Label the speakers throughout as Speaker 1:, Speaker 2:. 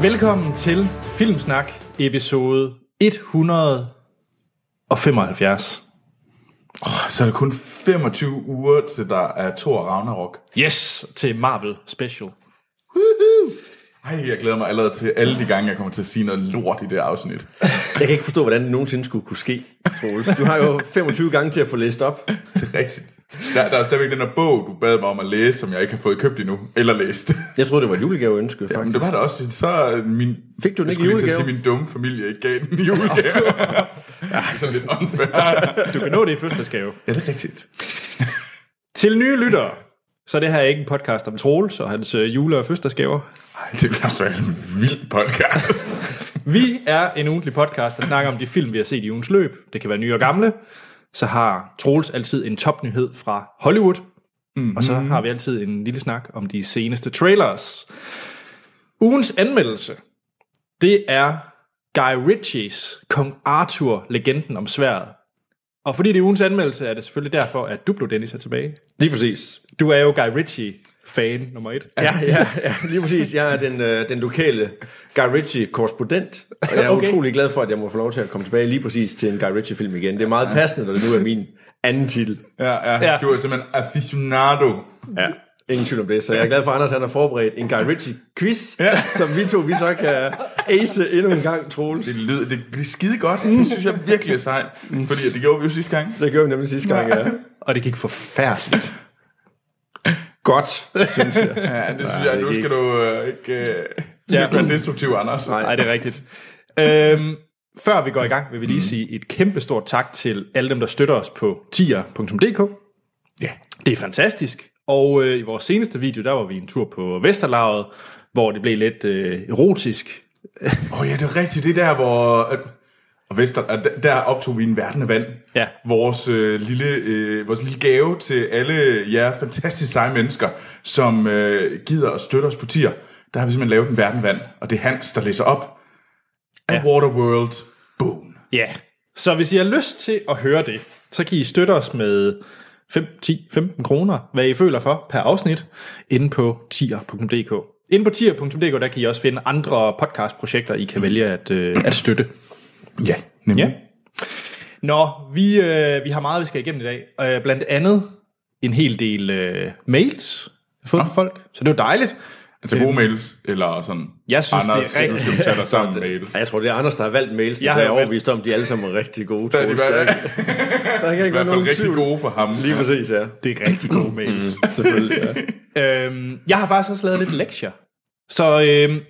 Speaker 1: Velkommen til Filmsnak episode 175.
Speaker 2: Så er der kun 25 uger til der er Thor og Ragnarok.
Speaker 1: Yes, til Marvel Special.
Speaker 2: Ej, jeg glæder mig allerede til alle de gange, jeg kommer til at sige noget lort i det her afsnit.
Speaker 3: Jeg kan ikke forstå, hvordan det nogensinde skulle kunne ske, Troels. Du har jo 25 gange til at få læst op.
Speaker 2: Det er rigtigt. Der, der er stadigvæk den her bog, du bad mig om at læse, som jeg ikke har fået købt endnu, eller læst.
Speaker 3: Jeg troede, det var et julegaveønske, faktisk.
Speaker 2: Jamen, det var det også. Så øh, min...
Speaker 3: Fik du den
Speaker 2: Jeg skulle
Speaker 3: ikke
Speaker 2: lige til at
Speaker 3: julegave?
Speaker 2: sige, min dumme familie ikke gav den i julegave. ja, det er sådan lidt unfair.
Speaker 1: Du kan nå det i fødselsdagsgave.
Speaker 2: ja, det er rigtigt.
Speaker 1: Til nye lyttere, så er det her ikke en podcast om Troels og hans øh, jule- og fødselsdagsgaver.
Speaker 2: Ej, det bliver så en vild podcast.
Speaker 1: Vi er en ugentlig podcast, der snakker om de film, vi har set i ugens løb. Det kan være nye og gamle. Så har Troels altid en topnyhed fra Hollywood. Mm-hmm. Og så har vi altid en lille snak om de seneste trailers. Ugens anmeldelse, det er Guy Ritchies Kong Arthur, legenden om sværet. Og fordi det er ugens anmeldelse, er det selvfølgelig derfor, at du blev Dennis er tilbage.
Speaker 3: Lige præcis.
Speaker 1: Du er jo Guy Ritchie-fan nummer et.
Speaker 3: Ja, ja, ja, lige præcis. Jeg er den, øh, den lokale Guy Ritchie-korrespondent, og jeg er
Speaker 1: Okay.
Speaker 3: okay. utrolig glad for, at jeg må få lov til at komme tilbage lige præcis til en Guy Ritchie-film igen. Det er meget passende, når det nu er min anden titel.
Speaker 2: Ja, ja,
Speaker 1: Ja.
Speaker 2: ja. Du er simpelthen aficionado
Speaker 1: ja.
Speaker 3: Ingen tvivl om det, så jeg er glad for, at Anders han har forberedt en Guy Ritchie-quiz, ja. som vi to vi så kan ace endnu en gang, Troels.
Speaker 2: Det lyder, det er skide godt. Det synes jeg virkelig er sejt. Fordi det gjorde vi jo sidste gang.
Speaker 3: Det gjorde vi nemlig sidste gang, ja.
Speaker 1: Og det gik forfærdeligt.
Speaker 3: Godt, synes jeg.
Speaker 2: Ja, det synes jeg, nu skal du øh, ikke øh,
Speaker 1: Ja.
Speaker 2: ja. være destruktiv, Anders. Nej.
Speaker 1: Nej, det er rigtigt. Øhm, før vi går i gang, vil vi lige mm. sige et kæmpestort tak til alle dem, der støtter os på tier.dk.
Speaker 2: Ja.
Speaker 1: Det er fantastisk. Og øh, i vores seneste video, der var vi en tur på Vesterlaget, hvor det blev lidt øh, erotisk.
Speaker 2: Åh oh, ja, det er rigtigt. Det er der, hvor... At, og Vester, at der- der optog vi en verden af vand.
Speaker 1: Ja.
Speaker 2: Vores, øh, lille, øh, vores lille gave til alle jer fantastisk seje mennesker, som øh, gider og støtter os på tier. Der har vi simpelthen lavet en verden af vand. Og det er Hans, der læser op. Af
Speaker 1: Ja.
Speaker 2: Waterworld. Boom.
Speaker 1: Ja. Så hvis I har lyst til at høre det, så kan I støtte os med 5, 10, 15 kroner, hvad I føler for per afsnit, inde på tier.dk. Inde på tier.dk, der kan I også finde andre podcastprojekter, I kan vælge at, øh, at støtte.
Speaker 2: Ja, nemlig.
Speaker 1: Ja. Nå, vi, øh, vi har meget, vi skal igennem i dag. Øh, blandt andet en hel del øh, mails, jeg har fået fra folk, så det var dejligt.
Speaker 2: Altså gode mails, eller sådan...
Speaker 1: Jeg synes, det er
Speaker 2: Anders,
Speaker 1: rigtig-
Speaker 2: du skal tage dig sammen mails.
Speaker 3: Ja, Jeg tror, det er Anders, der har valgt mails, så
Speaker 1: Jeg har
Speaker 3: jeg er
Speaker 1: valgt-
Speaker 3: overbevist om, at de alle sammen er rigtig gode.
Speaker 2: er de
Speaker 3: Troels.
Speaker 2: i hvert-
Speaker 3: der kan
Speaker 2: I
Speaker 3: ikke være
Speaker 2: hvert fald
Speaker 3: nogen
Speaker 2: rigtig
Speaker 3: tvivl.
Speaker 2: gode for ham.
Speaker 3: Lige præcis, ja. Mm.
Speaker 1: Det er rigtig gode mails.
Speaker 3: Selvfølgelig, ja.
Speaker 1: øhm, jeg har faktisk også lavet lidt lektier. Så øhm,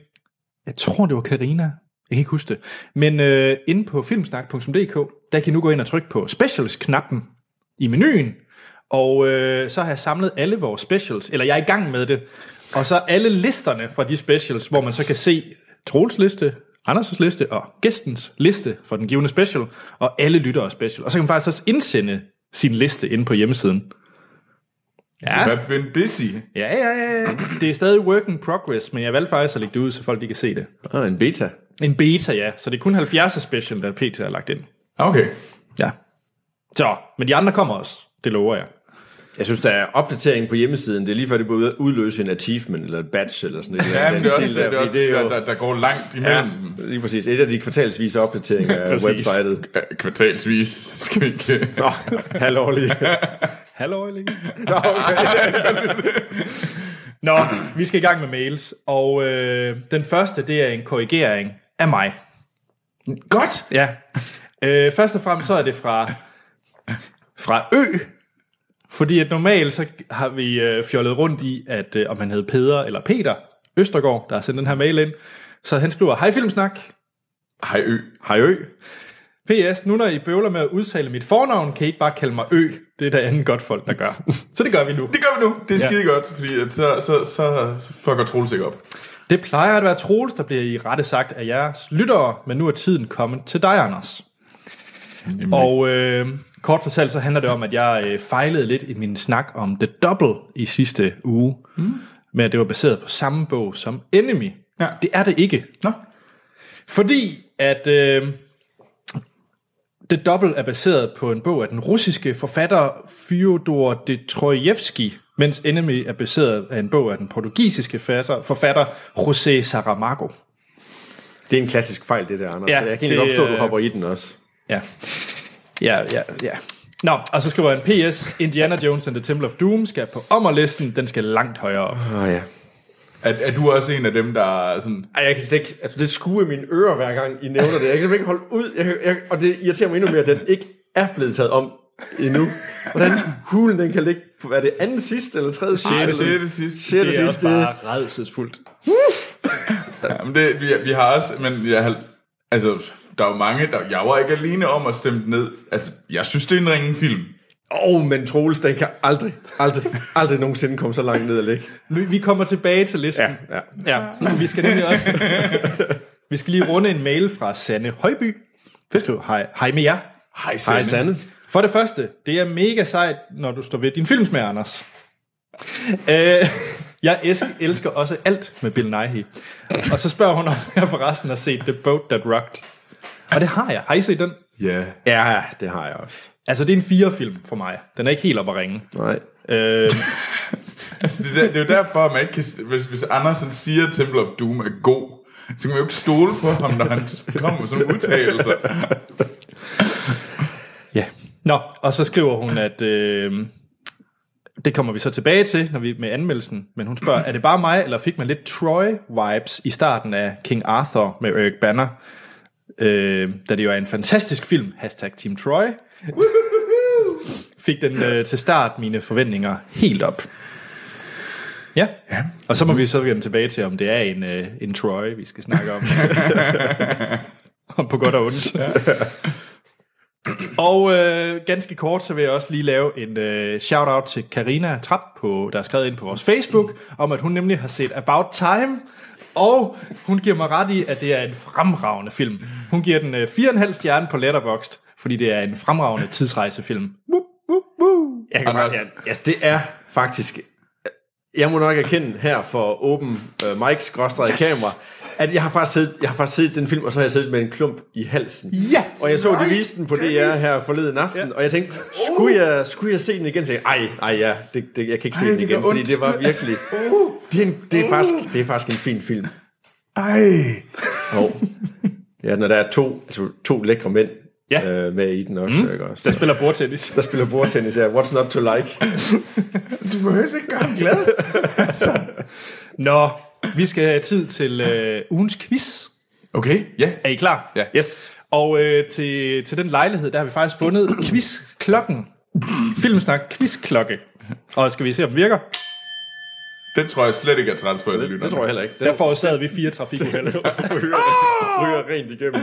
Speaker 1: jeg tror, det var Karina. Jeg kan ikke huske det. Men øh, inde på filmsnak.dk, der kan I nu gå ind og trykke på specials-knappen i menuen. Og øh, så har jeg samlet alle vores specials, eller jeg er i gang med det. Og så alle listerne fra de specials, hvor man så kan se Troels liste, Anders' liste og gæstens liste for den givende special, og alle lyttere special. Og så kan man faktisk også indsende sin liste inde på hjemmesiden. Ja.
Speaker 2: Hvad for en busy?
Speaker 1: Ja, ja, ja, ja. Det er stadig work in progress, men jeg valgte faktisk at lægge det ud, så folk de kan se det.
Speaker 3: Ah, en beta.
Speaker 1: En beta, ja. Så det er kun 70 special, der PT har lagt ind.
Speaker 2: Okay.
Speaker 1: Ja. Så, men de andre kommer også. Det lover jeg.
Speaker 3: Jeg synes, der er opdatering på hjemmesiden. Det er lige før, det burde udløse en achievement eller et badge eller sådan noget.
Speaker 2: Ja, men det er også, det er også
Speaker 3: det er
Speaker 2: der,
Speaker 3: jo,
Speaker 2: der, der går langt imellem. Ja.
Speaker 3: ja, lige præcis. Et af de kvartalsvise opdateringer af
Speaker 1: Præcis.
Speaker 3: websitet.
Speaker 2: Kvartalsvis skal vi ikke...
Speaker 3: Nå, halvårlig.
Speaker 1: Hallo, Ellie. Nå, vi skal i gang med mails, og øh, den første, det er en korrigering af mig.
Speaker 2: Godt!
Speaker 1: Ja. Øh, først og fremmest så er det fra, fra Ø, fordi at normalt så har vi øh, fjollet rundt i, at øh, om han hed Peder eller Peter Østergaard, der har sendt den her mail ind, så han skriver, hej Filmsnak,
Speaker 2: Hej Ø.
Speaker 1: hej Ø. P.S. Nu når I bøvler med at udtale mit fornavn, kan I ikke bare kalde mig Ø. Det er der anden godt folk, der gør. Så det gør vi nu.
Speaker 2: Det gør vi nu. Det er
Speaker 1: Ja.
Speaker 2: ja. skide godt, fordi at så, så, så, så fucker Troels ikke op.
Speaker 1: Det plejer at være Troels, der bliver i rette sagt af jeres lyttere, men nu er tiden kommet til dig, Anders. Nemlig. Og øh, kort fortalt, så handler det om, at jeg øh, fejlede lidt i min snak om The Double i sidste uge, mm. men at det var baseret på samme bog som Enemy.
Speaker 2: Ja.
Speaker 1: Det er det ikke.
Speaker 2: Nå.
Speaker 1: Fordi at øh, The Double er baseret på en bog af den russiske forfatter Fyodor Dostoyevsky, mens Enemy er baseret af en bog af den portugisiske forfatter, forfatter José Saramago.
Speaker 3: Det er en klassisk fejl, det der, Anders.
Speaker 1: Ja,
Speaker 3: Ja, så jeg kan
Speaker 1: det,
Speaker 3: ikke godt forstå, at du
Speaker 1: øh,
Speaker 3: hopper i den også.
Speaker 1: Ja. Ja, ja, ja. Nå, og så skriver han, PS, Indiana Jones and the Temple of Doom skal på ommerlisten, den skal langt højere op.
Speaker 3: Åh, oh, ja.
Speaker 2: Er, er du også en af dem, der er sådan...
Speaker 3: Ej, jeg kan slet ikke, altså det skuer mine ører hver gang, I nævner det. Jeg kan simpelthen ikke holde ud, jeg, jeg, og det irriterer mig endnu mere, at den ikke er blevet taget om endnu. Hvordan hulen den kan ligge på, er det anden sidste eller tredje sidste?
Speaker 2: Ej,
Speaker 3: eller-
Speaker 2: det er det sidste.
Speaker 3: Sjette
Speaker 1: Det er
Speaker 3: sidste.
Speaker 1: også bare redselsfuldt.
Speaker 2: Ja, men det, vi, vi har også... Men jeg, har- altså, der er jo mange, der... Jeg var ikke alene om at stemme den ned. Altså, jeg synes, det er en ringen film.
Speaker 3: Åh, oh, men Troels, den kan aldrig, aldrig, aldrig nogensinde komme så langt ned og ligge.
Speaker 1: Vi vi kommer tilbage til listen.
Speaker 3: ja.
Speaker 1: Ja, vi skal nemlig også... Vi skal lige runde en mail fra Sanne Højby. Der skriver, hej, hej med jer.
Speaker 2: Hej, Sanne.
Speaker 3: Hej, Sande.
Speaker 1: For det første, det er mega sejt, når du står ved din film med, Anders. Øh, jeg es- elsker også alt med Bill Nighy. Og så spørger hun, om jeg forresten har set The Boat That Rocked. Og det har jeg. Har I set den?
Speaker 2: Ja.
Speaker 3: Ja, det har jeg også.
Speaker 1: Altså, det er en firefilm for mig. Den er ikke helt op at ringe.
Speaker 3: Nej.
Speaker 1: Øh,
Speaker 2: Det, er der- det er jo derfor, man ikke kan... Hvis, hvis Andersen siger, at Temple of Doom er god, så kan man jo ikke stole på ham, når han kommer med sådan nogle udtalelser.
Speaker 1: ja. Nå, og så skriver hun, at... Øh, det kommer vi så tilbage til når vi med anmeldelsen, men hun spørger, er det bare mig, eller fik man lidt Troy-vibes i starten af King Arthur med Eric Banner? Øh, da det jo er en fantastisk film, hashtag Team Troy, fik den øh, til start mine forventninger helt op. Ja. ja, og så må vi så vende tilbage til, om det er en, øh, en Troy, vi skal snakke om. om på godt og ondt. Og øh, ganske kort, så vil jeg også lige lave en øh, shout-out til Karina Trapp, på, der har skrevet ind på vores Facebook, om at hun nemlig har set About Time, og hun giver mig ret i, at det er en fremragende film. Hun giver den øh, 4,5 stjerne på Letterboxd, fordi det er en fremragende tidsrejsefilm. Woo, woo, woo.
Speaker 3: Jeg kan
Speaker 2: Anders.
Speaker 3: bare, ja, ja, det er faktisk... Jeg må nok erkende her for åben øh, mics skråstrej yes. kamera, at jeg har, faktisk siddet, jeg har faktisk set den film, og så har jeg siddet med en klump i halsen.
Speaker 1: Ja!
Speaker 3: Og jeg så, de viste den på DR her forleden aften, ja. og jeg tænkte, skulle jeg, skulle jeg se den igen? Så tænkte jeg, ej, ej ja, det, det, jeg kan ikke se
Speaker 2: Uh. Ej,
Speaker 3: den
Speaker 2: det
Speaker 3: igen,
Speaker 2: gør
Speaker 3: fordi
Speaker 2: ondt. Uh.
Speaker 3: det var virkelig... Det er, en, det, er faktisk, det er faktisk en fin film.
Speaker 2: Ej.
Speaker 3: Oh. Ja, når der er to, altså, to lækre mænd
Speaker 1: Ja.
Speaker 3: øh, med i den også. Mm. Ikke, også?
Speaker 1: Der spiller bordtennis.
Speaker 3: der spiller bordtennis, ja. What's not to like?
Speaker 2: Du behøver ikke gøre ham glad.
Speaker 1: Nå, vi skal have tid til øh, ugens quiz.
Speaker 2: Okay, ja.
Speaker 1: Er I klar?
Speaker 2: Ja.
Speaker 3: Yes.
Speaker 1: Og øh, til, til den lejlighed, der har vi faktisk fundet quizklokken. Filmsnak quizklokke. Og skal vi se, om den virker?
Speaker 2: Den tror jeg slet ikke er træls for, at lytterne.
Speaker 3: Det tror jeg heller ikke. Den
Speaker 1: Der forårsagede vi fire trafikuheld.
Speaker 3: ryger, ryger rent igennem.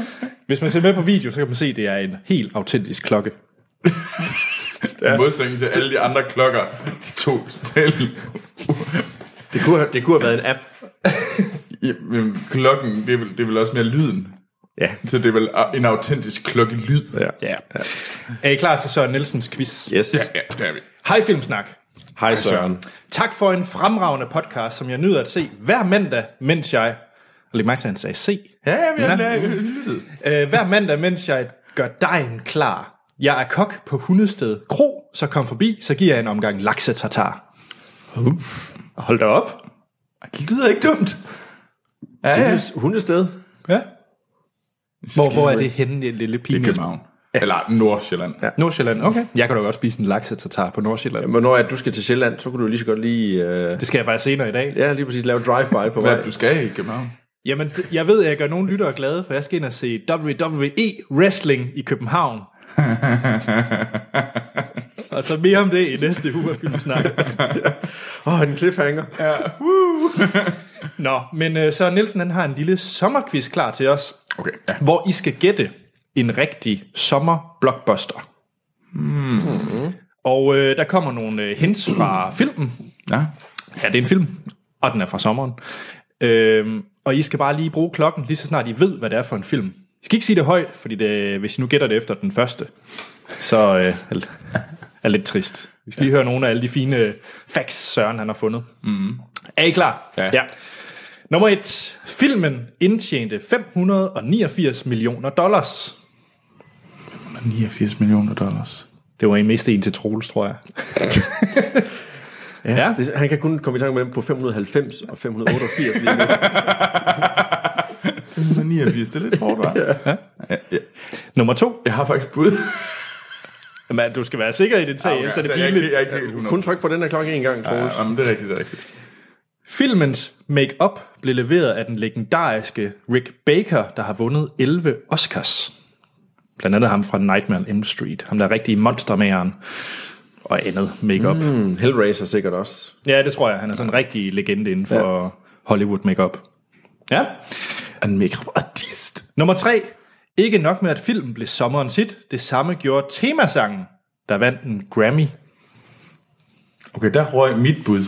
Speaker 1: Hvis man ser med på video, så kan man se, at det er en helt autentisk klokke.
Speaker 2: I modsætning til alle de andre klokker. De to tal.
Speaker 3: Det kunne, have- det kunne have været en app.
Speaker 2: Jamen, klokken, det er, vel, det er vel også mere lyden.
Speaker 3: Ja.
Speaker 2: Så det er vel øh, en autentisk klokkelyd.
Speaker 3: Ja.
Speaker 1: Ja. Er I klar til Søren Nielsens quiz?
Speaker 3: Yes.
Speaker 2: Ja, ja, det er vi.
Speaker 1: Hej Filmsnak.
Speaker 3: Hej Søren.
Speaker 1: Tak for en fremragende podcast, som jeg nyder at se hver mandag, mens jeg... Og lige mærke, til, at han sagde se.
Speaker 2: Ja, ja, vi har
Speaker 1: Nå.
Speaker 2: lavet lyttet.
Speaker 1: Øh, hver mandag, mens jeg gør dejen klar. Jeg er kok på Hundested Kro, så kom forbi, så giver jeg en omgang laksetartar. Uh. Hold da op.
Speaker 2: Det lyder ikke dumt. Ja, ja.
Speaker 3: Hundes, hundested.
Speaker 1: Ja. Hvor, hvor er det henne, det lille pige?
Speaker 2: I København. Eller Nordsjælland. Ja.
Speaker 1: Nordsjælland, okay. Jeg kan da godt spise en laksetartar på Nordsjælland.
Speaker 3: Hvornår at du skal til Sjælland, så kunne du lige så godt lige... Øh,
Speaker 1: Det skal jeg faktisk senere i dag.
Speaker 3: ja, lige præcis lave drive-by på
Speaker 2: Hvad er
Speaker 3: vej.
Speaker 2: det, du skal i København?
Speaker 1: Jamen, d- jeg ved, at jeg gør nogle lyttere glade, for jeg skal ind og se WWE Wrestling i København. og så mere om det i næste uge af Filmsnak.
Speaker 3: Åh, oh, en cliffhanger. Ja.
Speaker 1: Nå, men øh, så Nielsen han har en lille sommerquiz klar til os,
Speaker 2: Okay, ja.
Speaker 1: hvor I skal gætte en rigtig sommerblockbuster. Mm. Og øh, der kommer nogle øh, hints fra filmen.
Speaker 2: ja.
Speaker 1: Ja, det er en film, og den er fra sommeren. Øhm, og I skal bare lige bruge klokken, lige så snart I ved, hvad det er for en film. I skal ikke sige det højt, fordi det, hvis I nu gætter det efter den første, så øh, er det- er lidt trist. Vi skal lige høre nogle af alle de fine øh, facts, Søren han har fundet. Mm. Er I klar?
Speaker 2: Mm-hmm. Ja.
Speaker 1: Nummer et. Filmen indtjente 589 millioner dollars.
Speaker 2: 89 millioner dollars.
Speaker 1: Det var en mest en til Troels, tror jeg. ja.
Speaker 3: Det, han kan kun komme i tanke med dem på 590 og 588 lige nu.
Speaker 2: 589, det er lidt hårdt, hva'? ja. Ja, ja.
Speaker 1: Nummer to.
Speaker 2: Jeg har faktisk bud.
Speaker 1: Jamen, du skal være sikker i det sag, ellers er det
Speaker 2: Ah, Altså, jeg, er ikke-
Speaker 1: pinligt.
Speaker 2: jeg er ikke helt 100.
Speaker 3: Kun tryk på den der klokke en gang, Troels.
Speaker 2: Ja, men det er rigtigt, det er rigtigt.
Speaker 1: Filmens make-up blev leveret af den legendariske Rick Baker, der har vundet 11 Oscars. Blandt andet ham fra Nightmare on Elm Street. Ham der er rigtig monstermageren og andet make-up. Mm.
Speaker 3: Mm, Hellraiser sikkert også.
Speaker 1: Ja, det tror jeg. Han er sådan en rigtig legende inden for Hollywood make-up. Ja.
Speaker 2: En mikroartist.
Speaker 1: Nummer tre. Ikke nok med, at filmen blev sommeren sit. Det samme gjorde temasangen, der vandt en Grammy.
Speaker 2: Okay, der røg mit bud.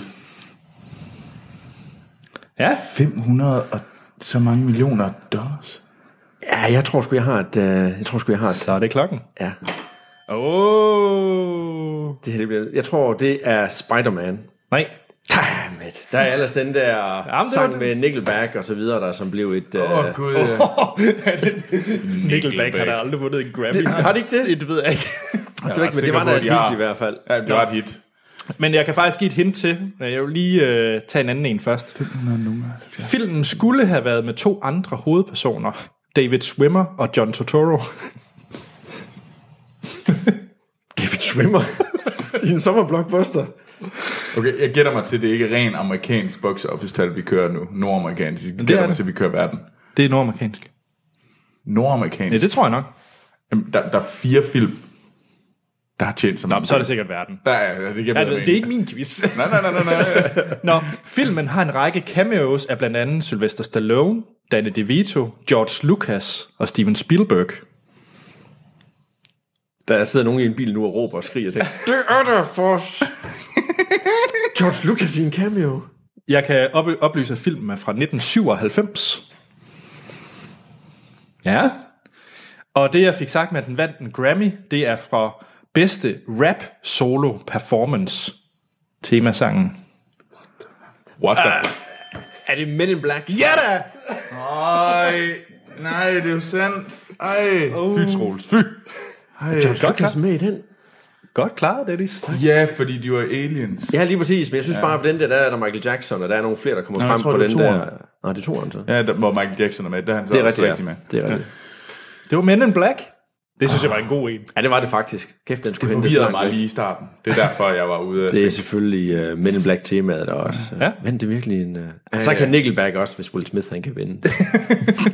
Speaker 1: Ja,
Speaker 2: 500 og så mange millioner dollars.
Speaker 3: Ja, jeg tror sgu, jeg har et... Øh, jeg tror sgu, jeg har et...
Speaker 1: så er det klokken.
Speaker 3: Ja.
Speaker 1: Åh. Oh.
Speaker 3: Det her, det bliver, jeg tror, det er Spider-Man.
Speaker 1: Nej,
Speaker 3: Damn it. Der er ellers den der
Speaker 1: var
Speaker 3: sang
Speaker 1: det.
Speaker 3: med Nickelback og så videre, der som blev et... Øh,
Speaker 2: Åh, oh, gud. ja.
Speaker 1: Nickelback har da aldrig vundet en Grammy.
Speaker 3: har de ikke det?
Speaker 1: Det ved jeg ikke.
Speaker 3: det, var ikke, men det var
Speaker 2: Jeg er ret sikker på,
Speaker 3: der
Speaker 2: at
Speaker 3: et
Speaker 2: de har-
Speaker 3: hit i hvert fald.
Speaker 2: Ja, det var et hit.
Speaker 1: Men jeg kan faktisk give et hint til. Jeg vil lige øh, tage en anden en først.
Speaker 2: 500 nummer.
Speaker 1: Filmen skulle have været med to andre hovedpersoner. David Swimmer og John Totoro.
Speaker 3: David Schwimmer i en sommerblockbuster.
Speaker 2: Okay, jeg gætter mig til, at det ikke er ren amerikansk box office tal, vi kører nu. Nordamerikansk. Jeg gætter
Speaker 1: er
Speaker 2: mig
Speaker 1: det.
Speaker 2: til, at vi kører verden.
Speaker 1: Det er nordamerikansk.
Speaker 2: Nordamerikansk.
Speaker 1: Ja, det tror jeg nok.
Speaker 2: Jamen, der, der er fire film, der har tjent som... Nå,
Speaker 1: Så er det sikkert verden.
Speaker 2: Der er, ja, det, kan
Speaker 1: Ja,
Speaker 2: jeg bedre
Speaker 1: det, det
Speaker 2: mene.
Speaker 1: er ikke min quiz.
Speaker 2: Nej, nej, nej, nej, nej.
Speaker 1: Nå, filmen har en række cameos af blandt andet Sylvester Stallone, Danny DeVito, George Lucas og Steven Spielberg.
Speaker 3: Der sidder nogen i en bil nu og råber og skriger til. Det er der for... George Lucas i en cameo.
Speaker 1: Jeg kan op- oplyse, at filmen er fra 1997. Ja. Og det, jeg fik sagt med, at den vandt en Grammy, det er fra bedste rap solo performance temasangen.
Speaker 2: What the fuck?
Speaker 3: Er det Men in Black?
Speaker 1: Ja da!
Speaker 2: Ej, nej, det er jo sandt. Ej. Oh. Fy, Troels, fy.
Speaker 3: George Lucas med i den?
Speaker 1: Godt klaret, Dennis.
Speaker 2: Ja, fordi de var aliens.
Speaker 3: Ja, lige præcis, men jeg synes bare, at på den der, der er der Michael Jackson, og der er nogle flere, der kommer
Speaker 2: Nå, jeg
Speaker 3: frem
Speaker 2: tror,
Speaker 3: på
Speaker 2: det er
Speaker 3: den der...
Speaker 2: toeren.
Speaker 3: Nej, det er toeren, så. Det
Speaker 2: Ja, der, hvor Michael Jackson er med, der er han så
Speaker 3: er
Speaker 2: også
Speaker 3: rigtigt,
Speaker 2: rigtig med.
Speaker 3: Det er rigtigt.
Speaker 1: Det var Men in Black. Det synes jeg var en god en.
Speaker 3: Ja, det var det faktisk. Kæft, den skulle
Speaker 2: Det
Speaker 3: hentes
Speaker 2: forvirrede mig
Speaker 3: langt væk.
Speaker 2: lige i starten. Det er derfor, jeg var ude af
Speaker 3: Det er
Speaker 2: det.
Speaker 3: selvfølgelig uh, Men in Black temaet der også.
Speaker 1: Ja.
Speaker 3: Men det er virkelig en...
Speaker 2: øh,
Speaker 3: Uh... Så kan Nickelback også, hvis Will Smith han kan vinde.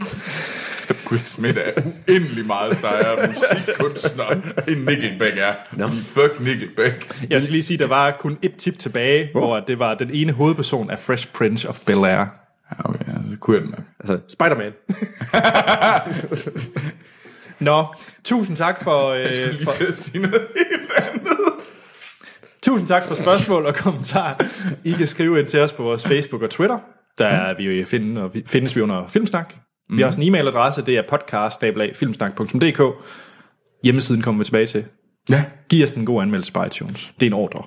Speaker 2: Will Smith er endelig meget sejere musikkunstner, end Nickelback er. No. Fuck Nickelback.
Speaker 1: Jeg skal lige sige, der var kun et tip tilbage, hvor at det var den ene hovedperson af Fresh Prince of Bel-Air.
Speaker 2: Ja, okay, altså, kunne jeg den nok.
Speaker 3: altså, Spider-Man.
Speaker 1: Nå, tusind tak for... Øh,
Speaker 2: Lige
Speaker 1: for
Speaker 2: til at sige noget helt andet.
Speaker 1: Tusind tak for spørgsmål og kommentarer. I kan skrive ind til os på vores Facebook og Twitter. Der er vi jo finde, og vi- findes vi under Filmsnak. Vi har også en e-mailadresse, det er podcast Hjemmesiden kommer vi tilbage til.
Speaker 2: Ja,
Speaker 1: Giv os en god anmeldelse på iTunes. Det er en ordre.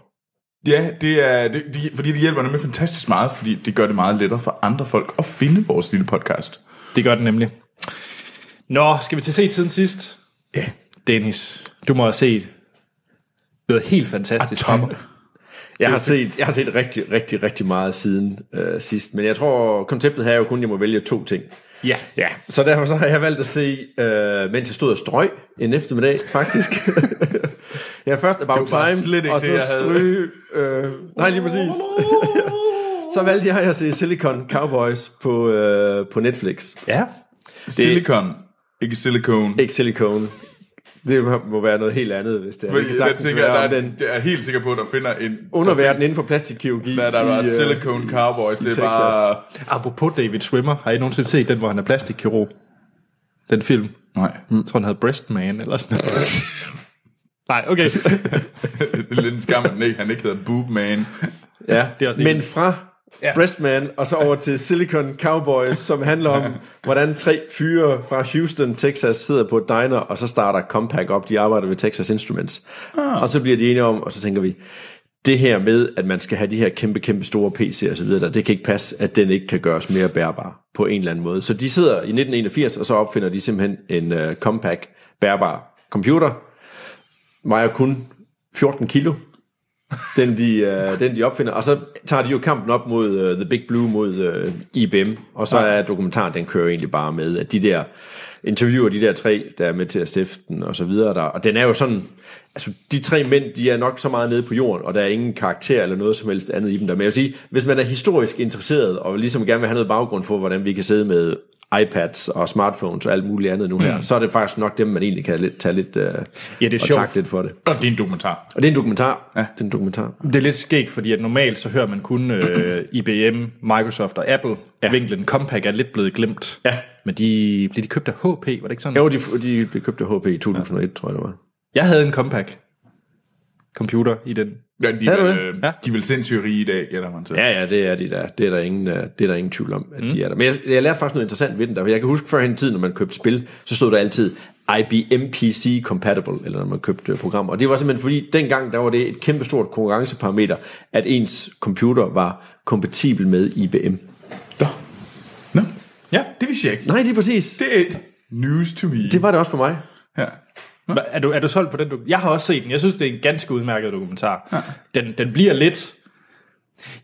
Speaker 2: Ja, det er, det, det, fordi det hjælper nemlig fantastisk meget, fordi det gør det meget lettere for andre folk at finde vores lille podcast.
Speaker 1: Det gør den nemlig. Nå, skal vi til set siden sidst?
Speaker 2: Ja.
Speaker 1: Dennis, du må have set noget helt fantastisk.
Speaker 2: Tom,
Speaker 3: Jeg har, set, jeg har set rigtig, rigtig, rigtig meget siden øh, sidst. Men jeg tror, konceptet her er jo kun, at jeg må vælge to ting.
Speaker 1: Ja.
Speaker 3: Ja, så derfor så har jeg valgt at se, øh, mens jeg stod og strøg en eftermiddag, faktisk. jeg er først About
Speaker 2: Det var
Speaker 3: Time,
Speaker 2: slet ikke
Speaker 3: og
Speaker 2: det,
Speaker 3: så
Speaker 2: jeg havde.
Speaker 3: stryge... Øh, nej, lige præcis. så valgte jeg at se Silicon Cowboys på, øh, på Netflix.
Speaker 1: ja.
Speaker 2: Silicon, ikke silicone.
Speaker 3: Ikke Silicon. Det må- må være noget helt andet, hvis det er. Det kan
Speaker 2: jeg,
Speaker 3: sagtens
Speaker 2: tænker,
Speaker 3: være om
Speaker 2: der, er,
Speaker 3: den
Speaker 2: den. jeg er helt sikker på, at der finder en...
Speaker 3: underverden inden for plastikkirurgi.
Speaker 2: Der, der
Speaker 3: i,
Speaker 2: var
Speaker 3: øh,
Speaker 2: silicone cowboys, det er
Speaker 3: Texas.
Speaker 2: bare...
Speaker 1: Apropos David Swimmer, har I nogensinde set den, hvor han er plastikkirurg? Den film.
Speaker 2: Nej,
Speaker 1: Jeg tror, han hedder Breastman eller sådan noget. Nej, okay.
Speaker 2: det er lidt en skam, at den ikke- han ikke hedder Boob Man.
Speaker 3: Ja,
Speaker 1: Det er også
Speaker 3: men
Speaker 1: lige-
Speaker 3: fra ja. Breastman og så over til Silicon Cowboys, som handler om, hvordan tre fyre fra Houston, Texas sidder på et diner, og så starter Compaq op. De arbejder ved Texas Instruments. Ah. Og så bliver de enige om, og så tænker vi, det her med, at man skal have de her kæmpe, kæmpe store PC'er og så videre, der, det kan ikke passe, at den ikke kan gøres mere bærbar på en eller anden måde. Så de sidder i 1981, og så opfinder de simpelthen en uh, Compaq bærbar computer, vejer kun 14 kilo, den de, øh, den de opfinder. Og så tager de jo kampen op mod øh, The Big Blue mod øh, IBM, og så er dokumentaren, den kører egentlig bare med, at de der interviewer de der tre, der er med til at stifte den og så videre. Der. Og den er jo sådan, altså de tre mænd, de er nok så meget nede på jorden, og der er ingen karakter eller noget som helst andet i dem der. Men jeg vil sige, hvis man er historisk interesseret, og ligesom gerne vil have noget baggrund for, hvordan vi kan sidde med iPads og smartphones og alt muligt andet nu her, mm. så er det faktisk nok dem, man egentlig kan lidt, tage lidt øh,
Speaker 1: Ja, det er
Speaker 3: og
Speaker 1: sjovt.
Speaker 3: takke lidt for det.
Speaker 2: Og det er en dokumentar.
Speaker 3: Og det er en dokumentar. Ja. Det er en dokumentar.
Speaker 1: Det er lidt skægt, fordi at normalt så hører man kun øh, IBM, Microsoft og Apple. Ja. Vinklen Compaq er lidt blevet glemt.
Speaker 3: Ja.
Speaker 1: Men de blev de købt af HP, var det ikke sådan?
Speaker 3: Jo, de, de blev købt af HP i 2001, ja. tror jeg det var.
Speaker 1: Jeg havde en Compaq computer i den.
Speaker 2: Ja, de,
Speaker 3: Er det
Speaker 2: er,
Speaker 3: det?
Speaker 2: øh,
Speaker 1: Ja.
Speaker 2: de er vel sindssygt rige i dag, gælder man til.
Speaker 3: Ja, ja, det er de der. Det er der ingen, øh, det er der ingen tvivl om, at mm. de er der. Men jeg, jeg lærte faktisk noget interessant ved den der. for Jeg kan huske før hen i tiden, når man købte spil, så stod der altid IBM PC compatible, eller når man købte øh, programmer. Og det var simpelthen fordi, dengang der var det et kæmpe stort konkurrenceparameter, at ens computer var kompatibel med IBM.
Speaker 2: Da. Nå.
Speaker 1: Ja.
Speaker 2: Det vidste jeg ikke.
Speaker 3: Nej, lige præcis. Det,
Speaker 2: Det er et news to me.
Speaker 3: det var det også for mig.
Speaker 2: Ja.
Speaker 1: Hva- Er du, er du solgt på den? doku- Jeg har også set den. Jeg synes, det er en ganske udmærket dokumentar. Ja. Den, den bliver lidt...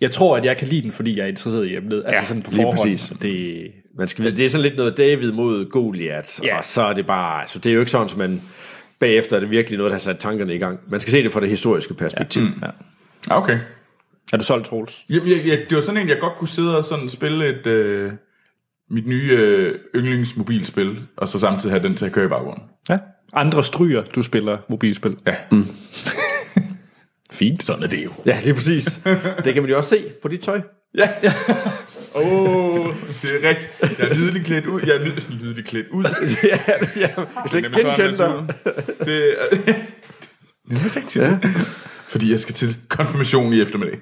Speaker 1: Jeg tror, at jeg kan lide den, fordi jeg er interesseret i emnet. Altså sådan på
Speaker 3: lige
Speaker 1: forhånd.
Speaker 3: præcis.
Speaker 1: Det,
Speaker 3: Man skal, det er sådan lidt noget David mod Goliath,
Speaker 1: Ja.
Speaker 3: ja. og så er det bare, altså det er jo ikke sådan, at man bagefter er det virkelig noget, der har sat tankerne i gang. Man skal se det fra det historiske perspektiv. Ja. Mm.
Speaker 2: Ah, Okay.
Speaker 1: er du solgt, Troels?
Speaker 2: Jamen, jeg, jeg, det var sådan en, jeg godt kunne sidde og sådan spille et, øh, mit nye øh, yndlingsmobilspil, og så samtidig have den til at køre i baggrunden.
Speaker 1: Ja. Mm. Andre stryger, du spiller mobilspil.
Speaker 2: Ja.
Speaker 1: Fint, sådan er det jo.
Speaker 3: ja, lige præcis. det kan man jo også se på dit tøj.
Speaker 2: Ja. Åh, oh, det er rigtigt. Jeg er nydeligt klædt ud. Jeg er nyd- nydeligt klædt ud.
Speaker 3: ja, ja, hvis jeg ikke genkende dig.
Speaker 2: Det er, det er rigtigt. Ja. Fordi jeg skal til konfirmation i eftermiddag. Vi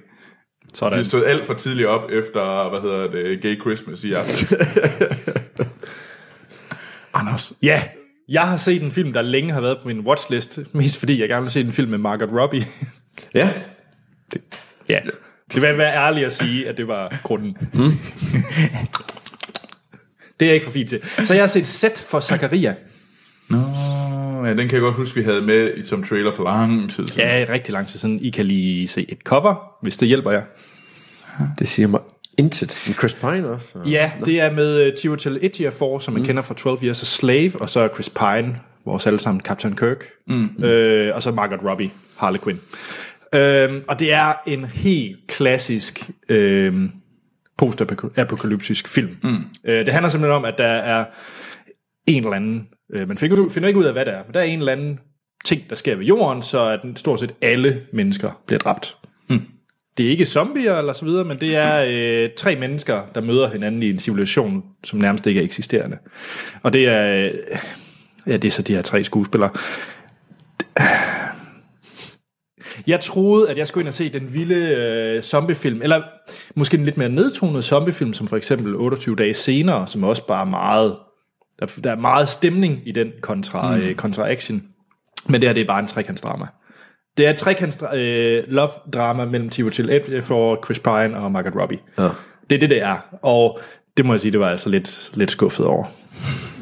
Speaker 1: Sådan.
Speaker 2: har stået alt for tidligt op efter, hvad hedder det, Gay Christmas i aften. Anders.
Speaker 1: Ja, jeg har set en film, der længe har været på min watchlist. Mest fordi jeg gerne vil se en film med Margaret Robbie.
Speaker 3: Ja,
Speaker 1: ja. Mm. Det vil jeg være ærlig at sige, at det var grunden. det er jeg ikke for fint til. Så jeg har set Sæt for Zakaria.
Speaker 2: Nå, ja, den kan jeg godt huske, vi havde med i som trailer for lang tid siden.
Speaker 1: Ja, rigtig lang tid siden. I kan lige se et cover, hvis det hjælper jer.
Speaker 3: det siger mig intet. Men Chris Pine også. og-
Speaker 1: Ja, det er med uh, Chiwetel Ejiofor, som man mm. kender fra 12 Years a Slave, og så Chris Pine, vores alle sammen Captain Kirk, mm. øh, og så Margaret Robbie, Harley Quinn. Øhm, og det er en helt klassisk øhm, postapokalyptisk film. Mm. Øh, det handler simpelthen om, at der er en eller anden, øh, man finder, ud- finder ikke ud af, hvad det er, men der er en eller anden ting, der sker ved jorden, så at stort set alle mennesker bliver dræbt. Det er ikke zombier eller så videre, men det er øh, tre mennesker, der møder hinanden i en civilisation, som nærmest ikke er eksisterende. Og det er, øh, ja, det er så de her tre skuespillere. Jeg troede, at jeg skulle ind og se den vilde øh, zombiefilm, eller måske en lidt mere nedtonet zombiefilm, som for eksempel 28 dage senere, som også bare er meget, der, der er meget stemning i den kontra, mm. øh, kontra action. Men det her, det er bare en trekantsdrama. Det er et trekants øh, love-drama mellem Tivotil øh, for Chris Pine og Margaret Robbie.
Speaker 3: Ja.
Speaker 1: Det er det, det er. Og det må jeg sige, det var jeg altså lidt, lidt skuffet over.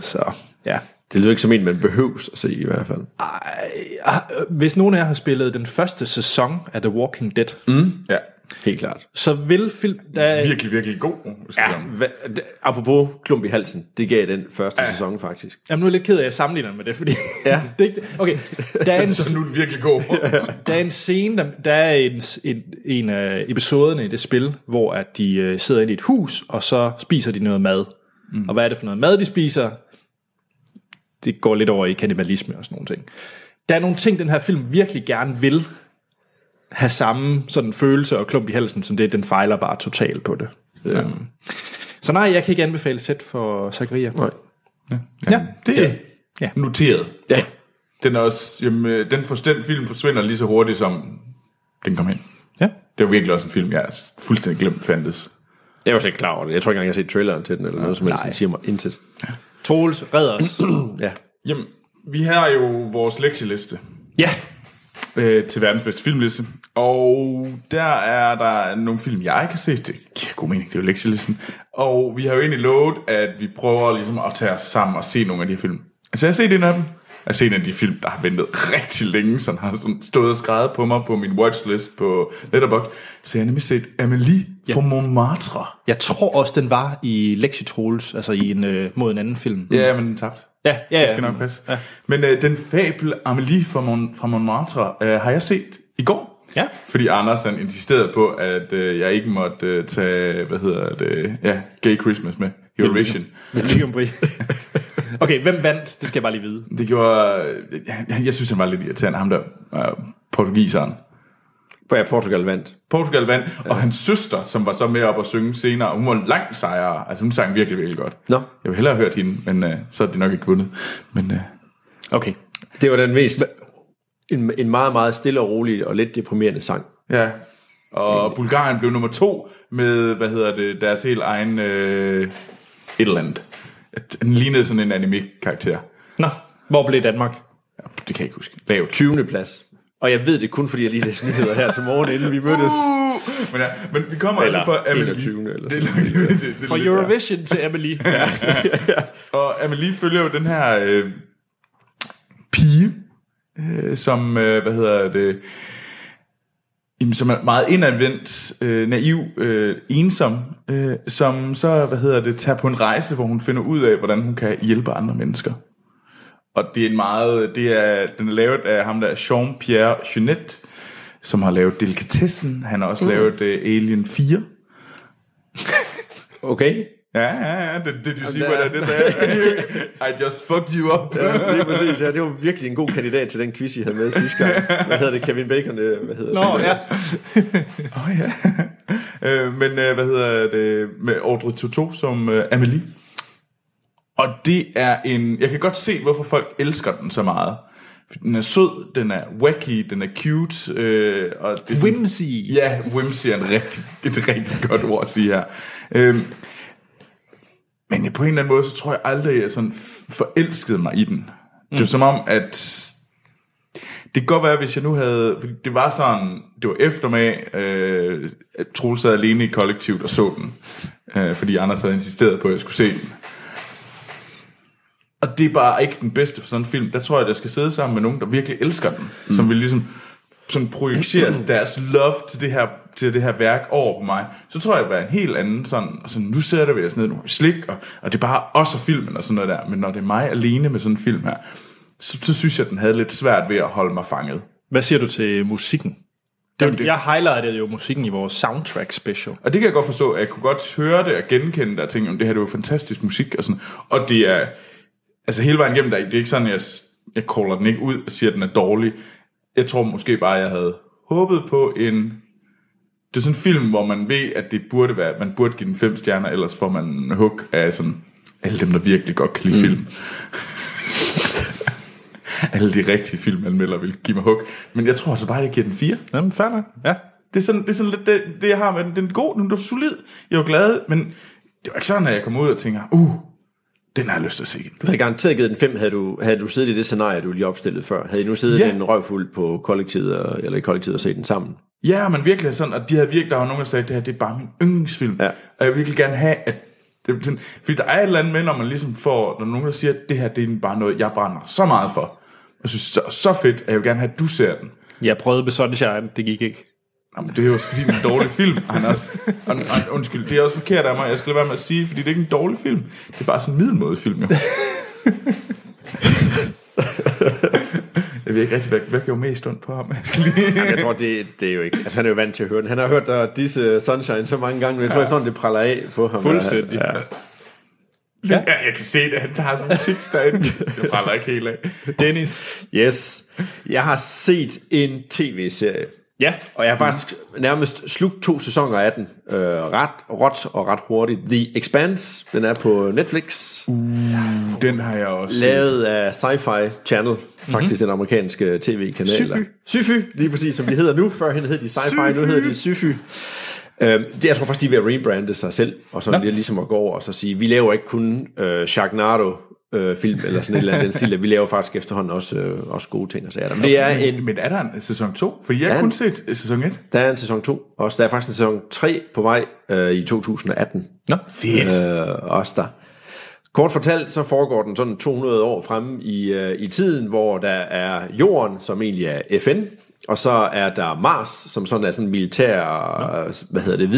Speaker 1: Så ja.
Speaker 3: Det lyder ikke som en, man behøves at se i hvert fald.
Speaker 1: Ah, øh, Hvis nogen af jer har spillet den første sæson af The Walking Dead, mm.
Speaker 2: Ja.
Speaker 3: Helt klart.
Speaker 1: så vil film... Der,
Speaker 2: Virkelig, virkelig god. Ja.
Speaker 3: Hva, det, apropos klump i halsen, det gav den første ja. sæson faktisk.
Speaker 1: jamen, nu er jeg lidt ked af, at jeg sammenligner den med det, fordi...
Speaker 3: Ja.
Speaker 1: det er ikke, det. okay, der er, en,
Speaker 2: Så nu er den virkelig god.
Speaker 1: der er en scene, der, der er en, en, en af episoderne i det spil, hvor at de øh, sidder inde i et hus, og så spiser de noget mad. Mm. Og hvad er det for noget mad, de spiser? Det går lidt over i kannibalisme og sådan nogle ting. Der er nogle ting, den her film virkelig gerne vil have samme sådan følelse og klump i halsen, som det, den fejler bare totalt på det. Ja. Øhm. Så nej, jeg kan ikke anbefale sæt for Zakaria.
Speaker 3: Nej.
Speaker 1: Ja,
Speaker 2: Det er
Speaker 1: Ja.
Speaker 2: noteret.
Speaker 3: Ja.
Speaker 2: Den, er også, jamen, øh, den, for, den film forsvinder lige så hurtigt, som den kom hen.
Speaker 1: ja.
Speaker 2: Det var virkelig også en film, jeg fuldstændig glemt fandtes.
Speaker 3: Jeg var slet ikke klar over det. Jeg tror ikke engang, jeg har set traileren til den, eller noget som helst,
Speaker 1: Nej.
Speaker 3: den siger mig intet.
Speaker 1: Troels, red os.
Speaker 3: Ja.
Speaker 2: Jamen, vi har jo vores lektieliste
Speaker 1: ja,
Speaker 2: øh, til verdens bedste filmliste, og der er der nogle film, jeg ikke har set. Det giver god mening, det er jo lektielisten. Og vi har jo egentlig lovet, at vi prøver ligesom at tage os sammen og se nogle af de her film. Altså, jeg har set en af dem. at se en af de film, der har ventet rigtig længe, som har sådan stået og skrevet på mig på min watchlist på Letterboxd. Så jeg har nemlig set Amélie ja. fra Montmartre.
Speaker 1: Jeg tror også, den var i Lexitrols, altså i en, øh, mod en anden film.
Speaker 2: Ja, men den tabte.
Speaker 1: Ja, ja,
Speaker 2: Det skal
Speaker 1: ja.
Speaker 2: nok passe. Ja. Men øh, den fabel Amélie fra, Mon- fra Montmartre øh, har jeg set i går.
Speaker 1: Ja.
Speaker 2: Fordi Anders han insisterede på, at øh, jeg ikke måtte øh, tage, hvad hedder det, ja, Gay Christmas med Eurovision.
Speaker 1: Lykke om Brie. Okay, hvem vandt? Det skal jeg bare lige vide.
Speaker 2: Det gjorde, øh, jeg, jeg synes han var lidt irriterende, ham der, øh, portugiseren.
Speaker 3: Ja, Portugal vandt.
Speaker 2: Portugal vandt, og hans søster, som var så med op og synge senere, hun var langt sejere. Altså hun sang virkelig, virkelig godt.
Speaker 3: Nå.
Speaker 2: Jeg ville hellere have hørt hende, men øh, så er det nok ikke vundet. Men øh,
Speaker 1: Okay.
Speaker 3: Det var den mest... En, en meget, meget stille og rolig og lidt deprimerende sang.
Speaker 2: Ja. Og Bulgarien blev nummer to med, hvad hedder det, deres helt egen øh, et eller andet. Den lignede sådan en anime-karakter.
Speaker 1: Nå, hvor blev Danmark?
Speaker 2: Ja, Det kan jeg ikke huske. Lavt.
Speaker 3: 20. plads. Og jeg ved det kun, fordi jeg lige læste nyheder her til morgen, inden vi mødtes.
Speaker 2: Uh, men, ja, men vi kommer
Speaker 3: Eller
Speaker 2: altså fra Amelie.
Speaker 3: 21. eller
Speaker 2: det, det, det, det, det,
Speaker 1: Fra
Speaker 2: det-
Speaker 1: Eurovision til Emily. Ja.
Speaker 2: Og Amelie følger jo den her øh, pige, øh, som, øh, hvad hedder det, jamen, som er meget indadvendt, øh, naiv, øh, ensom, øh, som så, hvad hedder det, tager på en rejse, hvor hun finder ud af, hvordan hun kan hjælpe andre mennesker. Og det er en meget, det er, den er lavet af ham der, Jean-Pierre Jeunet, som har lavet Delikatessen. Han har også mm. lavet øh, Alien 4.
Speaker 3: Okay.
Speaker 2: Ja, ja, ja, det, did you see
Speaker 3: der
Speaker 2: what
Speaker 3: er-
Speaker 2: I did there? I just fucked you up.
Speaker 3: Ja, lige præcis. Ja, det var virkelig en god kandidat til den quiz, I havde med sidste gang. Hvad hedder det? Kevin Bacon? øh, Hvad hedder
Speaker 1: Nå,
Speaker 3: det?
Speaker 1: ja.
Speaker 2: Åh oh, ja. øh, men øh, hvad hedder det? Med Audrey Tautou som øh, Amelie. Og det er en... Jeg kan godt se, hvorfor folk elsker den så meget. For Den er sød, den er wacky, den er cute. Øh, og det er sådan-
Speaker 1: Whimsy.
Speaker 2: Ja, whimsy er en rigtig, et rigtig godt ord at sige her. Øhm, men på en eller anden måde, så tror jeg aldrig, at jeg sådan f- forelskede mig i den. Det er jo som om, at det kan godt være, hvis jeg nu havde... Fordi det var sådan, det var eftermiddag, øh, at Troels sad alene i kollektivet og så den. Øh, fordi Anders havde insisteret på, at jeg skulle se den. Og det er bare ikke den bedste for sådan en film. Der tror jeg, at jeg skal sidde sammen med nogen, der virkelig elsker den. Mm. Som vil ligesom sådan projicere deres love til det, her, til det her værk over på mig. Så tror jeg, at være en helt anden sådan, og sådan, nu sætter vi os ned, nu har vi slik, og, og det er bare os og filmen og sådan noget der. Men når det er mig alene med sådan en film her, så, så synes jeg, at den havde lidt svært ved at holde mig fanget.
Speaker 1: Hvad siger du til musikken? Det,
Speaker 2: Jamen,
Speaker 1: det.
Speaker 2: det-
Speaker 1: Jeg highlightede jo musikken i vores soundtrack special.
Speaker 2: Og det kan jeg godt forstå, at jeg kunne godt høre det og genkende det, og tænke, om det her det er jo fantastisk musik og sådan. Og det er, altså hele vejen igennem, der, det er ikke sådan, jeg, jeg caller den ikke ud og siger, at den er dårlig. Jeg tror måske bare, jeg havde håbet på en, det er sådan en film, hvor man ved, at det burde være, man burde give den fem stjerner, ellers får man en hook af sådan, alle dem, der virkelig godt kan lide mm. film. alle de rigtige filmanmeldere vil give mig hook. Men jeg tror så bare, at jeg giver den fire.
Speaker 1: Jamen, fair nok. Ja.
Speaker 2: Det er sådan, det er sådan lidt det, det, jeg har med den. Den er god, den er solid. Jeg var glad, men det var ikke sådan, at jeg kom ud og tænker, uh, den har jeg lyst til at se igen.
Speaker 3: Du havde garanteret givet den 5, havde du, havde du siddet i det scenarie, du lige opstillede før. Havde I nu siddet
Speaker 2: Ja.
Speaker 3: yeah. en røvfuld på kollektivet, og, eller i kollektivet og set den sammen?
Speaker 2: Ja, men virkelig sådan, og de havde virkelig, der var nogen, der sagde, det her, det er bare min yndlingsfilm.
Speaker 3: Ja.
Speaker 2: Og jeg vil virkelig gerne have, at det, den, fordi der er et eller andet med, når man ligesom får, når nogen der siger, at det her, det er bare noget, jeg brænder så meget for. Jeg synes, så, så fedt, at jeg vil gerne have, at du ser den.
Speaker 1: Jeg prøvede med Sunshine, det gik ikke.
Speaker 2: Jamen, det er jo også fordi, det er en dårlig film, Anders. Und, und, undskyld, det er også forkert af mig. Jeg skal lade være med at sige, fordi det er ikke en dårlig film. Det er bare sådan en middelmåde film, jo. jeg ved ikke rigtig, hvad, hvad gjorde mest ondt på ham. Jeg skal lige...
Speaker 3: Jeg tror, det, det er jo ikke... Altså, han er jo vant til at høre den. Han har hørt der disse Sunshine så mange gange, men jeg tror, ja. sådan, det praller af på ham.
Speaker 1: Fuldstændig.
Speaker 3: Ja.
Speaker 2: Ja. jeg kan se det. Han tager sådan en tics derinde. Det brænder ikke helt af.
Speaker 1: Dennis.
Speaker 3: Yes. Jeg har set en tv-serie,
Speaker 1: Ja.
Speaker 3: og jeg har faktisk nærmest slugt to sæsoner af den. Øh, ret råt og ret hurtigt. The Expanse, den er på Netflix.
Speaker 2: Den har jeg også set.
Speaker 3: Lavet af Sci-Fi Channel, faktisk mm-hmm. den amerikanske tv-kanal.
Speaker 1: Syfy.
Speaker 3: Syfy, lige præcis som de hedder nu. Førhen hed de Sci-Fi, nu hedder de Syfy. Øhm, det, jeg tror faktisk, de er ved at rebrande sig selv, og sådan lidt ligesom at gå over og så sige, vi laver ikke kun øh, Sharknado, øh, film eller sådan et eller andet i den stil, at vi laver faktisk efterhånden også, øh, også gode ting og sager. der. Men det er en
Speaker 2: Men er der en sæson 2? For jeg har
Speaker 3: Ja.
Speaker 2: kun set øh, sæson 1.
Speaker 3: der er en sæson 2 også. Der er faktisk en sæson 3 på vej øh, i 2018.
Speaker 1: Nå.
Speaker 2: Fedt.
Speaker 3: Øh, også der. Kort fortalt, så foregår den sådan 200 år fremme i, øh, i tiden, hvor der er jorden, som egentlig er FN, og så er der Mars, som sådan er sådan en militær, øh, hvad hedder det,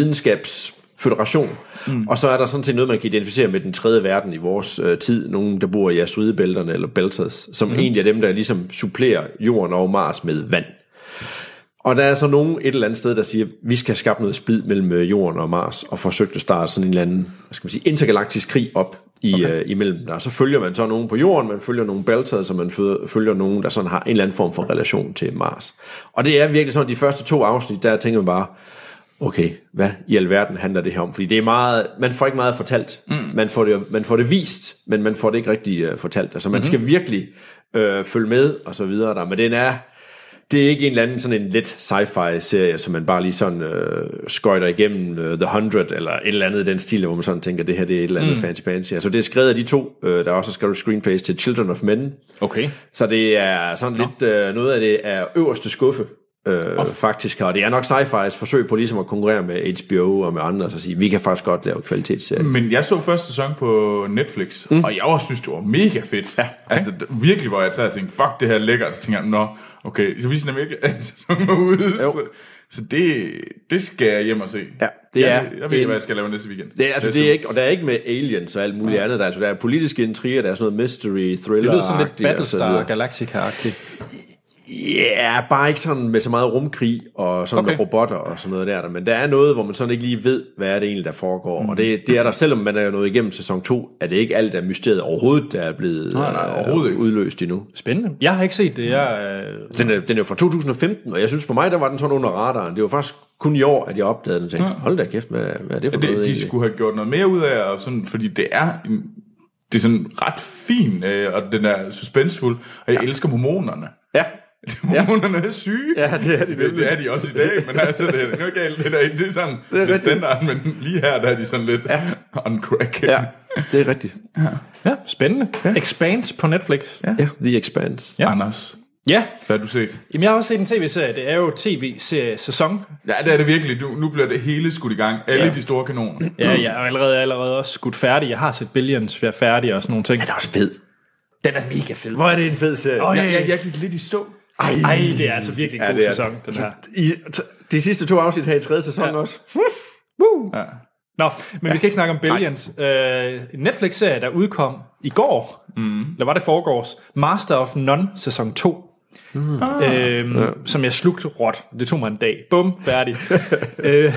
Speaker 3: videnskabsføderation. Mm. Og så er der sådan set noget, man kan identificere med den tredje verden i vores øh, tid. Nogen, der bor i asteroidebælterne eller belters, som mm. egentlig er dem, der ligesom supplerer jorden og Mars med vand. Og der er så nogen et eller andet sted, der siger, vi skal skabe noget splid mellem øh, jorden og Mars, og forsøgte at starte sådan en eller anden, hvad skal man sige, intergalaktisk krig op i, okay. øh, imellem der. Så følger man så nogen på jorden, man følger nogle beltede, så man fø- følger nogen, der sådan har en eller anden form for relation til Mars. Og det er virkelig sådan, de første to afsnit, der tænker man bare, okay, hvad i alverden handler det her om? Fordi det er meget, man får ikke meget fortalt. Mm. Man, får det, man får det vist, men man får det ikke rigtig øh, fortalt. Altså man mm-hmm. skal virkelig øh, følge med, og så videre der. Men den er, det er ikke en eller anden sådan en let sci-fi serie, som man bare lige sådan øh, skøjter igennem øh, The 100 eller et eller andet i den stil, hvor man sådan tænker, det her det er et eller andet mm. fancy fancy. Altså det er skrevet af de to, øh, der også har skrevet screenplays til Children of Men.
Speaker 1: Okay.
Speaker 3: Så det er sådan lidt øh, noget af det er øverste skuffe. Øh, faktisk her. Og det er nok sci-fi's forsøg på ligesom at konkurrere med HBO og med andre, og så sige, vi kan faktisk godt lave kvalitetsserier.
Speaker 1: Mm.
Speaker 2: Men jeg så første sæson på Netflix, mm. og jeg også synes, det var mega fedt. Ja, okay. Altså d- virkelig, hvor jeg sad og tænkte, fuck det her er lækkert. Så tænkte jeg, nå, okay, så viser nemlig ikke, at sæsonen var ude.
Speaker 3: Jo.
Speaker 2: Så, så det, det skal jeg hjem og se.
Speaker 3: Ja, det
Speaker 2: jeg,
Speaker 3: er
Speaker 2: Jeg, jeg ved ikke,
Speaker 3: en-
Speaker 2: hvad jeg skal lave næste weekend.
Speaker 3: Det er, altså,
Speaker 2: Næste
Speaker 3: det er
Speaker 2: uge.
Speaker 3: ikke, og der er ikke med aliens og alt muligt andet. Der er, altså, der er politiske intriger, der er sådan noget mystery, thriller
Speaker 1: Det lyder sådan lidt Battlestar Galactica-agtigt.
Speaker 3: Ja, yeah, bare ikke sådan med så meget rumkrig og sådan okay.
Speaker 1: Okay.
Speaker 3: robotter og sådan noget der. Men der er noget, hvor man sådan ikke lige ved, hvad er det egentlig, der foregår. Mm. Og det, det er der, selvom man er nået igennem sæson 2, er det ikke alt, der er mysteriet overhovedet, der er blevet nej,
Speaker 2: nej, overhovedet ikke.
Speaker 3: udløst endnu.
Speaker 1: Spændende. Jeg har ikke set det. Jeg, øh,
Speaker 3: Den er, den er jo fra 2015, og jeg synes for mig, der var den sådan under radaren. Det var faktisk kun i år, at jeg opdagede den og tænkte, hold da kæft, hvad, hvad er det
Speaker 2: det,
Speaker 3: for noget
Speaker 2: de
Speaker 3: egentlig?
Speaker 2: skulle have gjort noget mere ud af, og sådan, fordi det er en, det er sådan ret fin, øh, og den er suspensfuld, og jeg ja. elsker hormonerne.
Speaker 3: Ja,
Speaker 2: Hormonerne er syge.
Speaker 3: Ja, det er de
Speaker 2: det,
Speaker 3: nemlig.
Speaker 2: det er de også i dag, men altså, det er ikke galt. Det er, derinde. det er sådan det er lidt
Speaker 3: rigtigt.
Speaker 2: standard, men lige her, der er de sådan lidt ja. on crack.
Speaker 3: ja, det er rigtigt.
Speaker 1: ja, spændende. Ja. Expanse på Netflix. Ja.
Speaker 3: Ja, The Expanse.
Speaker 2: Ja. Anders,
Speaker 1: ja.
Speaker 2: hvad har du set?
Speaker 1: Jamen, jeg har også set en tv-serie. Det er jo tv-serie-sæson.
Speaker 2: Ja, det er det virkelig. Nu, nu bliver det hele skudt i gang. Alle ja.
Speaker 1: Ja.
Speaker 2: de store kanoner.
Speaker 1: Ja, jeg er allerede, allerede også skudt færdig. Jeg har set Billions være færdig og sådan nogle ting.
Speaker 3: Den er også fed.
Speaker 1: Den er mega fed.
Speaker 3: Hvor er det en fed serie.
Speaker 1: Øj,
Speaker 2: Jeg, jeg, jeg gik lidt i stå.
Speaker 1: ej, ej, det er altså virkelig en
Speaker 3: Ja,
Speaker 1: god
Speaker 3: det er-
Speaker 1: sæson, den her.
Speaker 3: I, t- de sidste to afsnit her i tredje sæson ja. også. Woo!
Speaker 2: Ja.
Speaker 1: Nå, men vi skal ikke snakke om Billions. Øh, en Netflix-serie, der udkom i går, mm. eller var det forgårs, Master of None, sæson 2. Mm. Øhm, ja. Som jeg slugte råt. Det tog mig en dag. Bum, færdig. øh,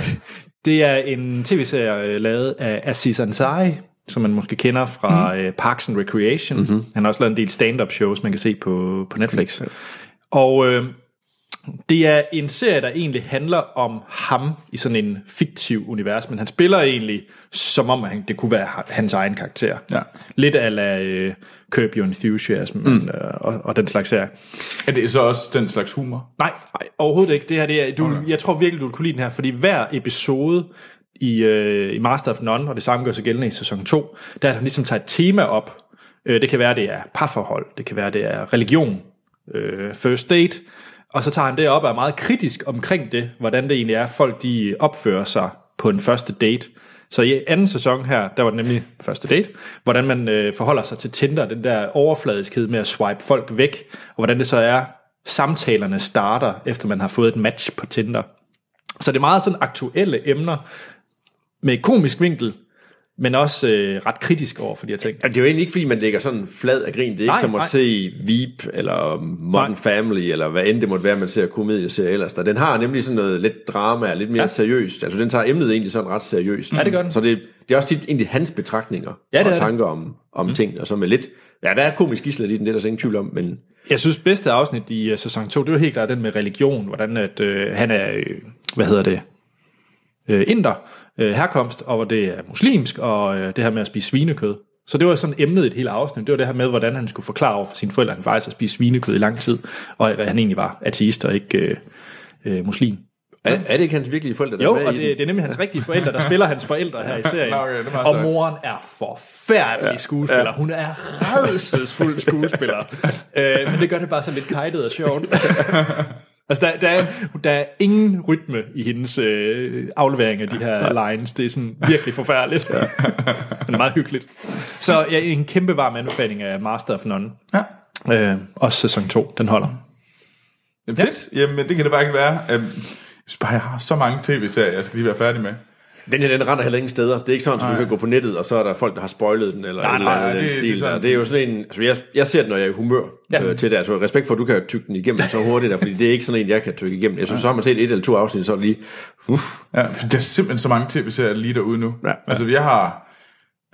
Speaker 1: det er en tv-serie øh, lavet af Aziz Ansari, som man måske kender fra mm. øh, Parks and Recreation. Mm-hmm. Han har også lavet en del stand-up shows, man kan se på, på Netflix. Og... Øh, det er en serie, der egentlig handler om ham i sådan en fiktiv univers, men han spiller egentlig, som om han, det kunne være ha- hans egen karakter.
Speaker 2: Ja.
Speaker 1: Lidt ala øh, Curb Your Enthusiasm mm. øh, og, og den slags serie.
Speaker 2: Er det så også den slags humor?
Speaker 1: Nej, nej, overhovedet ikke. Det her, det er, du, okay. Jeg tror virkelig, du vil kunne lide den her, fordi hver episode i, øh, i Master of None, og det samme gør sig gældende i sæson 2, der er der ligesom tager et tema op. Øh, det kan være, det er parforhold, det kan være, det er religion, øh, first date, og så tager han det op og er meget kritisk omkring det, hvordan det egentlig er, folk de opfører sig på en første date. Så i anden sæson her, der var det nemlig første date, hvordan man øh, forholder sig til Tinder, den der overfladiskhed med at swipe folk væk, og hvordan det så er, samtalerne starter, efter man har fået et match på Tinder. Så det er meget sådan aktuelle emner, med komisk vinkel, men også øh, ret kritisk over for de her ting.
Speaker 3: Jamen, det er jo egentlig ikke, fordi man ligger sådan flad af grin. Det er ikke
Speaker 1: Nej,
Speaker 3: som at
Speaker 1: nej.
Speaker 3: se Veep, eller Modern nej.
Speaker 1: Nej.
Speaker 3: Family, eller hvad end det måtte være, man ser komedieserier ellers. Der. Den har nemlig sådan noget lidt drama, lidt mere ja. seriøst. Altså, den tager emnet egentlig sådan ret seriøst. Ja,
Speaker 1: det gør den.
Speaker 3: Så det, det er også tit egentlig hans betragtninger
Speaker 1: Ja, det
Speaker 3: og
Speaker 1: er det.
Speaker 3: tanker om, om mm. ting, og så med lidt... Ja, der er komisk islet i den, det er der så ingen tvivl om, men
Speaker 1: Jeg synes bedste afsnit i uh, sæson 2, det var helt klart den med religion, hvordan at, øh, han er, øh, hvad hedder det, øh, inder, øh, herkomst, og hvor det er muslimsk, og øh, det her med at spise svinekød. Så det var sådan emnet i et hele afsnit. Det var det her med, hvordan han skulle forklare over for sine forældre, at han faktisk har spist svinekød i lang tid, og at han egentlig var ateist og ikke øh, øh, muslim.
Speaker 3: er, er det ikke hans virkelige forældre, der
Speaker 1: Jo,
Speaker 3: er med
Speaker 1: og
Speaker 3: i
Speaker 1: det, det er nemlig hans rigtige forældre, der spiller hans forældre her i serien.
Speaker 2: Nå, okay, det var så-
Speaker 1: og moren er forfærdelig skuespiller. Hun er redselsfuld skuespiller. øh, men det gør det bare så lidt kajtet og sjovt. Altså, der, der, er, der er ingen rytme i hendes øh, aflevering af de her lines. Det er sådan virkelig forfærdeligt. Men meget hyggeligt. Så ja, en kæmpe varm anbefaling af Master of None.
Speaker 2: Ja.
Speaker 1: Øh, også sæson 2, den holder.
Speaker 2: Jamen, fedt. Jamen, det kan det bare ikke være. Øhm, Jeg synes bare, jeg har så mange tv-serier, jeg skal lige være færdig med.
Speaker 3: Den her, den render heller ingen steder. Det er ikke sådan, at du kan gå på nettet, og så er der folk, der har spoilet den, eller nej, et eller
Speaker 2: nej,
Speaker 3: andet nej,
Speaker 2: det-
Speaker 3: den
Speaker 2: det er
Speaker 3: stil. Det,
Speaker 2: sådan-
Speaker 3: det, det er jo sådan en... Altså, jeg, jeg ser den, når jeg er i humør ja. øh, til det. Altså, respekt for, at du kan tykke den igennem så hurtigt, der, fordi det er ikke sådan en, jeg kan tykke igennem. Jeg synes, så har man set et eller to afsnit, så er det lige... Uff,
Speaker 2: Ja, for der er simpelthen så mange tv-serier lige derude nu.
Speaker 3: Ja.
Speaker 2: Altså, jeg har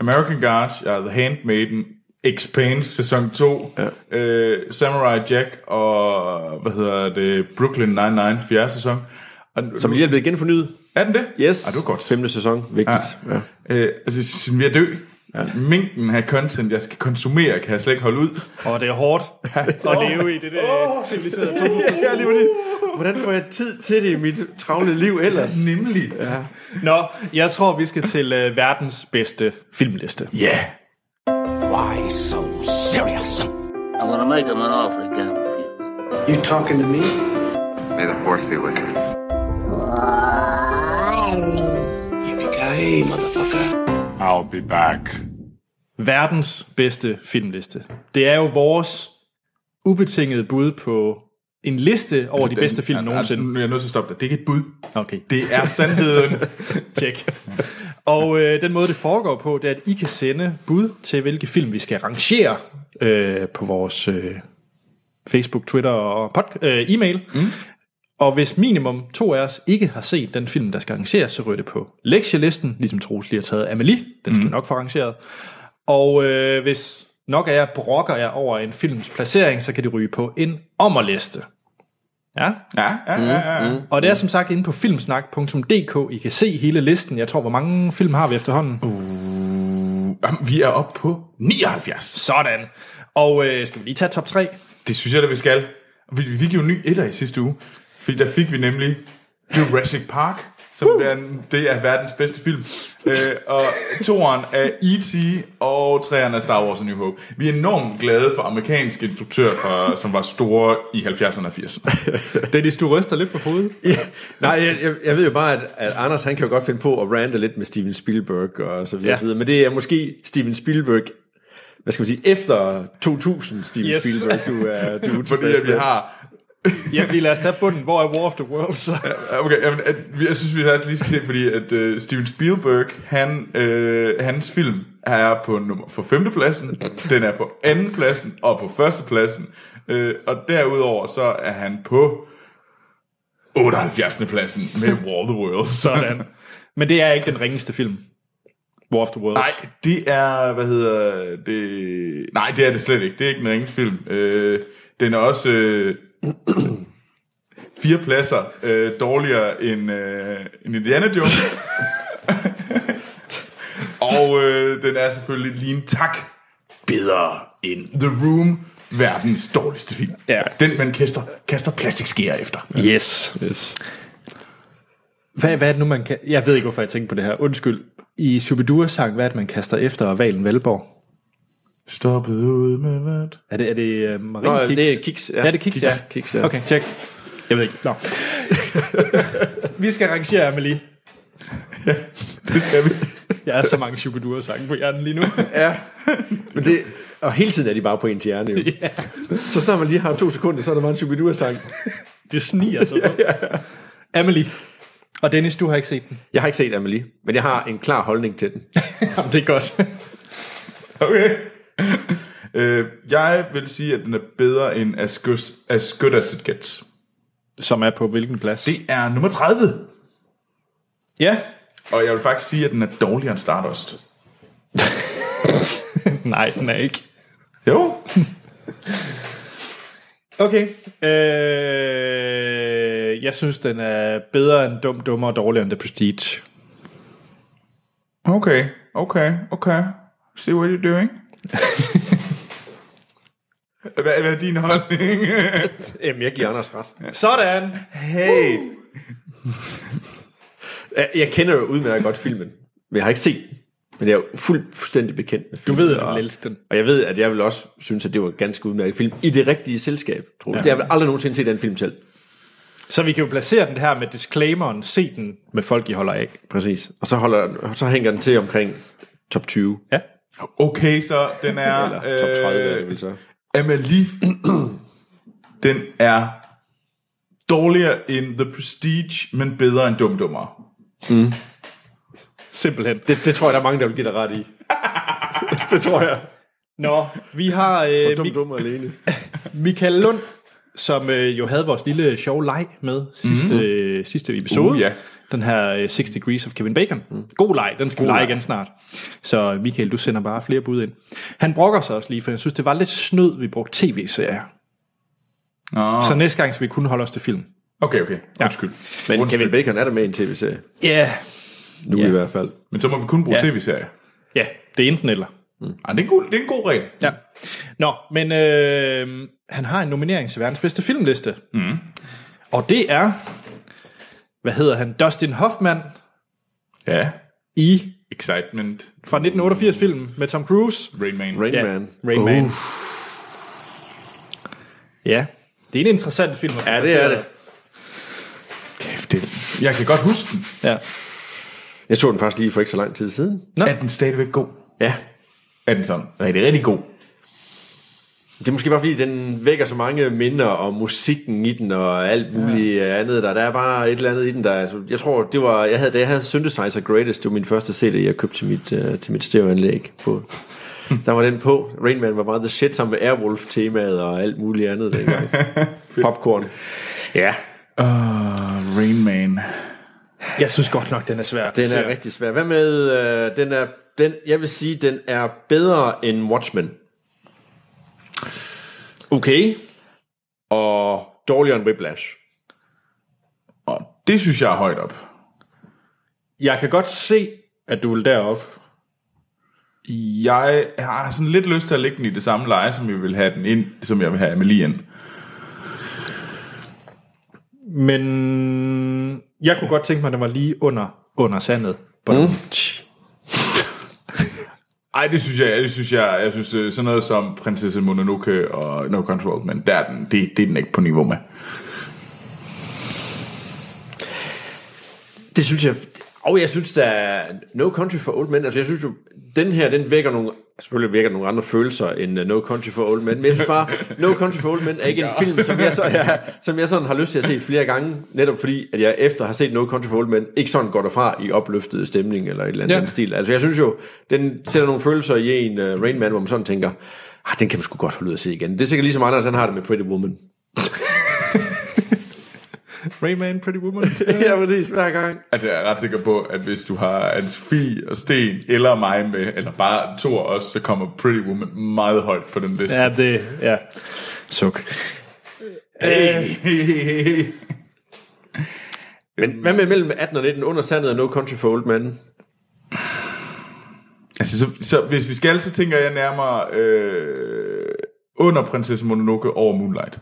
Speaker 2: American Guard, jeg har The Handmaiden, Expanse sæson 2, ja. øh, Samurai Jack og, hvad hedder det, Brooklyn Nine-Nine fjerde sæson. Og,
Speaker 3: som lige er blevet genfornyet.
Speaker 2: er den det?
Speaker 3: Yes,
Speaker 2: Ah, det er godt.
Speaker 3: femte sæson. Vigtigt. Ja. Ja.
Speaker 2: Øh, altså, jeg synes, vi er dø. Ja. Mængden af content, jeg skal konsumere, kan jeg slet ikke holde ud.
Speaker 1: Og det er hårdt at leve i det der civiliserede
Speaker 3: Ja, lige Hvordan får jeg tid til det i mit travle liv ellers?
Speaker 2: Nemlig. Ja.
Speaker 1: Nå, jeg tror, vi skal til øh, verdens bedste filmliste.
Speaker 2: Yeah.
Speaker 4: Why so serious?
Speaker 5: I'm gonna make him an offer again with you.
Speaker 6: You talking to me?
Speaker 7: May the force be with you.
Speaker 8: Oh.
Speaker 6: Yippee-ki-yay, motherfucker.
Speaker 7: I'll be back.
Speaker 1: Verdens bedste filmliste. Det er jo vores ubetingede bud på en liste over de bedste film nogensinde.
Speaker 2: Altså, jeg er nødt til at stoppe dig. Det er ikke et bud.
Speaker 1: Okay, det
Speaker 2: Det er sandheden.
Speaker 1: tjek. Og øh, den måde, det foregår på, det er, at I kan sende bud til, hvilke film vi skal rangere øh, på vores øh, Facebook, Twitter og pod- øh, e-mail. Mm. Og hvis minimum to af os ikke har set den film, der skal arrangeres, så ryger det på lektielisten, ligesom Troels lige har taget Amelie. Den skal mm. nok få arrangeret. Og øh, hvis nok af jer brokker jer over en films placering, så kan det ryge på en ommerliste. Ja,
Speaker 2: ja, ja, ja. ja.
Speaker 1: og det er som sagt inde på filmsnak.dk. I kan se hele listen. Jeg tror, hvor mange film har vi efterhånden. Uh.
Speaker 2: Jamen, Vi er oppe på 79.
Speaker 1: Sådan. Og øh, skal vi lige tage top 3?
Speaker 2: Det synes jeg da, vi skal. Vi, vi fik jo en ny etter i sidste uge. Fordi der fik vi nemlig Jurassic Park, som uh. er, det er verdens bedste film. Øh, og toeren er E.T. og træerne er Star Wars A New Hope. Vi er enormt glade for amerikanske instruktører, fra, som var store i 70'erne og 80'erne.
Speaker 1: Dennis, du ryster lidt på hovedet.
Speaker 3: Ja. Nej, jeg, jeg, jeg ved jo bare, at, at Anders han kan jo godt finde på at rante lidt med Steven Spielberg og så videre,
Speaker 1: Ja.
Speaker 3: ja. så videre. men det er måske Steven Spielberg, hvad skal man sige, efter 2000 Steven
Speaker 1: Yes.
Speaker 3: yes. Spielberg, du er, du er
Speaker 2: Fordi
Speaker 3: utilfreds
Speaker 2: at vi
Speaker 3: med.
Speaker 2: har
Speaker 1: Ja, vi lad os tage bunden. Hvor er War of the Worlds? Så?
Speaker 2: Okay, jamen, at, vi- jeg synes, vi har lige skal se, fordi at uh, Steven Spielberg, han, øh, hans film er på nummer for femtepladsen, den er på andenpladsen og på førstepladsen, øh, og derudover så er han på 78. pladsen med War of the Worlds.
Speaker 1: Sådan. Men det er ikke den ringeste film. War of the Worlds.
Speaker 2: Nej, det er, hvad hedder det... Nej, det er det slet ikke. Det er ikke en ringes film. Øh, den er også øh, fire pladser øh, dårligere end, øh, end Indiana Jones. Og øh, den er selvfølgelig lige en tak bedre end The Room, verdens dårligste film.
Speaker 1: Ja.
Speaker 2: Den, man kaster, kaster plastikskeer efter.
Speaker 1: Yes. yes. Hvad, hvad er det nu, man kan... Jeg ved ikke, hvorfor jeg tænker på det her. Undskyld. I Shubidua sang, hvad er det, man kaster efter og valen Valborg?
Speaker 2: Stoppet ud med hvad?
Speaker 1: Er det, er det uh, Marie
Speaker 3: Nå,
Speaker 1: Kiks?
Speaker 3: det er Kiks, ja.
Speaker 1: Ja, det er Kiks,
Speaker 3: Kiks,
Speaker 1: ja.
Speaker 3: Kiks, ja.
Speaker 1: Okay, tjek. Jeg ved ikke. Nå. vi skal arrangere Amelie.
Speaker 2: Det skal vi.
Speaker 1: Jeg er så mange chubadure sange på hjernen lige nu.
Speaker 3: Men det, og hele tiden er de bare på en hjerne jo. Yeah. Så snart man lige har to sekunder, så er der bare en Shubidua-sang.
Speaker 1: Det sniger sig på. Amelie. Og Dennis, du har ikke set den.
Speaker 3: Jeg har ikke set Amelie, men jeg har en klar holdning til den.
Speaker 1: Jamen, det er godt.
Speaker 2: Okay. øh, jeg vil sige, at den er bedre end As Good As, good as It Gets.
Speaker 1: Som er på hvilken plads?
Speaker 2: Det er nummer 30.
Speaker 1: Ja.
Speaker 2: Og jeg vil faktisk sige, at den er dårligere end Stardust.
Speaker 1: Nej, den er ikke.
Speaker 2: Jo.
Speaker 1: Okay. Øh, jeg synes, den er bedre end Dum Dummer og dårligere end The Prestige.
Speaker 2: Okay, okay, okay. See what you're doing. hvad, hvad er din holdning?
Speaker 3: Jamen, jeg giver Anders ret.
Speaker 1: Sådan.
Speaker 2: hey.
Speaker 3: Jeg, jeg kender jo udmærket godt filmen, men jeg har ikke set den. Men jeg er jo fuldstændig bekendt med filmen.
Speaker 1: Du ved, at du elsker den.
Speaker 3: Og jeg ved, at jeg vil også synes, at det var en ganske udmærket film i det rigtige selskab, tror jeg. Ja. Jeg vil aldrig nogensinde se den film selv.
Speaker 1: Så vi kan jo placere den her med disclaimeren, se den med folk, I holder af.
Speaker 3: Præcis. Og så, holder, så hænger den til omkring top 20.
Speaker 1: Ja.
Speaker 2: Okay, så den er...
Speaker 3: Eller top 30, er det
Speaker 2: øh,
Speaker 3: vel så.
Speaker 2: Amelie, den er dårligere end The Prestige, men bedre end Dumdummer.
Speaker 1: Simpelthen.
Speaker 3: Det, det tror jeg, der er mange, der vil give dig ret i. det tror jeg.
Speaker 1: Nå, vi har øh,
Speaker 3: Dum,
Speaker 1: Mik-
Speaker 3: dum og alene.
Speaker 1: Michael Lund, som øh, jo havde vores lille sjove leg med sidste, mm. øh, sidste episode.
Speaker 2: Uh, ja.
Speaker 1: Den her øh, Six Degrees of Kevin Bacon. Mm. God leg, den skal God vi lege igen snart. Så Michael, du sender bare flere bud ind. Han brokker sig også lige, for jeg synes, det var lidt snød, vi brugte tv-serier.
Speaker 2: Nå,
Speaker 1: Så næste gang skal vi kun holde os til film.
Speaker 2: Ah. okay, okay. Undskyld.
Speaker 3: Men
Speaker 2: Undskyld.
Speaker 3: Kevin Bacon er der med i en tv-serie.
Speaker 1: Ja, yeah.
Speaker 3: Nu yeah. i hvert fald.
Speaker 2: Men så må vi kun bruge
Speaker 1: Ja.
Speaker 2: tv-serier.
Speaker 1: ja, det er enten eller.
Speaker 2: Ej, det er en god, det er en god regel.
Speaker 1: Ja. Nå, men øh, han har en nominering til verdens bedste filmliste. Mm. Og det er, hvad hedder han, Dustin Hoffman
Speaker 2: Ja.
Speaker 1: i
Speaker 2: Excitement.
Speaker 1: fra 1988-filmen med Tom Cruise.
Speaker 2: Rain Man.
Speaker 3: Rain
Speaker 1: Ja,
Speaker 3: yeah. Man.
Speaker 1: Rain uh. Man. Ja, det er en interessant film. Altså,
Speaker 3: Ja, det er det.
Speaker 2: Kæft, det. Jeg kan godt huske den.
Speaker 1: Ja.
Speaker 3: Jeg så den faktisk lige for ikke så lang tid siden.
Speaker 1: Nå.
Speaker 2: Er den stadigvæk god?
Speaker 3: Ja.
Speaker 2: Er den sådan rigtig, rigtig god?
Speaker 3: Det er måske bare fordi, den vækker så mange minder om musikken i den og alt muligt ja. andet. Der, der er bare et eller andet i den, der... Altså, jeg tror, det var... Jeg havde, da jeg havde Synthesizer Greatest, det var min første CD, jeg købte til mit, øh, til mit stereoanlæg på. Der var den på. Rain Man var meget the shit sammen med Airwolf-temaet og alt muligt andet dengang. Popcorn. Ja,
Speaker 2: Uh, Rain Man.
Speaker 1: Jeg synes godt nok, den er svær.
Speaker 3: Den er rigtig svær. Hvad med, øh, den er, den, jeg vil sige, den er bedre end Watchmen,
Speaker 1: Okay.
Speaker 3: og dårligere end Whiplash.
Speaker 2: Og det synes jeg er højt op.
Speaker 1: Jeg kan godt se, at du vil derop.
Speaker 2: Jeg har sådan lidt lyst til at lægge den i det samme leje, som jeg vil have den ind, som jeg vil have Amelie ind.
Speaker 1: Men jeg kunne godt tænke mig, at den var lige under, under sandet. Mm.
Speaker 2: Ej, det synes jeg, det synes jeg, jeg synes øh, sådan noget som Prinsesse Mononoke og No Control, men der er den, det, det er den ikke på niveau med.
Speaker 3: Det synes jeg... Og jeg synes, der er No Country for Old Men. Altså, jeg synes jo, den her, den vækker nogle... Selvfølgelig vækker nogle andre følelser end øh, No Country for Old Men, men jeg synes bare, No Country for Old Men er ikke en film, som jeg, så, jeg, som jeg sådan har lyst til at se flere gange, netop fordi, at jeg efter har set No Country for Old Men, ikke sådan går derfra i opløftet stemning eller et eller andet
Speaker 1: Ja.
Speaker 3: ja. stil. Altså, jeg synes jo, den sætter nogle følelser i en uh, Rain Man, hvor man sådan tænker, ah, den kan man sgu godt holde ud at se igen. Det er sikkert ligesom Anders, han har det med Pretty Woman.
Speaker 1: Rayman, Pretty Woman.
Speaker 3: ja, præcis, hver gang.
Speaker 2: Altså, jeg er ret sikker på, at hvis du har Anne-Sophie og Sten eller mig med, eller bare to af os, så kommer Pretty Woman meget højt på den liste.
Speaker 1: ja, det... Ja. Suk.
Speaker 2: Hey.
Speaker 3: Men hvad med mellem 18 og 19, under sandet og No Country for Old Men?
Speaker 2: altså, så, så, hvis vi skal, så tænker jeg nærmere øh, under Prinsesse Mononoke over Moonlight.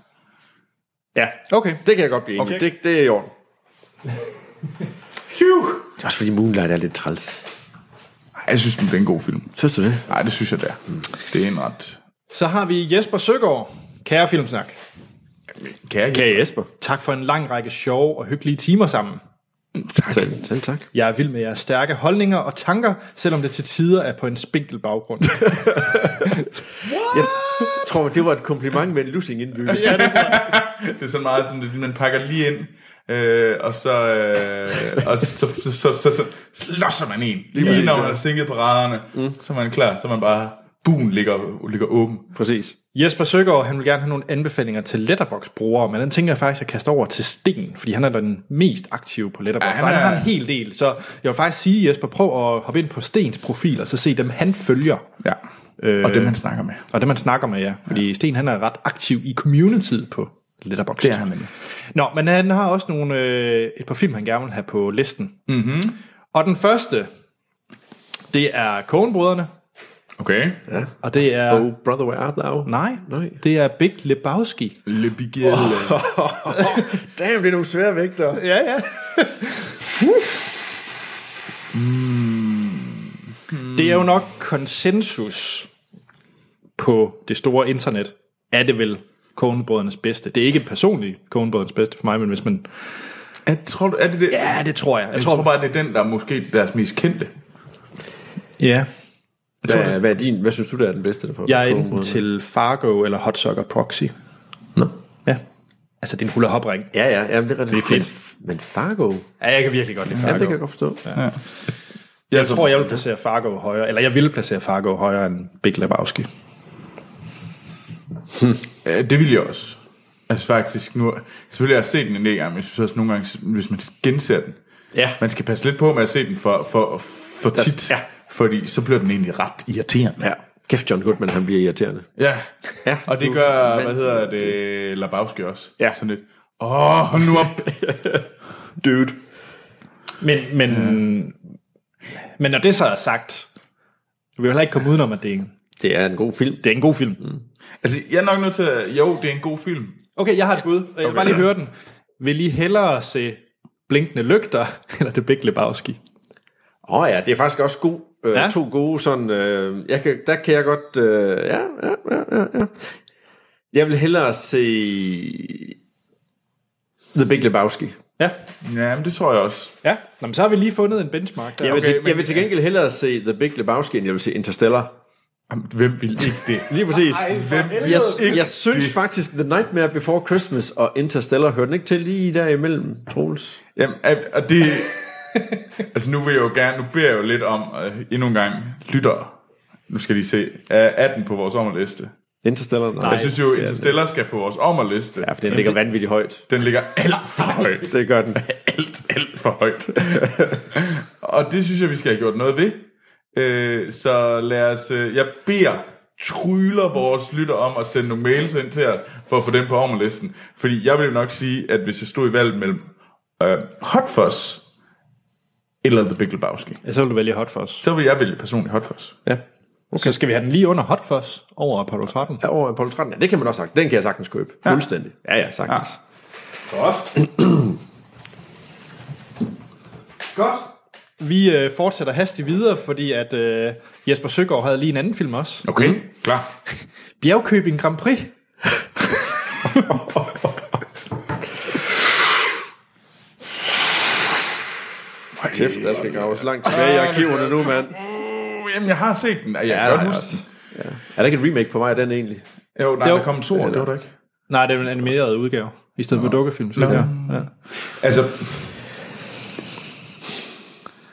Speaker 1: Ja, okay.
Speaker 3: Det kan jeg godt blive enig. Okay. Det, det er i orden. Det er også fordi Moonlight er lidt træls.
Speaker 2: Ej, Jeg synes, det er en god film.
Speaker 3: Synes du det?
Speaker 2: Nej, det synes jeg, det er. Det er en ret...
Speaker 1: Så har vi Jesper Søgaard. Kære Filmsnak.
Speaker 2: Kære okay.
Speaker 3: Kære Jesper.
Speaker 1: Tak for en lang række sjove og hyggelige timer sammen.
Speaker 3: Tak. Selv, selv tak.
Speaker 1: Jeg er vild med jeres stærke holdninger og tanker, selvom det til tider er på en spinkel baggrund.
Speaker 3: Jeg tror, det var et kompliment med en lussing indbygget. ja.
Speaker 2: Det er sådan meget sådan, at man pakker lige ind, øh, og så, øh, og så, så, så, så, så, så slåsser man en. Lige, lige
Speaker 3: præcis,
Speaker 2: når
Speaker 3: ja.
Speaker 2: man har sænket på raderne, mm. så er man klar, så er man bare, buen ligger, ligger åben.
Speaker 3: Præcis.
Speaker 1: Jesper Søgaard, han vil gerne have nogle anbefalinger til Letterbox-brugere, men den tænker jeg faktisk at kaste over til Sten, fordi han er den mest aktive på Letterbox. Ja,
Speaker 2: Ja,
Speaker 1: han,
Speaker 2: han
Speaker 1: er...
Speaker 2: er-
Speaker 1: han har en hel del, så jeg vil faktisk sige, Jesper, prøv at hoppe ind på Stens profil, og så se dem, han følger,
Speaker 2: Ja. Øh, og dem, man snakker med.
Speaker 1: og dem, man snakker med jer. Fordi ja. Sten, han er ret aktiv i communityet på Letterbox.
Speaker 2: Det er han nemlig.
Speaker 1: Nå, men han har også nogle, øh, et par film, han gerne vil have på listen. Mm-hmm.
Speaker 2: Mhm.
Speaker 1: Og den første, det er Coen-brødrene,
Speaker 2: Okay.
Speaker 1: og det er...
Speaker 3: Oh, brother, where art thou?
Speaker 1: Nej,
Speaker 3: Nej.
Speaker 1: det er Big Lebowski.
Speaker 2: Le Bigel. Oh.
Speaker 3: Damn, det er nogle svære vægter.
Speaker 1: Ja, ja. Hmm. Det er jo nok konsensus på det store internet, er det vel, Coenbrødrenes bedste. Det er ikke personligt Coenbrødrenes bedste for mig, men hvis man...
Speaker 2: Er, tror du, er det det? Jeg,
Speaker 1: Ja, det tror jeg. Jeg
Speaker 2: tror,
Speaker 1: tror
Speaker 2: tror
Speaker 1: bare...
Speaker 2: bare, det er den, der er måske deres mest kendte.
Speaker 1: Ja.
Speaker 3: Hvad, er, hvad, er din, hvad synes du, der er den bedste? Der får
Speaker 1: Jeg er
Speaker 3: Coen
Speaker 1: enten
Speaker 3: Brothers?
Speaker 1: til Fargo eller Hot Soccer Proxy.
Speaker 3: Nå.
Speaker 1: Ja. Altså, det er en hula hop ring.
Speaker 3: Ja, ja, jamen, det er rigtig
Speaker 1: Det er
Speaker 3: Men, men Fargo?
Speaker 1: Ja, jeg kan virkelig godt lide Fargo.
Speaker 3: Ja, det kan jeg godt forstå. Ja.
Speaker 1: Jeg, jeg tror, jeg vil placere Fargo højere, eller jeg ville placere Fargo højere end Big Lebowski.
Speaker 2: Ja, det ville jeg også. Altså faktisk, nu, selvfølgelig har jeg set den en del gange, men jeg synes også nogle gange, hvis man genser den,
Speaker 1: Ja.
Speaker 2: man skal passe lidt på med at se den for, for, for tit,
Speaker 1: ja.
Speaker 2: fordi så bliver den egentlig ret irriterende.
Speaker 3: ja. Kæft, John Goodman, han bliver irriterende.
Speaker 2: Ja,
Speaker 3: Ja,
Speaker 2: og det
Speaker 3: du-
Speaker 2: gør,
Speaker 3: men-
Speaker 2: hvad hedder det, Labowski også.
Speaker 1: Ja.
Speaker 2: Sådan lidt, åh, oh, hold nu op.
Speaker 3: Dude.
Speaker 1: Men, men, men når det så er sagt, så vil jeg heller ikke komme udenom, at det er en,
Speaker 3: Det er en god film.
Speaker 1: det er en god film. Mm.
Speaker 2: altså, jeg er nok nødt til at, jo, det er en god film.
Speaker 1: Okay, jeg har et bud. og Jeg vil bare lige høre den. Vil I hellere se Blinkende Lygter, eller Det Big Lebowski?
Speaker 3: Åh oh, ja, det er faktisk også god, øh,
Speaker 1: Ja.
Speaker 3: ja. to gode sådan, øh, jeg kan, der kan jeg godt, øh, ja, ja, ja, ja, ja. Jeg vil hellere se The Big Lebowski.
Speaker 1: Ja.
Speaker 2: Ja, men det tror jeg også.
Speaker 1: Ja. Nå, men så har vi lige fundet en benchmark der.
Speaker 3: Jeg vil,
Speaker 2: Okay,
Speaker 3: okay, til,
Speaker 2: men-
Speaker 3: jeg vil til gengæld hellere se The Big Lebowski, end jeg vil se Interstellar.
Speaker 2: Jamen, hvem vil ikke det?
Speaker 3: Lige præcis.
Speaker 2: Hvem vil
Speaker 3: Jeg,
Speaker 2: ikke
Speaker 3: jeg synes
Speaker 2: det?
Speaker 3: faktisk, The Nightmare Before Christmas og Interstellar hørte den ikke til lige der imellem, Troels.
Speaker 2: Jamen, er- og det... altså, nu vil jeg jo gerne... Nu beder jeg jo lidt om, øh, endnu en gang, lytter. Nu skal de se. Er 18 på vores ommerliste?
Speaker 3: Interstellar? Nej.
Speaker 2: Jeg synes jo, Interstellar skal på vores ommerliste.
Speaker 3: Ja, for den ligger vanvittigt højt.
Speaker 2: Den ligger alt for højt.
Speaker 3: Det gør den.
Speaker 2: alt, alt for højt. og det synes jeg, vi skal have gjort noget ved. Øh, så lad os... Øh, jeg beder tryller vores lytter om at sende nogle mails ind til os, for at få dem på ommerlisten. Fordi jeg vil nok sige, at hvis jeg stod i valget mellem øh, Hot Fuzz eller The Big Lebowski,
Speaker 1: Ja, så vil du vælge Hot Fuzz.
Speaker 2: så vil jeg vælge personligt Hot Fuzz.
Speaker 3: Ja.
Speaker 1: Okay. Så skal vi have den lige under Hot Fuzz over Apollo 13.
Speaker 3: Ja, over Apollo 13, ja, det kan man også sagtens. Den kan jeg sagtens købe. Ja. Fuldstændig. Ja, ja, sagtens. Ja.
Speaker 1: Vi øh, fortsætter hastigt videre, fordi at øh, Jesper Søgaard havde lige en anden film også.
Speaker 2: Okay, mm. klar.
Speaker 1: Bjergkøbing Grand Prix.
Speaker 3: Kæft, der skal graves langt tilbage i arkiverne nu, mand.
Speaker 2: Uh, jamen, jeg har set den, og jeg
Speaker 3: Ja,
Speaker 2: ja, kan
Speaker 3: der
Speaker 2: godt
Speaker 3: er
Speaker 2: huske
Speaker 3: også. Er der ikke et remake på mig af den egentlig?
Speaker 2: den. Jo, nej,
Speaker 1: Jo.
Speaker 2: der kom to år, det var der ikke.
Speaker 1: Nej, det er en animeret udgave, i stedet for dukkefilm. Så ja. Ja.
Speaker 2: Altså,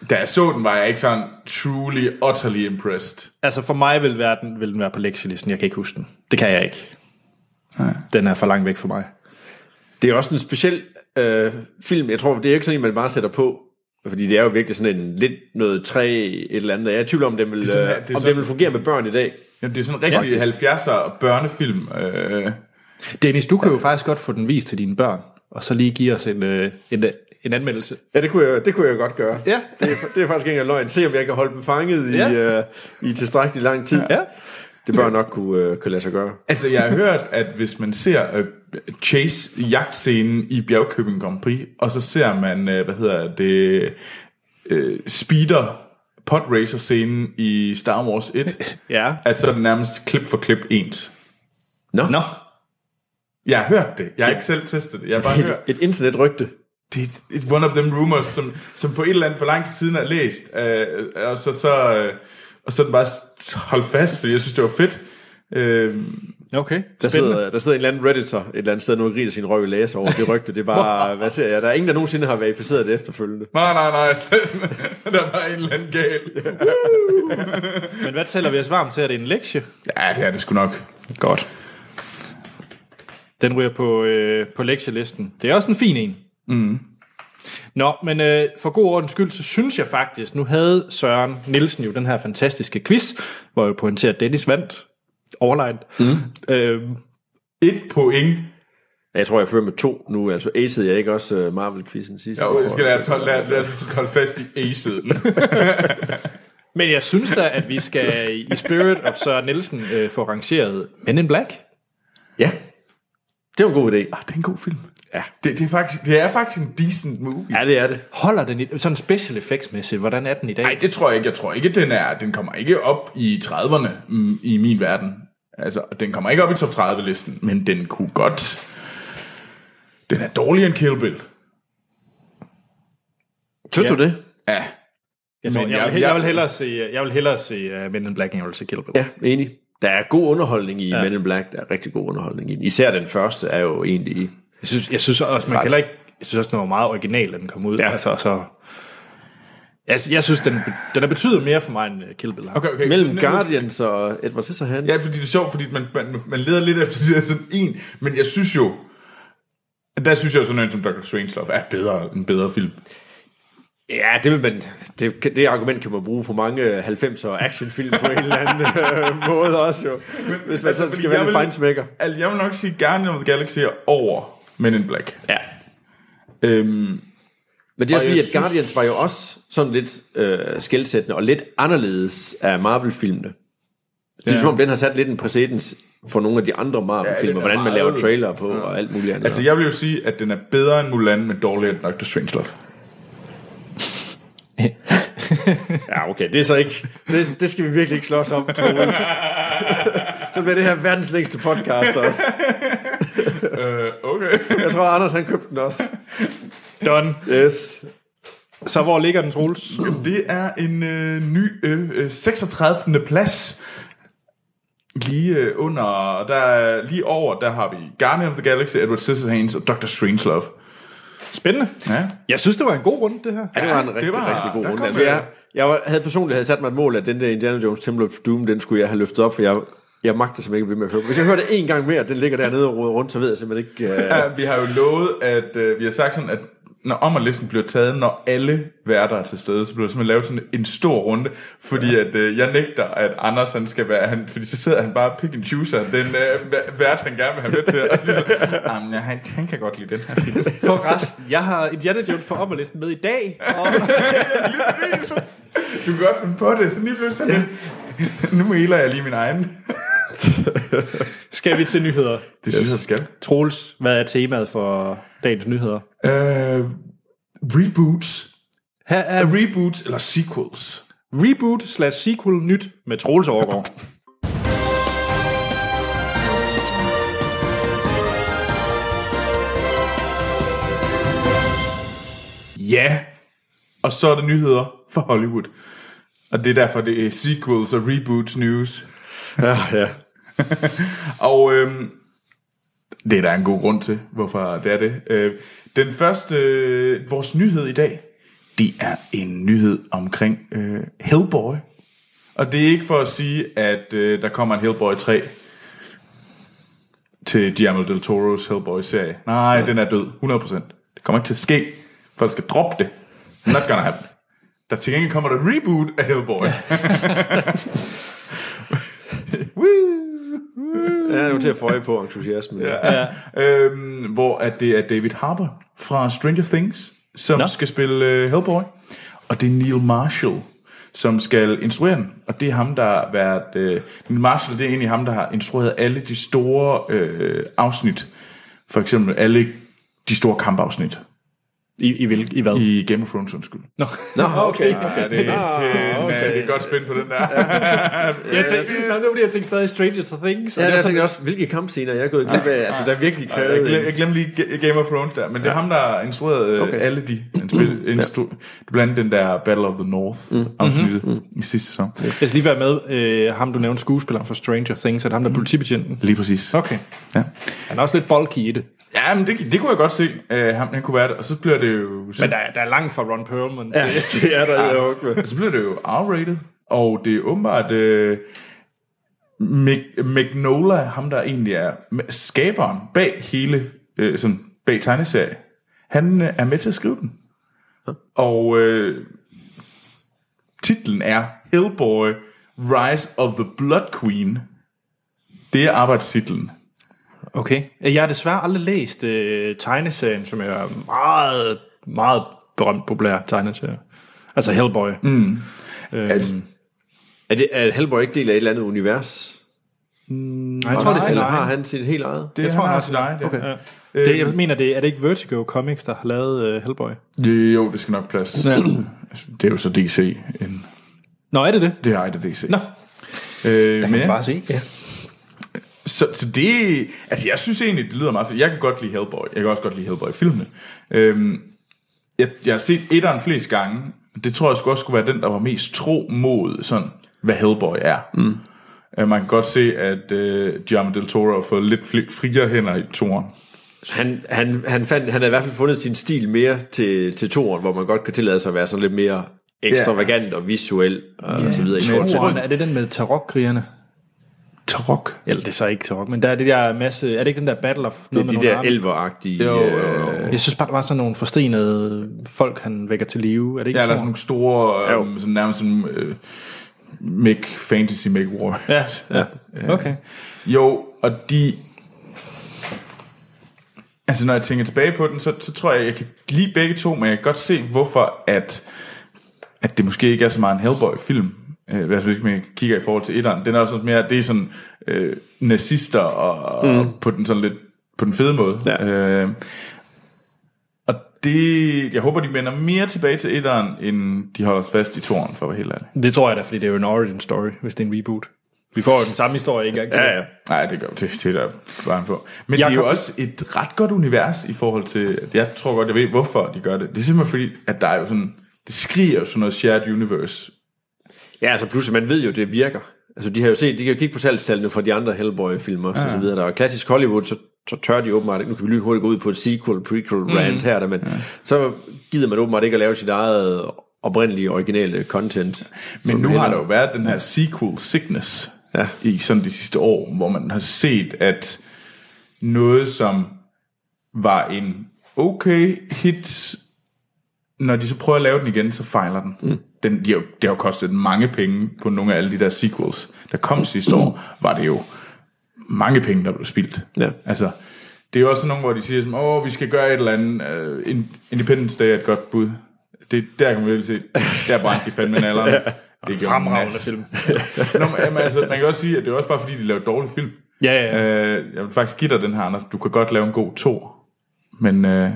Speaker 2: da jeg så den, var jeg ikke sådan truly, utterly impressed.
Speaker 1: Altså for mig vil, være, den, vil den være på lektielisten, jeg kan ikke huske den. Det kan jeg ikke. Nej. Den er for langt væk for mig.
Speaker 3: Det er også en speciel øh, film. Jeg tror, det er ikke sådan en, man bare sætter på. Fordi det er jo virkelig sådan en lidt noget træ, et eller andet. Jeg er i tvivl om, den vil,
Speaker 2: er sådan,
Speaker 3: øh,
Speaker 2: at det er
Speaker 3: om
Speaker 2: sådan-
Speaker 3: den vil fungere med børn i dag.
Speaker 2: Jamen, det er sådan en rigtig 70'er børnefilm. Øh,
Speaker 1: Dennis, du kan jo faktisk godt få den vist til dine børn, og så lige give os en, øh, en, øh, en anmeldelse.
Speaker 3: Ja, det kunne jeg, det kunne jeg godt gøre.
Speaker 1: Ja.
Speaker 3: Det, er, det er faktisk ikke engang løgn. Se, om jeg kan holde dem fanget ja. i, øh, i tilstrækkelig lang tid.
Speaker 1: Ja.
Speaker 3: Det bør nok kunne, øh, kunne lade sig gøre.
Speaker 2: altså, jeg har hørt, at hvis man ser øh, Chase-jagtscenen i Bjergkøbing Grand Prix, og så ser man, øh, hvad hedder det, øh, Speeder podracer-scenen i Star Wars 1,
Speaker 1: Ja.
Speaker 2: at så er det nærmest klip for klip ens.
Speaker 3: Nå,
Speaker 1: Nå,
Speaker 2: Jeg har hørt det. Jeg har ikke selv testet det. Jeg har bare hørt.
Speaker 3: Et, et internetrygte.
Speaker 2: Det er et- one of them rumors, som, som på et eller andet for lang tid siden er læst, øh, og så, så, øh, og så den bare s- holdt fast, fordi jeg synes, det var fedt. Øh,
Speaker 1: okay.
Speaker 3: Der
Speaker 1: Spændende.
Speaker 3: sidder, der sidder en eller anden redditor et eller andet sted nu og griner sin røv i læse over det rygte. Det er bare, hvad ser jeg? Der er ingen, der nogensinde har verificeret det efterfølgende.
Speaker 2: nej, nej, nej, der var en eller anden gal.
Speaker 1: Men hvad tæller vi os varmt til, at det er en lektie?
Speaker 2: Ja, det er det sgu nok.
Speaker 1: Godt. Den ryger på, øh, på lektielisten. Det er også en fin en. Mm. Nå, men øh, for god ordens skyld, så synes jeg faktisk, nu havde Søren Nielsen jo den her fantastiske quiz, hvor jeg pointerer, at Dennis vandt overlegnet. Mm. Øh,
Speaker 2: Et point.
Speaker 3: Jeg tror, jeg fører med to nu. Altså, acede jeg ikke også øh, Marvel-quizzen sidste
Speaker 2: Jo, jeg skal lade os
Speaker 3: Så-
Speaker 2: holde, lad, lad os holde fast i A-siden.
Speaker 1: men jeg synes da, at vi skal i spirit of Søren Nielsen øh, få rangeret Men in Black.
Speaker 3: Ja, det var en god idé.
Speaker 2: Ah, det er en god film. Ja. Det, det, er faktisk, det er faktisk en decent movie.
Speaker 3: Ja, det er det.
Speaker 1: Holder den i, sådan special effects-mæssigt, hvordan er den i dag?
Speaker 2: Nej, det tror jeg ikke. Jeg tror ikke, den er. Den kommer ikke op i 30'erne mm, i min verden. Altså, og den kommer ikke op i top 30-listen, men den kunne godt... Den er dårligere end Kill Bill.
Speaker 3: Synes ja. du det?
Speaker 2: Ja.
Speaker 1: Jeg, tror,
Speaker 2: Men
Speaker 1: jeg, jeg,
Speaker 2: jeg-
Speaker 1: vil, jeg,
Speaker 2: jeg-
Speaker 1: vil hellere se, jeg vil hellere se uh, Men in Black, end jeg vil se Kill Bill.
Speaker 3: Ja, enig. Der er god underholdning i ja. Men in Black. Der er rigtig god underholdning i den. Især den første er jo egentlig...
Speaker 1: Jeg, synes, jeg synes også, man kan heller ikke... Jeg synes også, den var meget original, da den kom ud. Ja. Altså, så, jeg, jeg synes, den, den har betydet mere for mig, end øh, Kill Bill har.
Speaker 2: Okay, okay.
Speaker 3: Mellem
Speaker 2: Nu- nu-
Speaker 3: Guardians og Edward Scissorhands.
Speaker 2: Ja, fordi det er sjovt, fordi man, man, man leder lidt efter det der sådan en, men jeg synes jo, der synes jeg jo sådan en som Dr. Strangelove er bedre, en bedre film.
Speaker 3: Ja, det vil man, det, det argument kan man bruge på mange 90'er actionfilm på en eller anden øh, måde også jo. Hvis man sådan
Speaker 2: altså, fordi
Speaker 3: skal
Speaker 2: jeg
Speaker 3: være en
Speaker 2: vil-
Speaker 3: fejnsmækker.
Speaker 2: Altså, jeg vil nok sige Guardians of the Galaxy er over Men in Black.
Speaker 3: Ja.
Speaker 2: Øhm,
Speaker 3: Men det er også
Speaker 2: Og
Speaker 3: fordi,
Speaker 2: jeg
Speaker 3: at Guardians
Speaker 2: synes-
Speaker 3: var jo også sådan lidt øh, skældsættende og lidt anderledes af Marvel-filmene. Det er
Speaker 2: Ja.
Speaker 3: som om, den har sat lidt en præcedens for nogle af de andre Marvel-filmer,
Speaker 2: den er
Speaker 3: hvordan man
Speaker 2: meget
Speaker 3: laver
Speaker 2: anderledes.
Speaker 3: trailer på og alt muligt andet.
Speaker 2: altså, jeg vil jo sige, at den er bedre end Mulan, men dårligere end Dr. Strangelove.
Speaker 3: Ja, okay, det er så ikke... Det, det skal vi virkelig ikke slås om, Troels. så bliver det her verdens længste podcast også.
Speaker 2: Øh, okay.
Speaker 3: Jeg tror, Anders han købte den også.
Speaker 1: Done.
Speaker 3: Yes.
Speaker 1: Så hvor ligger den, Troels?
Speaker 2: det er en øh, ny øh, øh, 36. plads. Lige øh, under, der er, lige over, der har vi Guardians of the Galaxy, Edward Scissorhands og Dr. Strangelove.
Speaker 1: Spændende.
Speaker 2: Ja.
Speaker 1: Jeg synes, det var en god runde, det her.
Speaker 3: Ja, det var en rigtig, det var,
Speaker 2: var-
Speaker 3: rigtig god
Speaker 2: der
Speaker 3: runde.
Speaker 2: kom
Speaker 3: Altså,
Speaker 2: jeg-
Speaker 3: jeg, jeg var- havde personligt havde sat mig et mål, at den der Indiana Jones Temple of Doom, den skulle jeg have løftet op, for jeg, jeg magter simpelthen ikke ved med at høre. på. Hvis jeg hører det en gang mere, at den ligger dernede og roder rundt, så ved jeg simpelthen ikke... Uh...
Speaker 2: Ja, vi har jo lovet, at øh, vi har sagt sådan, at når om og listen bliver taget, når alle værter er til stede, så bliver der simpelthen lavet sådan en stor runde, fordi at øh, jeg nægter, at Anders han skal være, han, fordi så sidder han bare og pick and chooser den øh, væ- vært, han gerne vil have med til. Og ligesom, "Jamen, ja, han, han kan godt lide den her film.
Speaker 1: For resten, jeg har Indiana Jones på opperlisten med i dag. Og
Speaker 2: Du kan godt finde på det, så lige pludselig sådan lidt, nu mailer jeg lige min egen.
Speaker 1: skal vi til nyheder?
Speaker 2: Det synes jeg, skal.
Speaker 1: Troels, hvad er temaet for dagens nyheder?
Speaker 2: Øh, reboots.
Speaker 1: Her er re-
Speaker 2: Reboots eller sequels.
Speaker 1: reboot slash sequel nyt med Troels Overgaard.
Speaker 2: Ja. Og så er der nyheder for Hollywood. Og det er derfor, det er sequels og reboots news.
Speaker 3: ja, ja.
Speaker 2: Og øhm, det er der en god grund til, hvorfor det er det. Øh, den første, øh, vores nyhed i dag, det er en nyhed omkring øh, Hellboy. Og det er ikke for at sige, at øh, der kommer en Hellboy 3 til Guillermo del Toro's Hellboy-serie. Nej, den er død, 100%. Det kommer ikke til at ske. Folk skal droppe det. Not gonna happen. Der til gengæld kommer der et reboot af Hellboy.
Speaker 3: Jeg er nu til at få øje på entusiasmen. Ja.
Speaker 2: øhm, hvor at det er David Harbour fra Stranger Things, som Nå. skal spille øh, Hellboy. Og det er Neil Marshall, som skal instruere den. Og det er ham, der har været... Øh, Neil Marshall, det er egentlig ham, der har instrueret alle de store øh, afsnit. For eksempel alle de store kampafsnit
Speaker 1: I, i, vil, i hvad? I,
Speaker 2: i Game of Thrones, undskyld.
Speaker 1: Nå.
Speaker 3: Nå, okay.
Speaker 2: Ja, det er, ah, okay. det er godt spændt på den der.
Speaker 1: Jeg tænkte, yes. nu bliver jeg tænkt stadig Stranger Things.
Speaker 3: Ja, jeg tænkte også, hvilke kampscener jeg er gået glip af. Altså, der er virkelig
Speaker 2: Jeg
Speaker 3: krævet.
Speaker 2: glemte, jeg glemte lige Ga- Game of Thrones der, men det er ham, der har instrueret okay.
Speaker 3: Okay.
Speaker 2: alle de. Han spil, instru, blandt andet den der Battle of the North afsnittet i sidste sæson.
Speaker 1: Jeg skal lige være med, øh, ham du nævnte skuespilleren fra Stranger Things, er det ham der er politibetjenten?
Speaker 2: Lige præcis.
Speaker 1: Okay.
Speaker 2: Ja,
Speaker 1: Han er også lidt bulky i det.
Speaker 2: ja men det, det kunne jeg godt se, uh, ham, han kunne være det. Og så bliver det jo, så,
Speaker 1: Men der, er- der er langt fra Ron Perlman. Ja.
Speaker 3: Det er der jo ikke med.
Speaker 2: så bliver det jo R-rated, og det er åbenbart uh, Mick, Mignola, ham der egentlig er ma- skaberen bag hele, uh, sådan, bag tegneserie. Han øh, er med til at skrive den. Og øh, titlen er Hellboy Rise of the Blood Queen. Det er arbejdstitlen.
Speaker 1: Okay. Jeg har desværre aldrig læst øh, tegneserien, som er meget, meget berømt populær tegneserie. Altså Hellboy. Mm. Øhm,
Speaker 2: Altså,
Speaker 3: Er, det, er Hellboy ikke del af et eller andet univers?
Speaker 1: nej, jeg
Speaker 3: Jeg
Speaker 1: tror, det er
Speaker 3: eller har
Speaker 1: nej.
Speaker 3: han sit helt eget?
Speaker 2: det jeg
Speaker 1: tror,
Speaker 2: tror,
Speaker 1: han
Speaker 2: han
Speaker 1: har
Speaker 2: har sit eget. Okay.
Speaker 1: Ja. Det, jeg mener, det, er det ikke Vertigo Comics, der har lavet øh, Hellboy?
Speaker 2: Jo, det skal nok plads. Det er jo så DC. En,
Speaker 1: Nå, er det det?
Speaker 2: det er eget af DC.
Speaker 1: Nå,
Speaker 2: øh, men, ja,
Speaker 1: se. Ja.
Speaker 2: Så, så det, altså jeg synes egentlig, det lyder meget fedt. Jeg kan godt lide Hellboy. Jeg kan også godt lide Hellboy-filmene. Øhm, jeg, jeg har set etteren flest gange. Det tror jeg sgu også skulle være den, der var mest tro mod, sådan, hvad Hellboy er. Mm. Man kan godt se, at øh, Guillermo del Toro har fået lidt fli- friere hænder i toren.
Speaker 3: Han, han, han, fandt, han havde i hvert fald fundet sin stil mere til, til toren, hvor man godt kan tillade sig at være sådan lidt mere ekstravagant yeah. og visuel og yeah. så videre. i forhold til-
Speaker 1: Toren, er det den med tarokkrigerne? Tarok? Eller det er så ikke tarok, men der er det der masse... Er det ikke den der Battle of...
Speaker 3: Det er
Speaker 1: noget med
Speaker 3: de
Speaker 1: nogle
Speaker 3: der
Speaker 1: arme?
Speaker 3: elveragtige...
Speaker 2: Jo, jo, jo.
Speaker 3: øh,
Speaker 1: Jeg synes bare, der var sådan nogle forstenede folk, han vækker til live. Er det ikke
Speaker 2: Ja, der er
Speaker 1: Toren?
Speaker 2: sådan nogle store,
Speaker 3: Jo.
Speaker 2: øh, sådan nærmest sådan, øh, make, fantasy make war.
Speaker 1: Ja, ja. Okay.
Speaker 2: Jo, og de... Altså, når jeg tænker tilbage på den, så, så tror jeg, jeg kan lide begge to, men jeg kan godt se, hvorfor at, at det måske ikke er så meget en Hellboy-film. Øh, I hvert fald, hvis man kigger i forhold til etteren. Den er også sådan mere, det er sådan øh, nazister og, mm. og på den sådan lidt på den fede måde.
Speaker 3: Ja.
Speaker 2: Øh, og det, jeg håber, de vender mere tilbage til etteren, end de holder os fast i toren, for at være helt ærlig.
Speaker 1: Det tror jeg da, fordi det er jo en origin story, hvis det er en reboot. Vi får jo den samme historie ikke engang til.
Speaker 3: Ja, ja.
Speaker 2: Nej, det gør det, det er der vejen på. Men
Speaker 1: Jeg
Speaker 2: det er jo
Speaker 1: kom-
Speaker 2: også et ret godt univers i forhold til, at jeg tror godt, jeg ved, hvorfor de gør det. Det er simpelthen fordi, at der er jo sådan, det skriger jo sådan noget shared universe.
Speaker 3: Ja, altså pludselig, man ved jo, det virker. Altså, de har jo set, de kan jo kigge på salgstallene fra de andre Hellboy-film også, ja. og så videre. Der er klassisk Hollywood, så, så tør de åbenbart ikke. Nu kan vi lige hurtigt gå ud på et sequel, prequel, mm. rant her, der, men ja. så gider man åbenbart ikke at lave sit eget oprindelige, originale content.
Speaker 2: Men
Speaker 3: Som
Speaker 2: nu
Speaker 3: heller-
Speaker 2: har der jo været den her sequel sickness
Speaker 3: Ja.
Speaker 2: i sådan de sidste år, hvor man har set, at noget, som var en okay hit, når de så prøver at lave den igen, så fejler den. Mm. den de har, jo- det har jo kostet mange penge på nogle af alle de der sequels, der kom sidste år, var det jo mange penge, der blev spildt.
Speaker 3: Ja.
Speaker 2: Altså, det er jo også sådan nogle, hvor de siger, sådan, åh, vi skal gøre et eller andet. Uh, Independence Day er et godt bud. Det, der kan man virkelig se, der brændte de fandme alderen. Ja. Det
Speaker 1: Fremragende film.
Speaker 2: Nå, men, jamen, altså, man kan også sige, at det er også bare fordi, de laver dårlige film.
Speaker 1: Ja, ja, ja.
Speaker 2: Øh, jeg vil faktisk give dig den her, Anders. Du kan godt lave en god to. Men øh,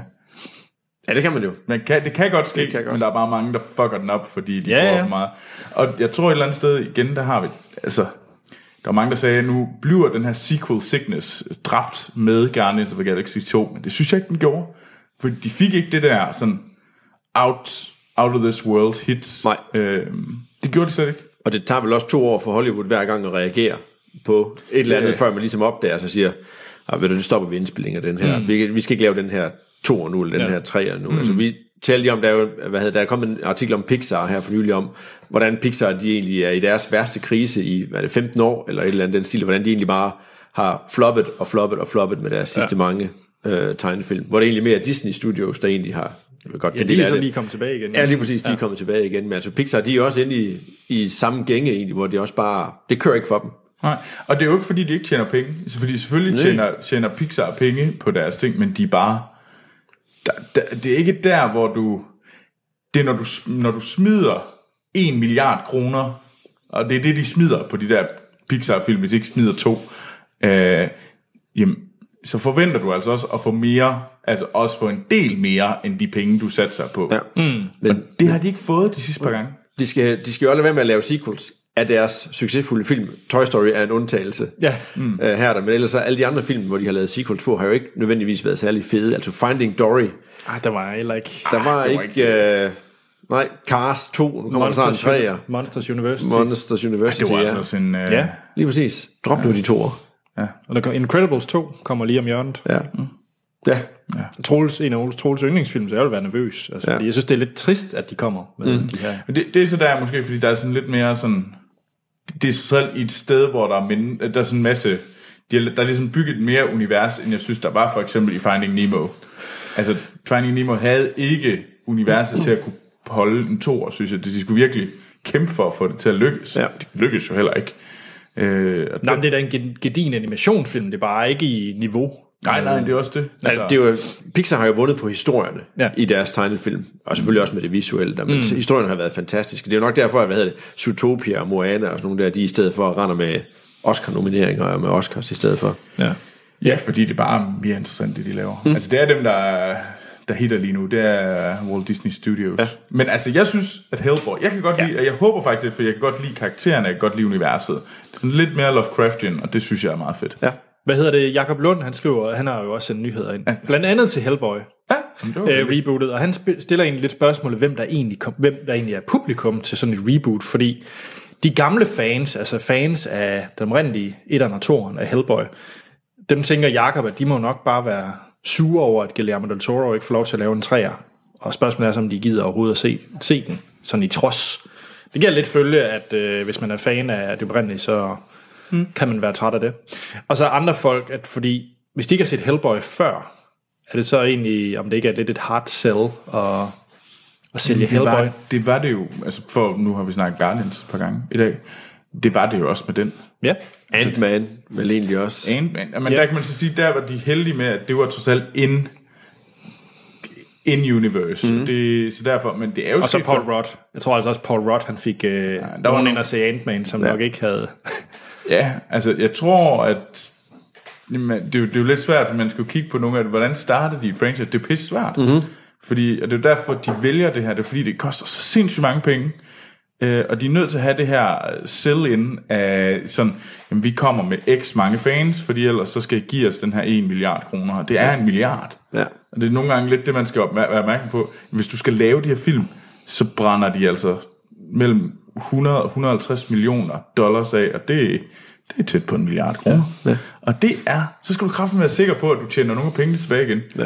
Speaker 3: Ja, det kan man jo.
Speaker 2: man kan, det kan godt ske,
Speaker 3: kan
Speaker 2: kan
Speaker 3: godt.
Speaker 2: godt. men der er bare mange, der fucker den op, fordi de
Speaker 1: Ja,
Speaker 2: bruger
Speaker 1: ja.
Speaker 2: for meget. Og jeg tror et eller andet sted, igen, der har vi... Altså, der var mange, der sagde, at nu bliver den her sequel sickness dræbt med Guardians of the Galaxy 2, men det synes jeg ikke, den gjorde. For de fik ikke det der sådan out, out of this world hits.
Speaker 3: Nej.
Speaker 2: Øh, det gjorde de slet ikke.
Speaker 3: Og det tager vel også to år for Hollywood hver gang at reagere på et eller andet,
Speaker 2: Ja.
Speaker 3: yeah. før man ligesom opdager sig og siger, "Ah, ved du, nu stopper vi indspillingen af den her. Mm. Vi, vi skal ikke lave den her to nu, eller den ja. her tre nu. Mm. Altså, vi talte lige om, der er, jo, hvad hedder, der er kommet en artikel om Pixar her for nylig om, hvordan Pixar de egentlig er i deres værste krise i hvad er det, 15 år, eller et eller andet den stil, hvordan de egentlig bare har floppet og floppet og floppet med deres sidste mange øh, tegnefilm. Hvor det er egentlig mere er Disney Studios, der egentlig har... Jeg ved godt,
Speaker 1: Ja,
Speaker 3: en
Speaker 1: de
Speaker 3: del
Speaker 1: er
Speaker 3: af
Speaker 1: så
Speaker 3: det.
Speaker 1: lige kommet tilbage igen.
Speaker 3: Ja, lige præcis, de er kommet tilbage igen. Men altså Pixar, de er også inde i, i samme gænge egentlig, hvor de også bare, det kører ikke for dem.
Speaker 2: Nej, og det er jo ikke fordi, de ikke tjener penge. Altså, fordi selvfølgelig tjener, tjener Pixar penge på deres ting, men de er bare... Der, der, det er ikke der, hvor du... Det er, når du, sm- når du smider 1 milliard kroner, og det er det, de smider på de der Pixar-film, hvis de ikke smider to, øh, jamen, så forventer du altså også at få mere, altså også få en del mere, end de penge, du satser på.
Speaker 3: Ja.
Speaker 2: Mm. Men det har de ikke fået de sidste par gange.
Speaker 3: De skal, de skal jo aldrig være med at lave sequels af deres succesfulde film. Toy Story er en undtagelse
Speaker 1: Ja.
Speaker 3: mm. øh, her, der. men ellers så alle de andre film, hvor de har lavet sequels på, har jo ikke nødvendigvis været særlig fede. Altså Finding Dory,
Speaker 1: Ej, der var heller ikke...
Speaker 3: der var,
Speaker 2: Ah, det var
Speaker 3: ikke... ikke øh, nej, Cars 2, nu kommer der snart en træer.
Speaker 1: Monsters University.
Speaker 3: Monsters University,
Speaker 2: Det var
Speaker 3: ja.
Speaker 2: altså også en... Øh,
Speaker 1: ja.
Speaker 3: Lige præcis. Drop nu de to år.
Speaker 1: Og der kom Incredibles 2 kommer lige om hjørnet.
Speaker 3: Ja.
Speaker 2: Mm.
Speaker 3: Ja.
Speaker 1: Troels, en af Oles Troels yndlingsfilm, så jeg vil være nervøs. Altså,
Speaker 3: Ja. Mhm.
Speaker 1: ja. fordi jeg synes, det er lidt trist, at de kommer med mm. de her.
Speaker 2: Men Det, det er så der måske, fordi der er sådan lidt mere sådan... Det er selv i et sted, hvor der er, men, der er sådan en masse... De er, der er ligesom bygget mere univers, end jeg synes, der var for eksempel i Finding Nemo. Altså, Finding Nemo havde ikke universet til at kunne holde en toer, synes jeg. De skulle virkelig kæmpe for at få det til at lykkes.
Speaker 3: Ja.
Speaker 2: Det lykkedes jo heller ikke. Øh, og
Speaker 1: Nej,
Speaker 2: den-
Speaker 1: men det er da en ge- gedigen animationsfilm, det er bare ikke i niveau.
Speaker 2: nej, nej, det er også det.
Speaker 3: Altså, det er jo, Pixar har jo vundet på historierne ja.
Speaker 1: Ja.
Speaker 3: i deres tegnefilm, og selvfølgelig også med det visuelle, der, men mm. historien har været fantastisk. Det er jo nok derfor, at hvad hedder det, Zootopia og Moana og sådan nogle der, de i stedet for render med Oscar-nomineringer og med Oscars i stedet for.
Speaker 1: Ja.
Speaker 2: Ja, fordi det er bare mere interessant, det de laver. Mm. Altså, det er dem, der, der hitter lige nu, det er Walt Disney Studios. Ja. Men altså, jeg synes, at Hellboy, jeg kan godt lide, og jeg håber faktisk lidt, for jeg kan godt lide karaktererne, jeg kan godt lide universet. Det er sådan lidt mere Lovecraftian, og det synes jeg er meget fedt.
Speaker 3: Ja.
Speaker 1: Hvad hedder det? Jakob Lund, han skriver, han har jo også sendt nyheder ind. Blandt andet til Hellboy.
Speaker 2: ja men det var
Speaker 1: øh, rebootet, og han sp- stiller egentlig lidt spørgsmål, hvem der egentlig, kom, hvem der egentlig er publikum til sådan et reboot, fordi de gamle fans, altså fans af den oprindelige etteren og toeren af Hellboy, dem tænker Jakob, at de må nok bare være sure over, at Guillermo del Toro ikke får lov til at lave en træer. Og spørgsmålet er, så, om de gider overhovedet at se, se den, sådan i trods. Det giver lidt følge, at øh, hvis man er fan af det oprindelige, så mm. kan man være træt af det. Og så andre folk, at fordi hvis de ikke har set Hellboy før, er det så egentlig, om det ikke er lidt et hard sell at, at sælge
Speaker 2: det
Speaker 1: Hellboy?
Speaker 2: var, det var det jo, altså for, nu har vi snakket Guardians et par gange i dag, det var det jo også med den.
Speaker 1: Ja.
Speaker 3: Ant-Man, vel egentlig også.
Speaker 2: Ant-Man. Men der kan man så sige, der var de heldige med, at det var trods alt in, in-universe. Mm. Det, så derfor, men det er jo
Speaker 1: Og så
Speaker 2: sket
Speaker 1: Paul
Speaker 2: for-
Speaker 1: Rudd. Jeg tror altså også, Paul Rudd han fik øh, ja,
Speaker 2: var
Speaker 1: nogen
Speaker 2: nogle-
Speaker 1: ind og se Ant-Man, som ja. nok ikke havde...
Speaker 2: Ja, altså jeg tror, at jamen, det, er jo, det er jo lidt svært, for man skal jo kigge på nogle af, hvordan startede de et franchise? Det er pisse svært. Mm-hmm. Fordi, og det er jo derfor, de vælger det her. Det er fordi, det koster så sindssygt mange penge. Øh, og de er nødt til at have det her øh, sell-in af sådan, jamen, vi kommer med x mange fans, fordi ellers så skal I give os den her 1 milliard kroner. Og Det er en milliard.
Speaker 3: Ja.
Speaker 2: Og det er nogle gange lidt det, man skal opmær- være opmærksom på. Hvis du skal lave de her film, så brænder de altså mellem 100 og 150 millioner dollars af, og det, det er tæt på en milliard kroner. Ja, ja. Og det er, så skal du kraften være sikker på, at du tjener nogle af pengene tilbage igen.
Speaker 3: Ja.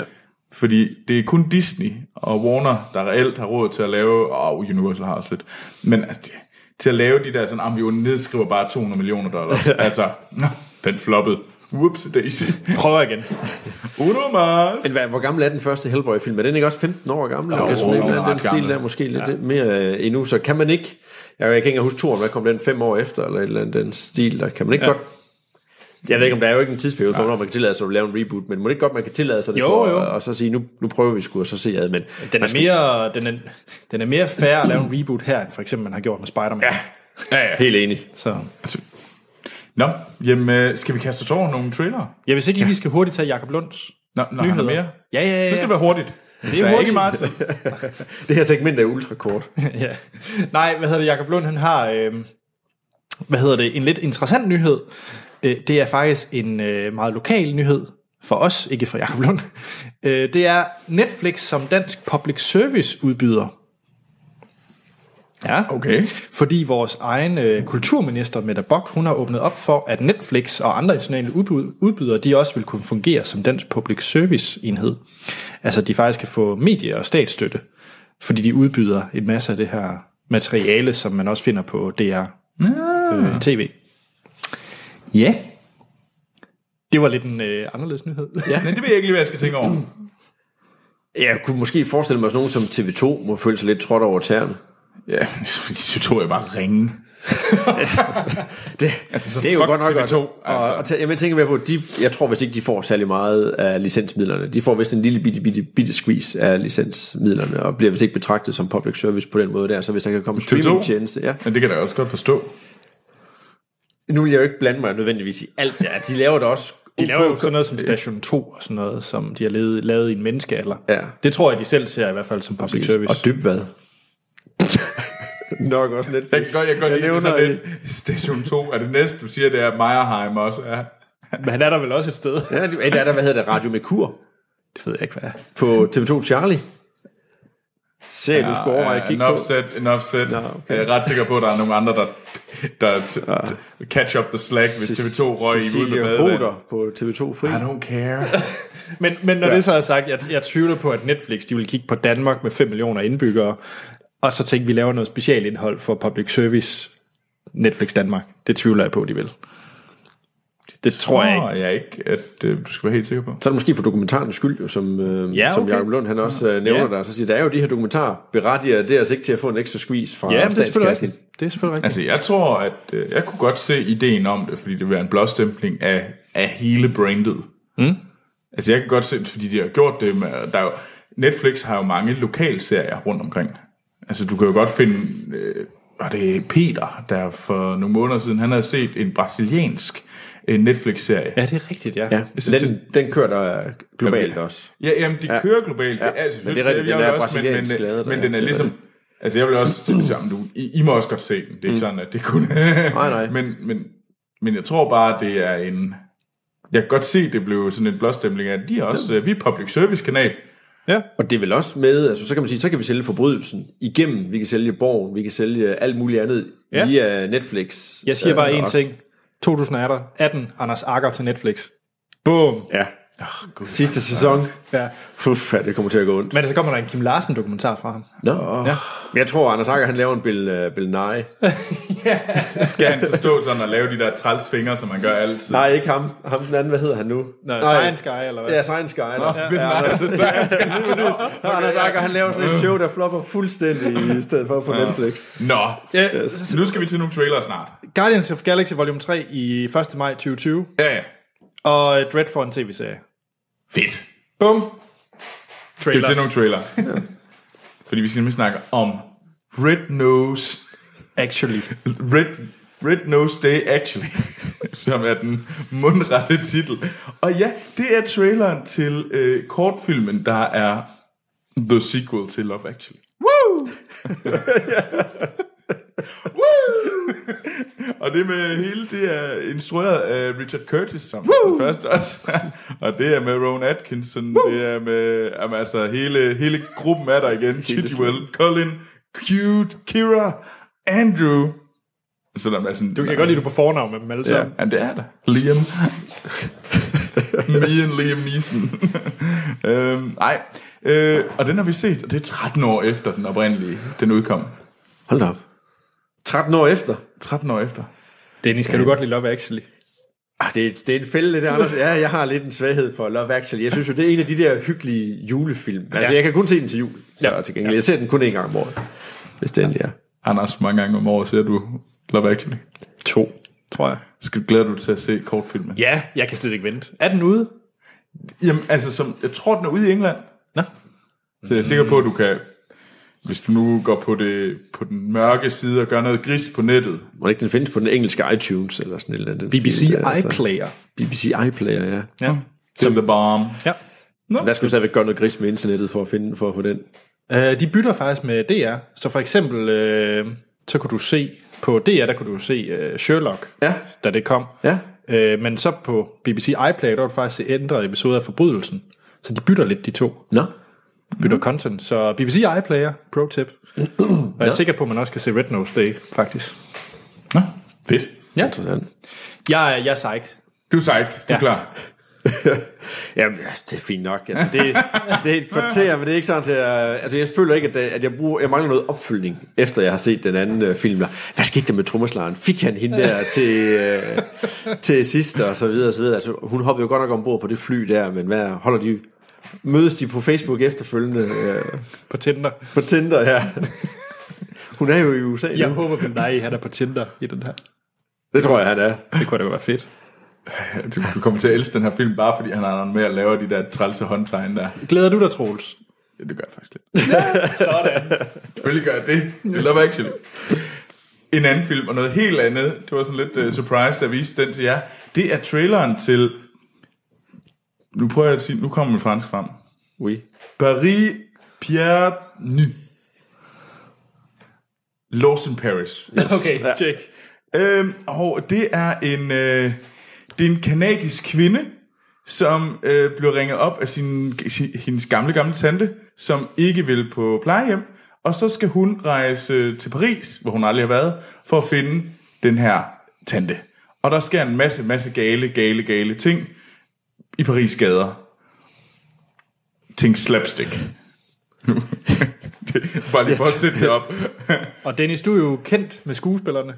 Speaker 2: Fordi det er kun Disney og Warner, der reelt har råd til at lave, og Universal har også lidt, men altså, det- til at lave de der sådan, ah, men vi nedskriver bare 200 millioner dollars. altså, nå, den floppede. Whoops, Daisy.
Speaker 1: Prøver igen.
Speaker 2: Uno mas.
Speaker 3: Men hvad, hvor gammel er den første Hellboy-film? Er den ikke også 15 år gammel?
Speaker 2: Jo,
Speaker 3: Jo, jeg tror,
Speaker 2: jo,
Speaker 3: den,
Speaker 2: ret
Speaker 3: den stil
Speaker 2: gammel.
Speaker 3: der måske lidt mere øh, endnu. Så kan man ikke... Jeg, jeg kan ikke engang huske turen, hvad kom den fem år efter, eller et eller andet, den stil der. Kan man ikke ja. godt... Jeg ved ikke, om der er jo ikke en tidsperiode for, hvornår man kan tillade sig at lave en reboot, men må det ikke godt, man kan tillade sig det
Speaker 1: Jo,
Speaker 3: for,
Speaker 1: jo.
Speaker 3: Og, og så sige, nu, nu prøver vi sgu, og så se ad, men
Speaker 1: Den er, mere, den, er, den er mere fair at lave en reboot her, end for eksempel man har gjort med Spider-Man. Ja.
Speaker 2: Ja, ja.
Speaker 3: helt enig.
Speaker 1: Så.
Speaker 2: Altså, Nå, jamen, øh, skal vi kaste os over nogle trailere?
Speaker 1: Ja, hvis ikke lige vi skal hurtigt tage Jakob Lunds
Speaker 2: Nå, når han har
Speaker 1: nyheder.
Speaker 2: mere?
Speaker 1: Ja, ja, ja.
Speaker 2: Så skal det være hurtigt. Det
Speaker 1: hurtigt.
Speaker 2: ikke meget til.
Speaker 3: Det her segment er ultrakort.
Speaker 1: ja. Nej, hvad hedder det, Jakob Lund, han har, øh, hvad hedder det, en lidt interessant nyhed. Øh, det er faktisk en øh, meget lokal nyhed for os, ikke for Jakob Lund. Øh, det er Netflix som dansk public service udbyder. Ja.
Speaker 2: Okay.
Speaker 1: Fordi vores egen øh, kulturminister, Mette Bock, hun har åbnet op for, at Netflix og andre internationale udbud, udbydere, de også vil kunne fungere som dansk public service enhed. Altså, de faktisk kan få medie- og statsstøtte, fordi de udbyder en masse af det her materiale, som man også finder på DR øh, TV. Ja. Det var lidt en øh, anderledes nyhed. Ja.
Speaker 2: Men det ved jeg ikke lige, hvad jeg skal tænke over.
Speaker 3: Jeg kunne måske forestille mig sådan nogen som TV2 må føle sig lidt trådt over tæerne.
Speaker 2: Ja, så tror jeg bare ringe.
Speaker 3: Det,
Speaker 2: Altså, så
Speaker 3: det er jo
Speaker 2: fuck
Speaker 3: godt nok
Speaker 2: TV2,
Speaker 3: godt. Og, og tæ, jamen, jeg tænker mere på, de, jeg tror vist ikke, de får særlig meget af licensmidlerne. De får vist en lille bitte, bitte, bitte squeeze af licensmidlerne, og bliver vist ikke betragtet som public service på den måde der. Så hvis der kan komme en
Speaker 2: TV2?
Speaker 3: streamingtjeneste... Ja.
Speaker 2: Men det kan jeg da også godt forstå.
Speaker 3: Nu vil jeg jo ikke blande mig nødvendigvis i alt. Ja, de laver det også.
Speaker 1: De laver jo sådan noget som Station 2 og sådan noget, som de har lavet, lavet i en menneskealder.
Speaker 3: Ja.
Speaker 1: Det tror jeg, de selv ser i hvert fald som public service.
Speaker 3: Og dyb hvad? Nok også lidt.
Speaker 2: Jeg kan godt, jeg kan godt lide det
Speaker 3: nævner
Speaker 2: sådan lidt. Station 2 er det næste, du siger, det er Meyerheim også. Ja.
Speaker 1: Men han er der vel også et sted.
Speaker 3: Ja, det- der er der, hvad hedder det, Radio Merkur? Det ved jeg ikke, hvad er. På TV2 Charlie. Se, ja, du skulle overveje at
Speaker 2: Ja,
Speaker 3: kigge
Speaker 2: enough
Speaker 3: på.
Speaker 2: said, enough said.
Speaker 3: Nå, okay.
Speaker 2: Jeg er ret sikker på, at der er nogle andre, der, der t- catch up the slack, hvis TV2 røg i ude
Speaker 3: Ah. Cecilie
Speaker 2: med badeland.
Speaker 3: Roder på TV2 Fri.
Speaker 2: I don't care.
Speaker 1: Men, men når ja. det så er sagt, jeg, jeg tvivler på, at Netflix de vil kigge på Danmark med 5 millioner indbyggere, og så tænke, vi laver noget specialindhold for public service Netflix Danmark. Det tvivler jeg på, de vil. Det tror jeg ikke.
Speaker 2: Nå, jeg ikke, at øh, du skal være helt sikker på.
Speaker 3: Så er det måske for dokumentarens skyld, jo, som, øh,
Speaker 1: Ja,
Speaker 3: ja, okay. som
Speaker 1: okay.
Speaker 3: Jacob Lund han også øh, nævner
Speaker 1: Ja.
Speaker 3: ja. der. Så siger, der er jo de her dokumentarer berettiger det er altså ikke til at få en ekstra squeeze fra
Speaker 1: Ja, men det er selvfølgelig
Speaker 3: statskassen.
Speaker 1: rigtigt. Det er selvfølgelig rigtigt.
Speaker 2: Altså, jeg tror, at øh, jeg kunne godt se ideen om det, fordi det vil være en blåstempling af, af hele brandet. Mm. Altså, jeg kan godt se det, fordi de har gjort det med... Der er jo, Netflix har jo mange lokalserier rundt omkring. Altså, du kan jo godt finde... Øh, og det er Peter, der for nogle måneder siden, han havde set en brasiliansk en Netflix-serie.
Speaker 1: Ja, det er rigtigt, ja.
Speaker 3: Ja,
Speaker 2: Så-
Speaker 3: den, den kører der globalt også.
Speaker 2: Ja, jamen, de ja. kører globalt. Ja. Det er selvfølgelig
Speaker 3: Men det er rigtigt,
Speaker 2: jeg vil
Speaker 3: den er
Speaker 2: også, men, men,
Speaker 3: brasiliansk lavet,
Speaker 2: men
Speaker 3: ja,
Speaker 2: den er
Speaker 3: det er
Speaker 2: ligesom... Altså, jeg vil også stille sammen, du, I, I må også godt se den. Det er ikke mm. sådan, at det kunne... nej,
Speaker 3: nej.
Speaker 2: Men, men, men jeg tror bare, det er en... Jeg kan godt se, det blev sådan en blåstempling af, at de er også... øh, Vi er public service kanal.
Speaker 3: Og det er vel også med, altså så kan man sige, så kan vi sælge forbrydelsen igennem, vi kan sælge Borgen, vi kan sælge alt muligt andet
Speaker 1: Ja.
Speaker 3: ja. via Netflix.
Speaker 1: Jeg siger
Speaker 3: øh,
Speaker 1: bare én
Speaker 3: også.
Speaker 1: ting. 2018, Anders Akker til Netflix. Boom.
Speaker 3: Ja. Oh, Sidste sæson.
Speaker 1: Ja.
Speaker 3: Puff, ja, det kommer til at gå ondt.
Speaker 1: Men så kommer der en Kim Larsen dokumentar fra ham.
Speaker 3: Nå. Ja. Men jeg tror, Anders Akker, han laver en Bill, uh, Bill Nye.
Speaker 2: Skal han så stå sådan og lave de der træls fingre, som man gør altid?
Speaker 3: Nej, ikke ham. Ham den anden, hvad hedder han nu?
Speaker 1: Nå, Science Guy, eller hvad?
Speaker 3: Ja, Science Guy. Nå, ja.
Speaker 2: Hvem er det, så, så
Speaker 3: Okay. Anders Akker, han laver sådan et show, der flopper fuldstændig i stedet for på Netflix.
Speaker 2: Nå,
Speaker 1: Ja,
Speaker 2: nu skal vi til nogle trailere snart.
Speaker 1: Guardians of Galaxy Volume 3 i 1. maj 2020,
Speaker 2: Ja, ja.
Speaker 1: og øh, Dread for en tv-serie.
Speaker 2: Fedt.
Speaker 1: Bum!
Speaker 2: Skal vi til
Speaker 1: Trailers.
Speaker 2: nogle trailere? Fordi vi skal nemlig snakke om Red Nose.
Speaker 1: Actually.
Speaker 2: Red, Red Nose Day Actually, som er den mundrette titel. Og ja, det er traileren til øh, kortfilmen, der er the sequel til Love Actually. Woo! Woo! og det med hele, det er instrueret af Richard Curtis, som Woo! den første også. og det er med Rowan Atkinson, Woo! det er med, jamen, altså hele, hele gruppen er der igen. Kidwell, Colin, Cute, Kira, Andrew. Selvom jeg er sådan,
Speaker 1: Du kan godt lide, du er på fornavn med dem alle sammen.
Speaker 2: Ja, men det er der. Liam. Me and Liam Neeson. øhm, nej. Øh, og den har vi set, og det er 13 år efter den oprindelige, den udkom.
Speaker 3: Hold da op. 13 år efter.
Speaker 2: 13 år efter.
Speaker 1: Dennis, kan du godt lide Love Actually?
Speaker 3: Ah, det, det er en fælde, det der, Anders. Ja, jeg har lidt en svaghed for Love Actually. Jeg synes jo, det er en af de der hyggelige julefilm. Altså,
Speaker 1: Ja.
Speaker 3: ja. jeg kan kun se den til jul, så ja. til gengæld. Jeg ser den kun én gang om året, hvis det endelig er.
Speaker 2: Anders, hvor mange gange om året ser du Love Actually.
Speaker 1: To, tror jeg.
Speaker 2: Skal glæder du dig til at se kortfilmen?
Speaker 1: Ja, jeg kan slet ikke vente. Er den ude?
Speaker 2: Jamen, altså, som, jeg tror, den er ude i England.
Speaker 1: Nå.
Speaker 2: Så jeg er sikker på, at du kan... Hvis du nu går på, det, på den mørke side og gør noget gris på nettet.
Speaker 3: Må ikke den findes på den engelske iTunes eller sådan et eller andet?
Speaker 1: BBC
Speaker 3: Stil, altså.
Speaker 1: iPlayer.
Speaker 3: BBC iPlayer, ja.
Speaker 1: Ja.
Speaker 2: Som The Bomb.
Speaker 1: ja.
Speaker 3: Der skulle du stadigvæk gøre noget gris med internettet for at finde for at få den.
Speaker 1: Øh, de bytter faktisk med DR, så for eksempel, øh, så kunne du se, på DR, der kunne du se øh, Sherlock,
Speaker 3: Ja.
Speaker 1: da det kom.
Speaker 3: Ja.
Speaker 1: Øh, men så på BBC iPlayer, der var det faktisk se ændrede episoder af Forbrydelsen. Så de bytter lidt, de to.
Speaker 3: Nå.
Speaker 1: bytter mm. content. Så BBC iPlayer, pro tip. Og jeg er sikker på, at man også kan se Red Nose Day, faktisk.
Speaker 2: Nå, fedt.
Speaker 1: Ja,
Speaker 3: Interessant.
Speaker 1: jeg, er- jeg er psyched.
Speaker 2: Du er sejt.
Speaker 1: Ja.
Speaker 2: Du er ja. klar.
Speaker 3: Jamen, altså, det er fint nok. Altså, det, det er et kvarter, men det er ikke sådan, at jeg, altså, jeg føler ikke, at, det, at jeg, bruger, jeg mangler noget opfølgning, efter jeg har set den anden øh, film. Der. Hvad skete der med trommeslageren? Fik han hende der til, øh, til sidst, og så videre, og så videre. Altså, hun hoppede jo godt nok ombord på det fly der, men hvad holder de... Mødes de på Facebook efterfølgende øh,
Speaker 1: På Tinder.
Speaker 3: på Tinder her? Hun er jo i USA
Speaker 1: Jeg
Speaker 3: nu.
Speaker 1: håber, at nej, han er på Tinder i den her.
Speaker 3: Det tror jeg, han er.
Speaker 1: Det kunne da være fedt.
Speaker 2: Du kan komme til at elske den her film, bare fordi han har med at lave de der trælse håndtegn der.
Speaker 1: Glæder du dig, Troels?
Speaker 2: Ja, det gør jeg faktisk lidt. Sådan. Selvfølgelig gør jeg det. Det love actually. En anden film, og noget helt andet, det var sådan lidt uh, surprise, at vise den til jer, det er traileren til, nu prøver jeg at sige, nu kommer min fransk frem.
Speaker 3: Oui.
Speaker 2: Paris Pierre Ny. Lost in Paris.
Speaker 1: Okay, ja. check.
Speaker 2: Øhm, og det er en øh, det er en kanadisk kvinde, som øh, blev ringet op af sin, sin hendes gamle gamle tante, som ikke vil på plejehjem, og så skal hun rejse øh, til Paris, hvor hun aldrig har været, for at finde den her tante. Og der sker en masse masse gale gale gale ting i Paris gader. Ting slapstick. det, bare lige for at sætte det op.
Speaker 1: Og Dennis, du er jo kendt med skuespillerne.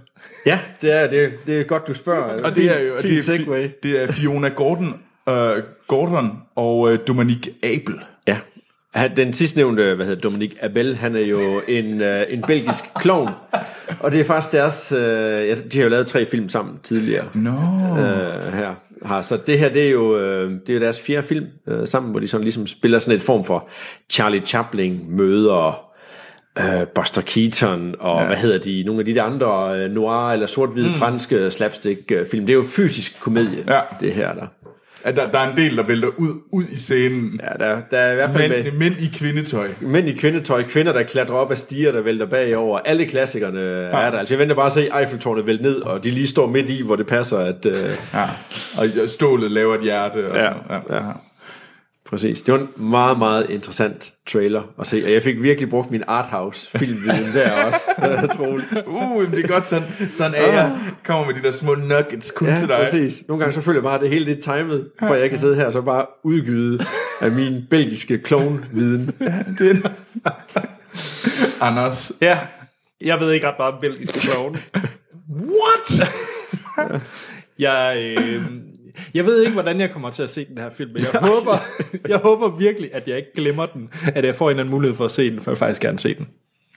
Speaker 3: Ja, det er, det, det er godt, du spørger.
Speaker 2: Og det er jo og
Speaker 3: fin
Speaker 2: det er,
Speaker 3: segway.
Speaker 2: Fi- det er Fiona Gordon, øh, Gordon og øh, Dominique Abel.
Speaker 3: Ja. Han- Den sidstnævnte, hvad hedder Dominik Abel, han er jo en, øh, en belgisk klovn. Og det er faktisk deres... Øh, ja, de har jo lavet tre film sammen tidligere.
Speaker 2: Nå.
Speaker 3: Øh, her. Har, så det her, det er jo, øh, det er jo deres fjerde film øh, sammen, hvor de sådan ligesom spiller sådan et form for Charlie Chaplin møder øh, Buster Keaton og ja. hvad hedder de, nogle af de der andre øh, noir eller sort-hvide mm. franske slapstick-film. Det er jo fysisk komedie,
Speaker 2: Ja.
Speaker 3: ja. det her der.
Speaker 2: At der, der er en del, der vælter ud, ud i scenen.
Speaker 3: Ja, der, der er i hvert fald med
Speaker 2: Mænd, mænd i kvindetøj.
Speaker 3: mænd i kvindetøj, kvinder, der klatrer op ad stiger, der vælter bagover. Alle klassikerne ja. er der. Altså, jeg venter bare at se Eiffeltårnet vælte ned, og de lige står midt i, hvor det passer, at... Øh,
Speaker 2: Ja. Og stålet laver et hjerte. Og
Speaker 3: Ja,
Speaker 2: sådan noget.
Speaker 3: ja. Præcis. Det var en meget, meget interessant trailer at se, og jeg fik virkelig brugt min arthouse filmviden der også. Det er troligt.
Speaker 2: Uh, jamen, det er godt sådan, sådan er jeg. Kommer med de der små nuggets kun til dig.
Speaker 3: Ah. Ja, præcis. Nogle gange så føler jeg bare, at det hele det er timet, for jeg kan sidde her og så bare udgyde af min belgiske klovnviden.
Speaker 2: Det er... Anders.
Speaker 1: Ja, jeg ved ikke ret meget om belgiske klovne. What? jeg, øh, jeg ved ikke, hvordan jeg kommer til at se den her film, men jeg håber, jeg håber virkelig, at jeg ikke glemmer den. At jeg får en eller anden mulighed for at se den, for jeg vil faktisk gerne se den.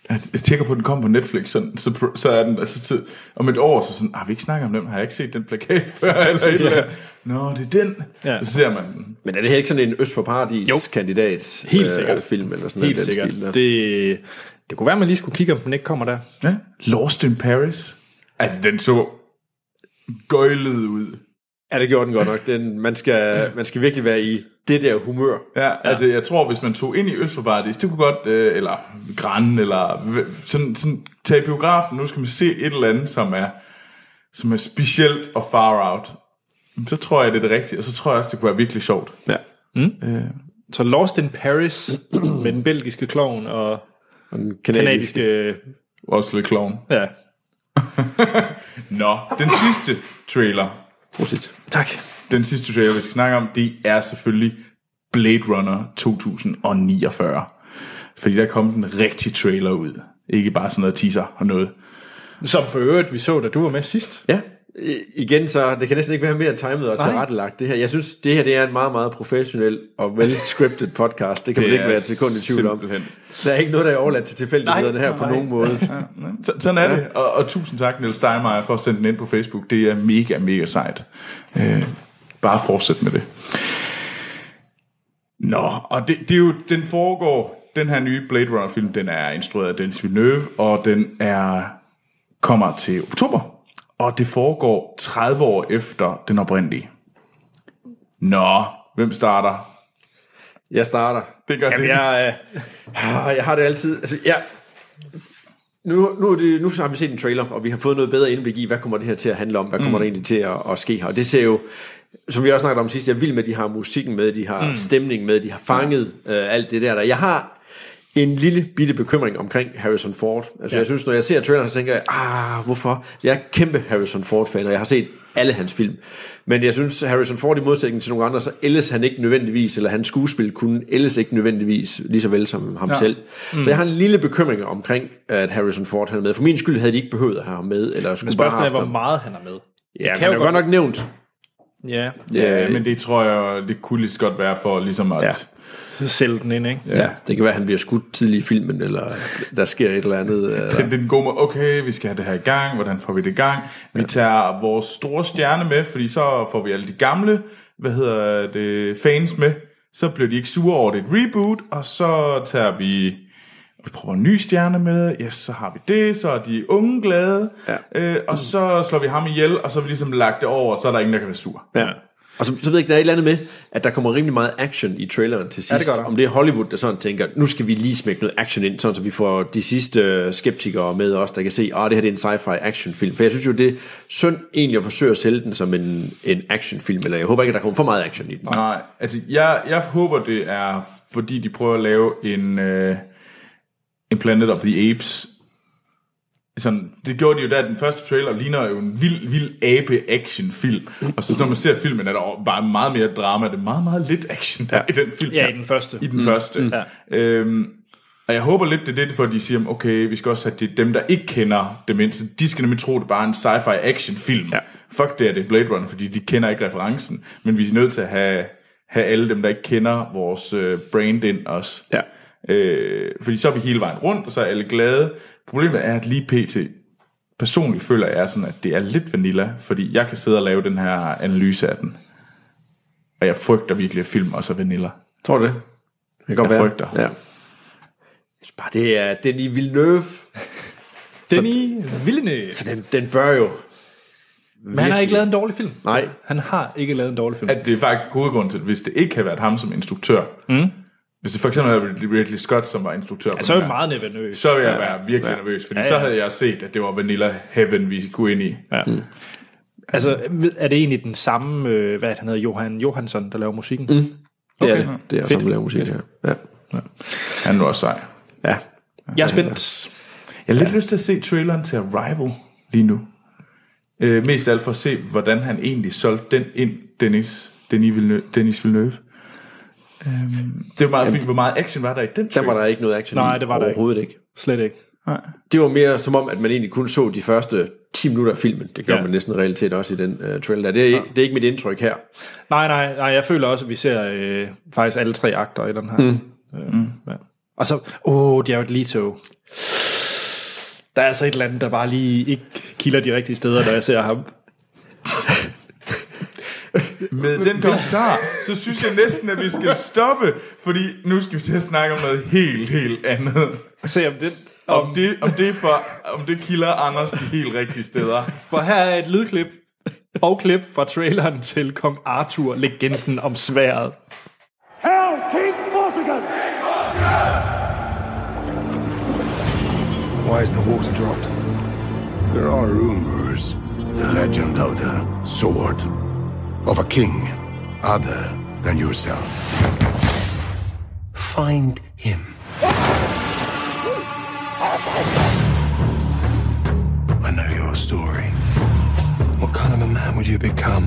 Speaker 2: Jeg jeg tænker på, at den kom på Netflix, sådan, så, pr- så er den altså, tid. om et år, så sådan, har vi ikke snakket om den, har jeg ikke set den plakat før, eller et eller andet. Nå, det er den.
Speaker 1: Ja.
Speaker 2: Så ser man den.
Speaker 3: Men er det her ikke sådan en Øst for Paradis-kandidat?
Speaker 1: Helt sikkert.
Speaker 3: film eller sådan
Speaker 1: Helt
Speaker 3: noget. i
Speaker 1: sikkert.
Speaker 3: den stil der.
Speaker 1: Det, det kunne være, man lige skulle kigge, om den ikke kommer der.
Speaker 2: Ja. Lost in Paris. Altså, den så gøjlet ud.
Speaker 3: Ja, det gjorde den godt nok. Den, man, skal, man skal virkelig være i det der humør.
Speaker 2: Ja, ja, altså jeg tror, hvis man tog ind i Øst for Paradis, det kunne godt, øh, eller Gran, eller hv- sådan, sådan tage i biografen, nu skal man se et eller andet, som er, som er specielt og far out. Så tror jeg, det er det rigtige, og så tror jeg også, det kunne være virkelig sjovt.
Speaker 3: Ja.
Speaker 1: Så Lost in Paris med den belgiske klovn og
Speaker 3: Og den kanadiske.
Speaker 1: kanadiske...
Speaker 2: Også lidt kloven.
Speaker 1: Ja.
Speaker 2: Nå, den sidste trailer,
Speaker 3: Prosit.
Speaker 1: Tak.
Speaker 2: den sidste trailer, vi skal snakke om, det er selvfølgelig Blade Runner 2049. Fordi der kom den rigtige trailer ud. Ikke bare sådan noget teaser og noget.
Speaker 1: Som for øvrigt, vi så, da du var med sidst.
Speaker 3: Ja, I- igen så, det kan næsten ikke være mere timet og tilrettelagt det her. Jeg synes, det her det er en meget, meget professionel og well-scripted podcast. Det kan det man ikke
Speaker 2: er
Speaker 3: være et sekund i tvivl om.
Speaker 2: simpelthen.
Speaker 3: Der er ikke noget, der er overladt til tilfældighederne her på nogen måde.
Speaker 2: Så, sådan er det. Og, og tusind tak, Niels Steinmeier, for at sende den ind på Facebook. Det er mega, mega sejt. Øh, bare fortsæt med det. Nå, og det, det er jo, den foregår, den her nye Blade Runner-film, den er instrueret af Denis Villeneuve, og den er kommer til oktober. Og det foregår 30 år efter den oprindelige. Nå, hvem starter?
Speaker 3: Jeg starter.
Speaker 2: Det gør
Speaker 3: Jamen,
Speaker 2: det.
Speaker 3: Jeg, øh, ah, jeg har det altid. Altså, jeg, nu, nu, er det, nu så har vi set en trailer, og vi har fået noget bedre indblik i, hvad kommer det her til at handle om, hvad kommer mm. der egentlig til at, at ske her. Og det ser jo, som vi også snakkede om sidst, jeg er vild med, at de har musikken med, de har mm. stemningen med, de har fanget øh, alt det der. der. Jeg har en lille bitte bekymring omkring Harrison Ford. Altså ja. jeg synes, når jeg ser traileren, så tænker jeg, ah, hvorfor? Jeg er kæmpe Harrison Ford-fan, og jeg har set alle hans film. Men jeg synes, Harrison Ford i modsætning til nogle andre, så ældes han ikke nødvendigvis, eller hans skuespil kunne ældes ikke nødvendigvis lige så vel som ham ja. selv. Så jeg har en lille bekymring omkring, at Harrison Ford han er med. For min skyld havde de ikke behøvet at have ham med, eller skulle bare have
Speaker 1: Spørgsmålet er,
Speaker 3: haft
Speaker 1: hvor
Speaker 3: ham.
Speaker 1: meget han er med.
Speaker 3: Ja,
Speaker 1: kan
Speaker 3: men
Speaker 1: jo
Speaker 3: det er jo godt nok nævnt. Øh,
Speaker 1: Ja,
Speaker 2: Ja, men det tror jeg, det kunne lige så godt være for ligesom at...
Speaker 3: Ja.
Speaker 1: sælge den ind, ikke?
Speaker 3: Ja, det kan være, at han bliver skudt tidlig i filmen, eller der sker et eller andet. øh, Eller.
Speaker 2: Det er den gode måde, okay, vi skal have det her i gang, hvordan får vi det i gang? Vi tager vores store stjerne med, fordi så får vi alle de gamle, hvad hedder det, fans med. Så bliver de ikke sure over det er et reboot, og så tager vi, vi prøver en ny stjerne med, ja, yes, så har vi det, så er de unge glade, ja. øh, og så slår vi ham ihjel, og så har vi ligesom lagt det over, og så er der ingen, der kan være sur.
Speaker 3: Ja. Og så, så ved jeg ikke, der er et eller andet med, at der kommer rimelig meget action i traileren til sidst.
Speaker 1: gør der.
Speaker 3: Om det er Hollywood, der sådan tænker, nu skal vi lige smække noget action ind, sådan så vi får de sidste øh, skeptikere med os, der kan se, at det her det er en sci-fi actionfilm. For jeg synes jo, det er synd egentlig at forsøge at sælge den som en, en actionfilm, eller jeg håber ikke, at der kommer for meget action i den.
Speaker 2: Nej, altså jeg, jeg håber, det er, fordi de prøver at lave en, øh, en Planet of the Apes. Sådan, det gjorde de jo der, den første trailer ligner jo en vild, vild abe-action-film. Og så når man ser filmen, er der jo bare meget mere drama. Det er meget, meget lidt action der i den film.
Speaker 1: Ja,
Speaker 2: her.
Speaker 1: i den første.
Speaker 2: I den mm. første. Mm. Øhm, og jeg håber lidt, det er det, for de siger, okay, vi skal også have det, dem, der ikke kender demens, de skal nemlig tro, det er bare en sci-fi actionfilm. Ja. Fuck det er det Blade Runner, fordi de kender ikke referencen. Men vi er nødt til at have, have alle dem, der ikke kender vores øh, brand ind også.
Speaker 3: Ja.
Speaker 2: Øh, fordi så er vi hele vejen rundt, og så er alle glade. Problemet er, at lige pt. personligt føler jeg sådan, at det er lidt vanilla, fordi jeg kan sidde og lave den her analyse af den. Og jeg frygter virkelig, at film også er vanilla.
Speaker 3: Tror du det? Det kan godt
Speaker 2: Jeg
Speaker 3: være.
Speaker 2: frygter.
Speaker 3: Ja. synes bare, det er Denis Villeneuve.
Speaker 1: Denis Villeneuve.
Speaker 3: Så den, den bør jo...
Speaker 1: Men han har ikke lavet en dårlig film.
Speaker 3: Nej.
Speaker 1: Han har ikke lavet en dårlig film.
Speaker 2: At det er faktisk hovedgrunden til, hvis det ikke havde været ham som instruktør. Mm. Hvis det for eksempel havde været Ridley Scott, som var instruktør. på
Speaker 1: Ja, så er
Speaker 2: den
Speaker 1: jeg
Speaker 2: her,
Speaker 1: meget nervøs.
Speaker 2: så ville jeg være virkelig ja. nervøs, fordi ja, ja. så havde jeg set, at det var Vanilla Heaven, vi skulle ind i.
Speaker 1: Ja. Mm. Altså, er det egentlig den samme, øh, hvad er det, han hedder, Johan Johansson, der laver musikken? Mm.
Speaker 3: Det er
Speaker 1: Okay.
Speaker 3: det. Det
Speaker 1: Fedt.
Speaker 3: er også ham, der laver musik. Ja. Ja.
Speaker 2: Han var også sej.
Speaker 3: ja.
Speaker 1: Jeg er spændt.
Speaker 2: Jeg har lidt ja. lyst til at se traileren til Arrival lige nu. Øh, mest af alt for at se, hvordan han egentlig solgte den ind, Dennis, Denis Villeneuve. Dennis Villeneuve. Øhm, det var meget fint, hvor meget action var der i den
Speaker 3: Der
Speaker 2: trailer.
Speaker 3: var der ikke noget action
Speaker 1: Nej,
Speaker 3: i
Speaker 1: det var der ikke.
Speaker 3: overhovedet ikke.
Speaker 1: Slet ikke.
Speaker 3: Det var mere som om, at man egentlig kun så de første 10 minutter af filmen. Det gør
Speaker 1: Ja.
Speaker 3: ja. man næsten i realitet også i den uh, trailer. der. Det er, ikke, det er ikke mit indtryk her.
Speaker 1: Nej, nej, nej, jeg føler også, at vi ser øh, faktisk alle tre akter i den her. Mm. Øh, ja. Og så, åh, oh, Jared Leto. Der er altså et eller andet, der bare lige ikke kilder de rigtige steder, når jeg ser ham.
Speaker 2: Med den kommentar, så synes jeg næsten, at vi skal stoppe, fordi nu skal vi til at snakke om noget helt, helt andet.
Speaker 1: Se om det...
Speaker 2: Om det, om det, for, om det kilder Anders de helt rigtige steder.
Speaker 1: For her er et lydklip og klip fra traileren til Kong Arthur, legenden om sværet.
Speaker 8: Why is the water dropped?
Speaker 7: There are rumors. The legend of the sword. Of a king other than yourself.
Speaker 8: Find him. I know your story. What kind of a man would you become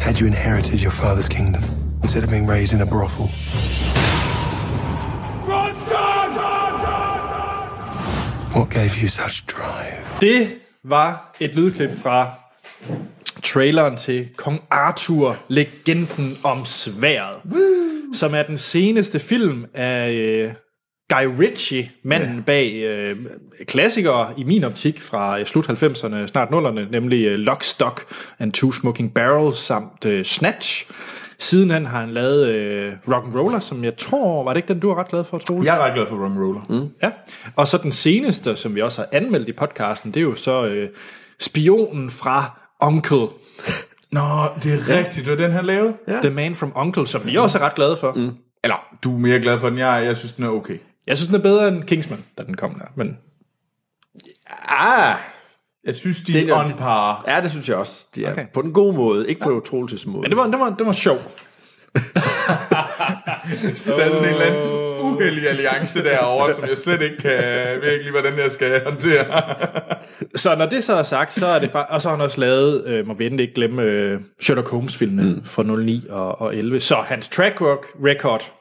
Speaker 8: had you inherited your father's kingdom instead of being raised in a brothel? What gave you such drive?
Speaker 1: Det var et lydklip fra traileren til Kong Arthur, legenden om sværet, som er den seneste film af øh, Guy Ritchie, manden yeah. bag øh, klassikere i min optik fra øh, slut 90'erne, snart 0'erne, nemlig øh, Lock, Stock and Two Smoking Barrels samt øh, Snatch. Sidenhen har han lavet øh, Rock'n'Roller, som jeg tror, var det ikke den, du var ret glad for, Troels?
Speaker 2: Jeg er ret glad for Rum Roller. Mm.
Speaker 1: Ja, og så den seneste, som vi også har anmeldt i podcasten, det er jo så øh, spionen fra Uncle,
Speaker 2: Nå, det er rigtigt, det var den, han lavede.
Speaker 1: ja. The Man from Uncle, som vi også er ret glade for. Mm.
Speaker 2: Eller, du er mere glad for den, jeg er. Jeg synes, den er okay.
Speaker 1: Jeg synes, den er bedre end Kingsman, da den kom der, men
Speaker 3: Ah,
Speaker 2: Jeg synes, de
Speaker 3: Det
Speaker 2: er
Speaker 3: er-
Speaker 2: on par.
Speaker 3: ja, det synes jeg også. Det er
Speaker 1: Okay.
Speaker 3: okay. På den gode måde, ikke på ja. Troelses måde.
Speaker 1: det var, det var, det var sjov.
Speaker 2: Så der er sådan en eller anden uheldig alliance derovre, som jeg slet ikke kan jeg ved ikke lige, hvordan jeg skal håndtere.
Speaker 1: Så når det så er sagt, så er det fa- og så har han også lavet, øh, må vi endelig ikke glemme, øh, Sherlock Holmes-filmen mm. fra 09 og, og 11, så hans track work record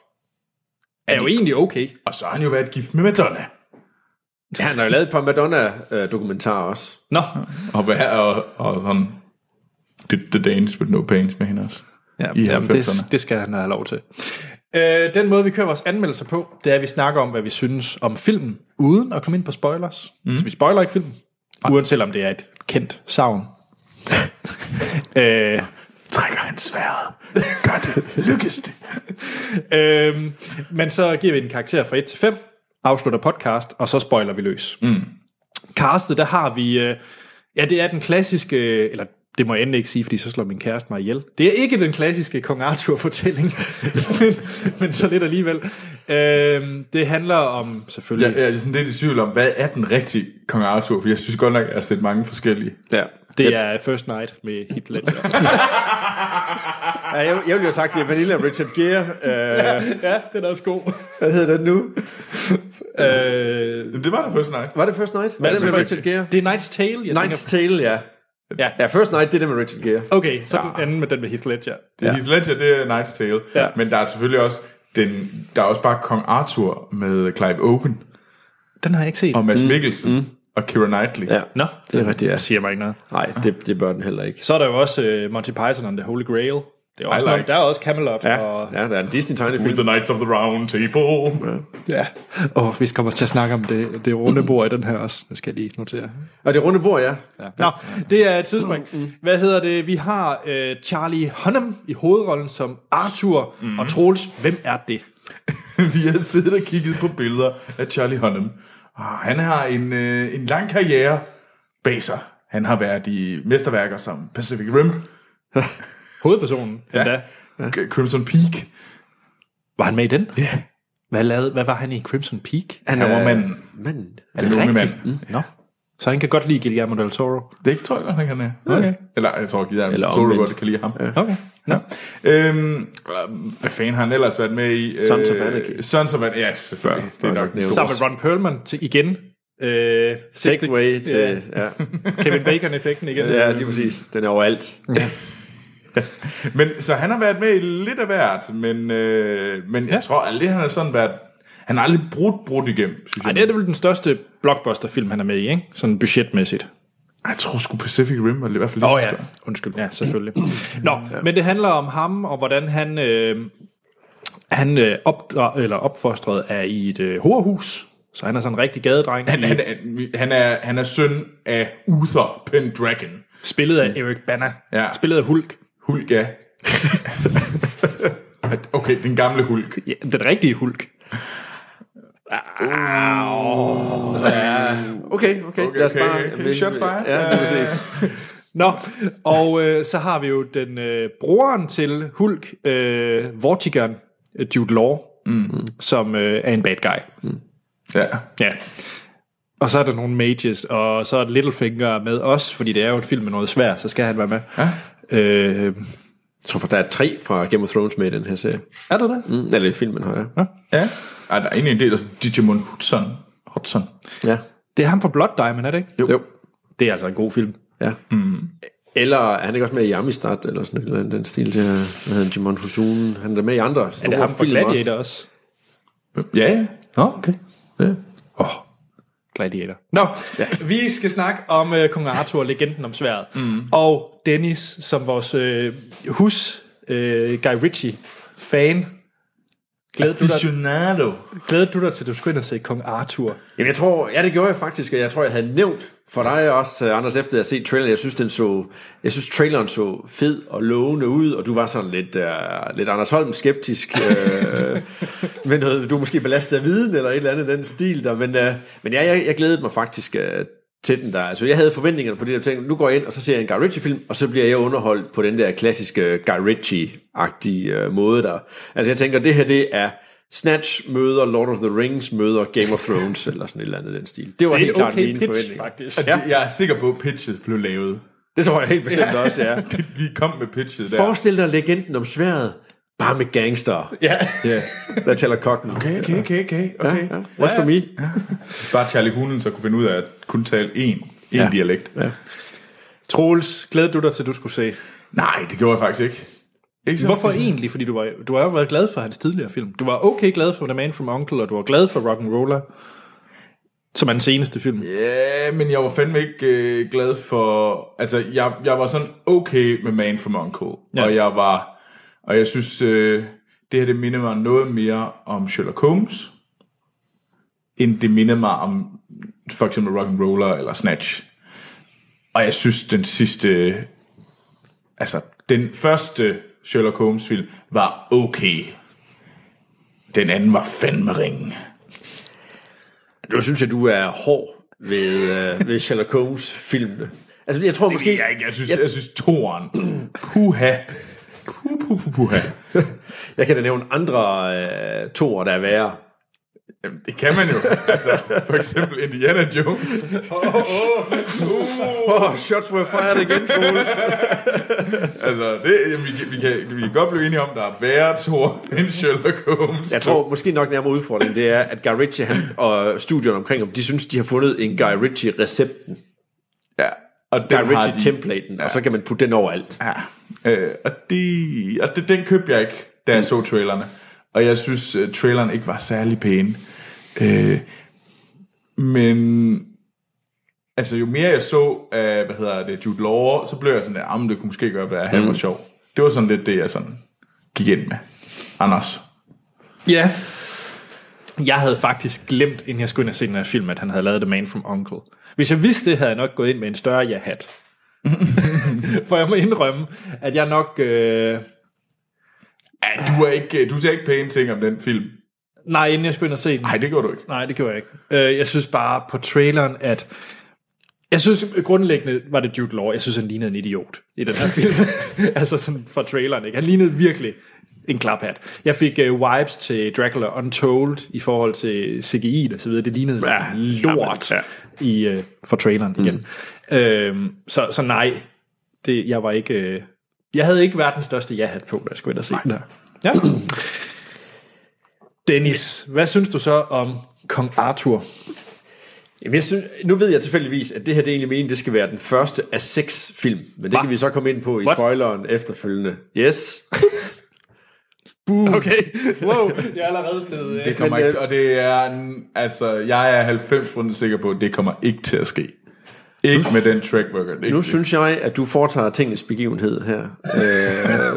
Speaker 1: er jo egentlig okay.
Speaker 2: Og så har han jo været gift med Madonna.
Speaker 3: Ja, han har jo lavet et par Madonna-dokumentarer også.
Speaker 1: Nå,
Speaker 2: Og, hvad, og, og sådan... The, the Danes with no pains med hende også.
Speaker 1: Ja,
Speaker 2: I
Speaker 1: jamen, det,
Speaker 2: 90'erne.
Speaker 1: det skal han have lov til. Øh, den måde, vi kører vores anmeldelser på, det er, at vi snakker om, hvad vi synes om filmen, uden at komme ind på spoilers. Mm. Så vi spoiler ikke filmen, uanset om det er et kendt savn. øh,
Speaker 2: Trækker han sværet. Gør det. Lykkes det.
Speaker 1: øh, men så giver vi en karakter fra 1 til 5, afslutter podcast, og så spoiler vi løs. Mm. Castet, der har vi... Øh, ja, det er den klassiske... øh, Eller det må jeg endelig ikke sige, fordi så slår min kæreste mig ihjel. Det er ikke den klassiske Kong Arthur-fortælling, men, men så lidt alligevel. Øhm, det handler om selvfølgelig...
Speaker 2: Jeg, jeg er sådan lidt i tvivl om, hvad er den rigtige Kong Arthur? For jeg synes godt nok, at jeg har set mange forskellige.
Speaker 3: Ja.
Speaker 1: Det er First Night med Heath Ledger.
Speaker 3: ja jeg, jeg ville jo have sagt, det er Vanilla Richard Gere. Øh,
Speaker 1: ja, den er også god.
Speaker 3: hvad hedder den nu?
Speaker 1: Øh,
Speaker 2: Jamen, det var der først nej.
Speaker 3: Var det First Night? Hvad er det med Richard Gere?
Speaker 1: det er Night's Tale, jeg
Speaker 3: Night's Tale, ja.
Speaker 1: Ja.
Speaker 3: ja, First Night, det er det med Richard Gere.
Speaker 1: Okay, så den anden med den med Heath Ledger.
Speaker 2: Det er
Speaker 3: Ja.
Speaker 2: Heath Ledger, det er Night's Tale.
Speaker 1: Ja.
Speaker 2: Men der er selvfølgelig også, den, der er også bare Kong Arthur med Clive Owen
Speaker 1: Den har jeg ikke set.
Speaker 2: og Mads mm. Mikkelsen mm. og Keira Knightley.
Speaker 3: Ja.
Speaker 1: Nå,
Speaker 3: Det er rigtigt, ja.
Speaker 1: siger mig ikke noget.
Speaker 3: Nej, det, det bør den heller ikke.
Speaker 1: Så er der jo også øh, Monty Python and the Holy Grail. Det er også
Speaker 2: I
Speaker 1: like.
Speaker 2: like.
Speaker 1: Der er også Camelot.
Speaker 3: Ja,
Speaker 1: Og,
Speaker 3: ja der er en Disney-tegnefilm.
Speaker 2: With the Knights of the Round Table. Ja.
Speaker 1: ja. Og oh, vi kommer til at snakke om det, det runde bord i den her også. Det skal jeg lige notere.
Speaker 3: Og det er runde bord, ja.
Speaker 1: Ja. Nå, det er et tidspunkt. Hvad hedder det? Vi har øh, Charlie Hunnam i hovedrollen som Arthur. Mm. Og Troels, hvem er det?
Speaker 2: vi har siddet og kigget på billeder af Charlie Hunnam. Og han har en, øh, en lang karriere bag sig. Han har været i mesterværker som Pacific Rim,
Speaker 1: Hovedpersonen ja. endda.
Speaker 2: ja. Crimson Peak,
Speaker 1: Var han med i den? Ja. Hvad, lavede, hvad var han i Crimson Peak?
Speaker 2: han er manden,
Speaker 3: Manden.
Speaker 2: den unge mand. Mm.
Speaker 1: Nå. Så han kan godt lide Guillermo del Toro.
Speaker 2: Det tror jeg godt, han kan have. Okay. Eller jeg tror ikke, at
Speaker 3: Eller
Speaker 2: Solo
Speaker 3: omvendt.
Speaker 2: godt kan lide ham. Ja.
Speaker 1: Okay.
Speaker 2: Ja. Øhm, hvad fanden har han ellers været med i?
Speaker 3: Sons of
Speaker 2: Øh,
Speaker 3: Anarchy.
Speaker 2: Sons of Anarchy, ja, selvfølgelig. Det er nok den
Speaker 1: Sammen
Speaker 2: store.
Speaker 1: med Ron Perlman til, igen. Øh, sidste-
Speaker 3: Segway
Speaker 1: Ja,
Speaker 3: til... Ja.
Speaker 1: Kevin Bacon-effekten igen.
Speaker 3: ja, lige præcis. Den er overalt.
Speaker 2: Men, så han har været med i lidt af hvert, men, øh, men jeg tror aldrig, han har sådan været... Han har aldrig brudt, brudt igennem, synes
Speaker 1: Ej,
Speaker 2: jeg.
Speaker 1: det er da vel den største blockbuster-film, han er med i, ikke? Sådan budgetmæssigt.
Speaker 2: Jeg tror sgu Pacific Rim var i hvert fald lidt større.
Speaker 1: Undskyld, ja, selvfølgelig. Nå, ja. men det handler om ham, og hvordan han, øh, han øh, opdra- eller opfostret er i et øh, horehus. Så han er sådan en rigtig gadedreng,
Speaker 2: Han, han, er- han, er, han er søn af Uther Pendragon.
Speaker 1: spillet af Eric Bana,
Speaker 2: Ja.
Speaker 1: spillet af Hulk.
Speaker 2: Hulk, ja. okay, den gamle Hulk.
Speaker 1: Ja, den rigtige Hulk.
Speaker 3: Okay, okay.
Speaker 2: Okay, okay, okay, okay. Shots fired.
Speaker 3: Ja, lige præcis.
Speaker 1: Nå, og øh, så har vi jo den øh, broren til Hulk, øh, Vortigern, øh, Jude Law, mm. som øh, er en bad guy.
Speaker 2: Ja.
Speaker 1: Ja. Og så er der nogle mages, og så er Littlefinger med os, fordi det er jo en film med noget svært, så skal han være med. Ja. Øh,
Speaker 3: Jeg tror, for der er tre fra Game of Thrones med i den her serie.
Speaker 1: er der det?
Speaker 3: Mm, eller i filmen, har jeg.
Speaker 2: Ja. Ej, der er egentlig en del af Digimon Hudson. Hudson.
Speaker 3: Ja.
Speaker 1: Det er ham fra Blood Diamond, er det ikke?
Speaker 3: Jo. jo.
Speaker 1: Det er altså en god film.
Speaker 3: Ja. Mm. Eller er han ikke også med i Amistad, eller sådan et eller andet, den stil der, hvad hedder han, Jimon Huzun, han er da med i andre store
Speaker 1: Er det ham fra
Speaker 3: film
Speaker 1: Gladiator også?
Speaker 2: Ja, ja.
Speaker 1: Nå, okay.
Speaker 3: Ja.
Speaker 1: Gladiator. Nå, ja. vi skal snakke om uh, Kong Arthur, legenden om sværet. Mm. Og Dennis, som vores uh, hus, uh, Guy Ritchie-fan. Glæder du, dig,
Speaker 2: Aficionado.
Speaker 1: glæder du dig til, at du skulle ind og se Kong Arthur?
Speaker 3: Jamen, jeg tror, ja, det gjorde jeg faktisk, og jeg tror, jeg havde nævnt for dig også, øh, Anders, efter jeg set traileren, jeg synes, den så, jeg synes, traileren så fed og lovende ud, og du var sådan lidt, uh, lidt Anders Holm skeptisk, øh, med noget, du er måske belastet af viden, eller et eller andet i den stil der, men, uh, men ja, jeg, jeg glædede mig faktisk øh, til den der. Altså, jeg havde forventningerne på det, jeg tænkte, nu går jeg ind, og så ser jeg en Guy Ritchie-film, og så bliver jeg underholdt på den der klassiske øh, Guy Ritchie-agtige øh, måde der. Altså, jeg tænker, det her, det er Snatch møder Lord of the Rings møder Game of Thrones, eller sådan et eller andet i den stil. Det var
Speaker 1: Det er
Speaker 3: helt
Speaker 1: et
Speaker 3: klart
Speaker 1: okay
Speaker 3: mine
Speaker 1: pitch,
Speaker 3: forventninger.
Speaker 1: faktisk.
Speaker 2: Ja. Jeg er sikker på, at pitchet blev lavet.
Speaker 3: Det tror jeg helt bestemt også, ja.
Speaker 2: Vi kom med pitchet der.
Speaker 3: Forestil dig legenden om sværet, bare med gangster. Ja. Yeah. Der tæller kokken. Okay.
Speaker 2: okay, okay, okay. okay. Ja, ja.
Speaker 3: What's for me?
Speaker 2: Bare Charlie Hunen så kunne finde ud af at kun tale én, én ja. dialekt. Ja.
Speaker 1: Troels, glæder du dig til, at du skulle se?
Speaker 2: Nej, det gjorde jeg faktisk ikke. ikke så-
Speaker 1: Hvorfor egentlig? Fordi du, var, du har jo været glad for hans tidligere film. Du var okay glad for The Man From Uncle, og du var glad for Rock'n'Roller, som er den seneste film. Yeah.
Speaker 2: Ja, men jeg var fandme ikke øh, glad for... Altså, jeg, jeg var sådan okay med Man from Uncle. Ja.
Speaker 1: Ja.
Speaker 2: Og jeg var... Og jeg synes, øh, det her det minder mig noget mere om Sherlock Holmes, end det minder mig om for eksempel Rock'n'Roller eller Snatch. Og jeg synes, den sidste... Altså, den første Sherlock Holmes-film var okay. Den anden var fandme ringen.
Speaker 3: Nu synes jeg, du er hård ved, øh, ved Sherlock Holmes-filmene. Altså, jeg tror
Speaker 2: Det
Speaker 3: måske...
Speaker 2: ved jeg ikke. Jeg synes, jeg, jeg synes toren. Puha. Puh, puh, puh, puha.
Speaker 3: jeg kan da nævne andre øh, toer, der er værre.
Speaker 2: Jamen, det kan man jo. Altså, for eksempel Indiana Jones.
Speaker 3: Åh, oh, shots were fired igen, Troels.
Speaker 2: Altså, det, jamen, vi, kan- vi, kan, vi kan godt blive enige om, der er værre tor end Sherlock Holmes.
Speaker 3: Jeg tror måske nok nærmere udfordringen, det er, at Guy Ritchie han, og studierne omkring ham, de synes, de har fundet en Guy Ritchie-recepten.
Speaker 2: ja. Og
Speaker 3: Guy
Speaker 2: den har de-
Speaker 3: Ritchie-templaten, og så kan man putte den overalt.
Speaker 2: Ja. Øh, og de, og det, den købte jeg ikke, da jeg så trailerne. Og jeg synes, uh, traileren ikke var særlig pæn. Øh, men altså, jo mere jeg så, uh, hvad hedder det, Jude Law, så blev jeg sådan, at det kunne måske godt være, at han var sjov. Det var sådan lidt det, jeg sådan gik ind med. Anders.
Speaker 1: Ja. Jeg havde faktisk glemt, inden jeg skulle ind og se den her film, at han havde lavet The Man From Uncle. Hvis jeg vidste det, havde jeg nok gået ind med en større ja-hat. For jeg må indrømme, at jeg nok... Øh,
Speaker 2: øh, Ja, du, er ikke, du ser ikke pæne ting om den film.
Speaker 1: Nej, inden jeg skulle ind og se den.
Speaker 2: Nej, det gjorde du ikke.
Speaker 1: Nej, det gjorde jeg ikke. Øh, jeg synes bare på traileren, at... Jeg synes grundlæggende var det Jude Law. Jeg synes, han lignede en idiot i den her film. altså sådan fra traileren, ikke? Han lignede virkelig en klaphat. Jeg fik uh, vibes til Dracula Untold i forhold til CGI og så videre. Det lignede ja, lort ja. i uh, fra traileren igen. Mm. Øhm, så, så nej, det, jeg var ikke... Øh, jeg havde ikke verdens største ja-hat på, da jeg skulle ind og se den her. Ja. Dennis, hvad synes du så om Kong Arthur?
Speaker 3: Jamen, jeg synes, nu ved jeg tilfældigvis, at det her det er egentlig meningen, det skal være den første af seks film. Men det Hva? kan vi så komme ind på i
Speaker 1: What?
Speaker 3: spoileren efterfølgende. Yes.
Speaker 1: Okay, wow, jeg er allerede blevet... Øh.
Speaker 2: Det kommer
Speaker 3: Men,
Speaker 2: ikke, og det er, en- altså, jeg er 90% sikker på, at det kommer ikke til at ske. Ikke med den track record. Ikke
Speaker 3: Nu
Speaker 2: det.
Speaker 3: synes jeg, at du foretager tingens begivenhed her,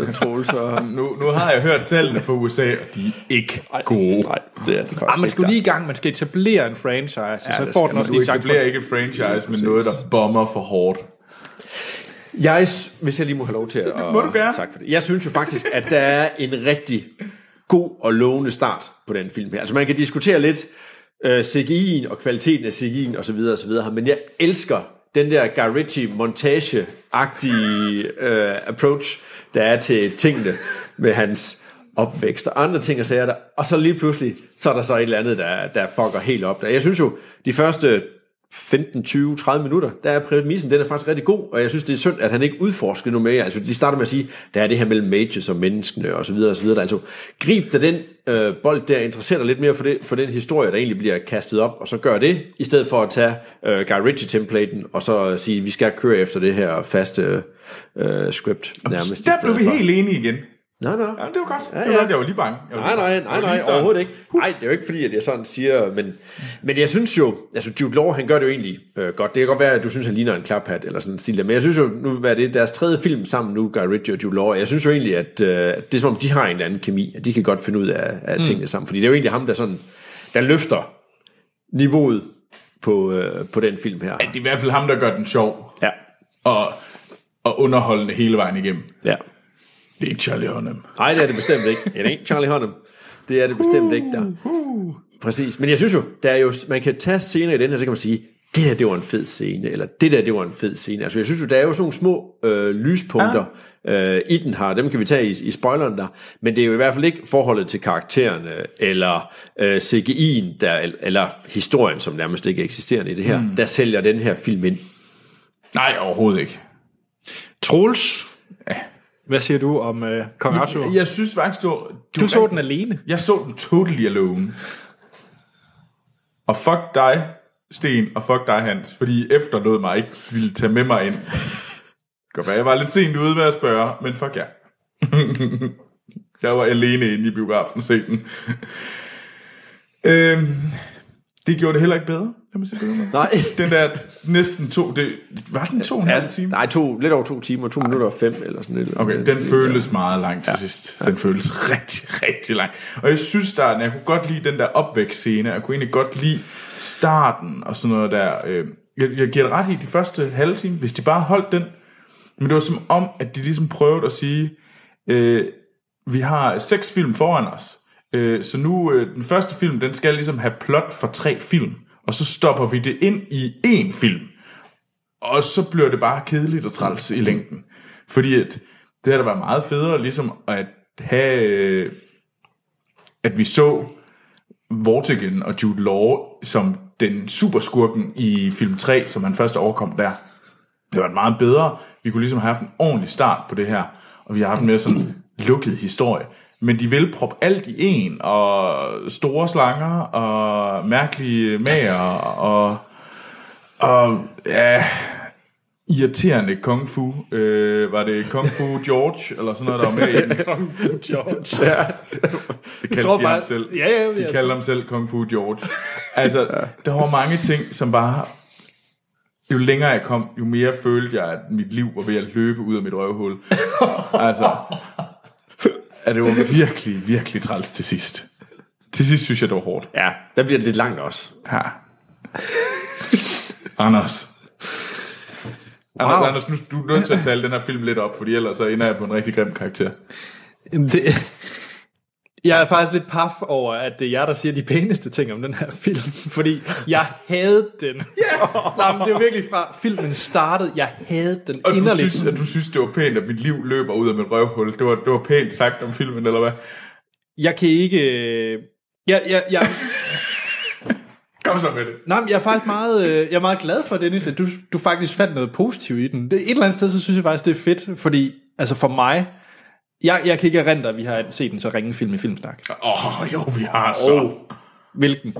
Speaker 3: øh, Troels. Og...
Speaker 2: nu, nu har jeg hørt tallene fra USA, og de er ikke gode.
Speaker 3: Nej, det er det faktisk
Speaker 1: Ah, man
Speaker 3: ikke.
Speaker 1: skal lige i gang, man skal etablere en franchise, ja, så får den også
Speaker 2: Du
Speaker 1: lige en chance for
Speaker 2: etablerer ikke et franchise med noget, der bomber for hårdt.
Speaker 3: Jeg, s- hvis jeg lige må have lov til at...
Speaker 2: må du gerne.
Speaker 3: Tak for det. Jeg synes jo faktisk, at der er en rigtig god og lovende start på den film her. Altså man kan diskutere lidt øh, CGI'en og kvaliteten af CGI'en osv. osv. Men jeg elsker den der Guy Ritchie montage-agtige øh, approach, der er til tingene med hans opvækst og andre ting og sager der. Og så lige pludselig, så er der så et eller andet, der, der fucker helt op. Der. Jeg synes jo, de første 15, 20, 30 minutter, der er præmissen, den er faktisk rigtig god, og jeg synes, det er synd, at han ikke udforsker noget mere. Altså, de starter med at sige, der er det her mellem mages og menneskene, og så videre, og så videre. Altså, grib da den øh, bold der, interesser dig lidt mere for, det, for den historie, der egentlig bliver kastet op, og så gør det, i stedet for at tage øh, Guy Ritchie-templaten, og så sige, vi skal køre efter det her faste øh, script nærmest. i
Speaker 2: Der blev
Speaker 3: stedet
Speaker 2: vi
Speaker 3: for.
Speaker 2: helt enige igen.
Speaker 3: Nej, nej.
Speaker 2: Ja, det var godt. Ja, ja.
Speaker 3: Ja,
Speaker 2: Det var
Speaker 3: ja.
Speaker 2: godt. Jeg var lige bange. Jeg var
Speaker 3: Nej,
Speaker 2: lige
Speaker 3: nej,
Speaker 2: bange. Jeg var
Speaker 3: nej,
Speaker 2: lige
Speaker 3: nej,
Speaker 2: sådan-
Speaker 3: overhovedet ikke. Nej, det er jo ikke fordi, at jeg sådan siger, men, men jeg synes jo, altså Jude Law, han gør det jo egentlig øh, godt. Det kan godt være, at du synes, han ligner en klaphat eller sådan en stil der, men jeg synes jo, nu er det deres tredje film sammen nu, Guy Ritchie og Jude Law, og jeg synes jo egentlig, at øh, at det er som om, de har en eller anden kemi, at de kan godt finde ud af, af mm. tingene sammen, fordi det er jo egentlig ham, der sådan, der løfter niveauet på, øh, på den film her.
Speaker 2: Ja, Det er i hvert fald ham, der gør den sjov
Speaker 3: Ja,
Speaker 2: og, og underholdende hele vejen igennem.
Speaker 3: ja.
Speaker 2: Det er ikke Charlie Hunnam.
Speaker 3: Nej, det er det bestemt ikke. Det er ikke Charlie Hunnam. Det er det bestemt ikke der. Præcis. Men jeg synes jo, der er jo, man kan tage scener i den her, så kan man sige, det der, det var en fed scene, eller det der, det var en fed scene. Altså, jeg synes jo, der er jo sådan nogle små øh, lyspunkter ah. øh, i den her. Dem kan vi tage i, i spoileren der. Men det er jo i hvert fald ikke forholdet til karaktererne, eller øh, CGI'en, der, eller historien, som nærmest ikke eksisterer i det her. Mm. Der sælger den her film ind.
Speaker 2: Nej, overhovedet ikke.
Speaker 1: Troels, hvad siger du om øh, Kong Arthur?
Speaker 2: Jeg synes faktisk, du... Du,
Speaker 1: Du så den alene.
Speaker 2: Jeg så den totally alone. Og fuck dig, Sten, og fuck dig, Hans, fordi I efterlod mig ikke ville tage med mig ind. Godt være, jeg var lidt sent ude med at spørge, men fuck ja. jeg var alene inde i biografen og se den. øhm, det gjorde det heller ikke bedre, lad mig sige det. med.
Speaker 3: Nej.
Speaker 2: Den der næsten to, det, var den to og en halv time?
Speaker 3: Nej, to, lidt over to timer, to minutter og fem, eller sådan noget.
Speaker 2: Okay, den føles meget lang til ja. sidst. Den ja. føles rigtig, rigtig lang. Og jeg synes der, jeg kunne godt lide den der opvækstscene, jeg kunne egentlig godt lide starten og sådan noget der. Øh, Jeg, jeg giver dig ret i de første halve time, hvis de bare holdt den. Men det var som om, at de ligesom prøvede at sige, øh, vi har seks film foran os, øh, så nu, øh, den første film, den skal ligesom have plot for tre film, og så stopper vi det ind i én film. Og så bliver det bare kedeligt og træls i længden. Fordi at det har da været meget federe ligesom at have, øh, at vi så Vortigen og Jude Law som den superskurken i film 3, som han først overkom der. Det var en meget bedre. Vi kunne ligesom have haft en ordentlig start på det her, og vi har haft en mere sådan lukket historie. Men de vil proppe alt i en, og store slanger, og mærkelige mager, og og ja, irriterende kung fu. Øh, var det kung fu George, eller sådan noget, der var med i den?
Speaker 1: Kong George.
Speaker 2: Det kaldte
Speaker 1: tror
Speaker 2: de ham
Speaker 1: faktisk-
Speaker 2: selv.
Speaker 1: Ja, ja, altså.
Speaker 2: de
Speaker 1: ja,
Speaker 2: kaldte ham selv kung fu George. Altså, der var mange ting, som bare... Jo længere jeg kom, jo mere følte jeg, at mit liv var ved at løbe ud af mit røvhul. altså, at det var virkelig, virkelig træls til sidst. Til sidst synes jeg, det var hårdt.
Speaker 3: Ja, der bliver det lidt langt også.
Speaker 2: Ja. Anders. Wow. Anders, Anders nu, du er nødt til at tale den her film lidt op, fordi ellers så ender jeg på en rigtig grim karakter.
Speaker 1: Jamen, Det, Jeg er faktisk lidt paf over, at det er jer, der siger de pæneste ting om den her film, fordi jeg havde den. Yeah! Nej, men det er jo virkelig fra filmen startede, jeg havde den
Speaker 2: Og du
Speaker 1: inderligt.
Speaker 2: synes, at du synes, det var pænt, at mit liv løber ud af mit røvhul. Det var, det var pænt sagt om filmen, eller hvad?
Speaker 1: Jeg kan ikke... øh, Jeg, jeg, jeg,
Speaker 2: Kom så med det.
Speaker 1: nej, men jeg er faktisk meget, øh, jeg er meget glad for, Dennis, at du, du faktisk fandt noget positivt i den. Det, et eller andet sted, så synes jeg faktisk, det er fedt, fordi altså for mig, jeg, jeg kan ikke erindre, at vi har set en så ringe film i Filmsnak.
Speaker 2: Åh, oh, jo, vi har så. Oh.
Speaker 1: Hvilken?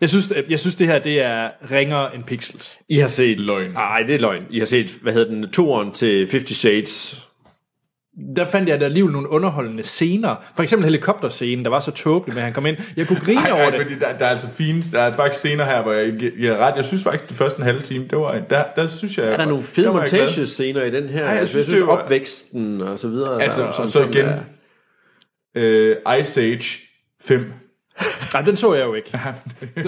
Speaker 1: Jeg synes, jeg synes det her det er ringer end pixels.
Speaker 3: I har set...
Speaker 2: Løgn.
Speaker 3: Nej, det er løgn. I har set, hvad hedder den, toren til 50 Shades.
Speaker 1: Der fandt jeg da alligevel nogle underholdende scener. For eksempel helikopterscenen, der var så tåbelig, men han kom ind. Jeg kunne grine
Speaker 2: Ej,
Speaker 1: over
Speaker 2: ej,
Speaker 1: det.
Speaker 2: fordi der, der er altså fine, der er faktisk scener her, hvor jeg, gi- jeg er ret. Jeg synes faktisk, det første en halve time, det var, der, der synes jeg...
Speaker 3: Er der nogle fede montagescener i den her? Ej,
Speaker 2: jeg synes,
Speaker 3: jeg, synes, jeg synes,
Speaker 2: det var-
Speaker 3: opvæksten og så videre.
Speaker 2: Altså,
Speaker 3: der er
Speaker 2: og
Speaker 3: sådan-
Speaker 2: så
Speaker 3: sådan
Speaker 2: igen,
Speaker 3: der-
Speaker 2: øh, Ice Age 5.
Speaker 1: Nej, den så jeg jo ikke.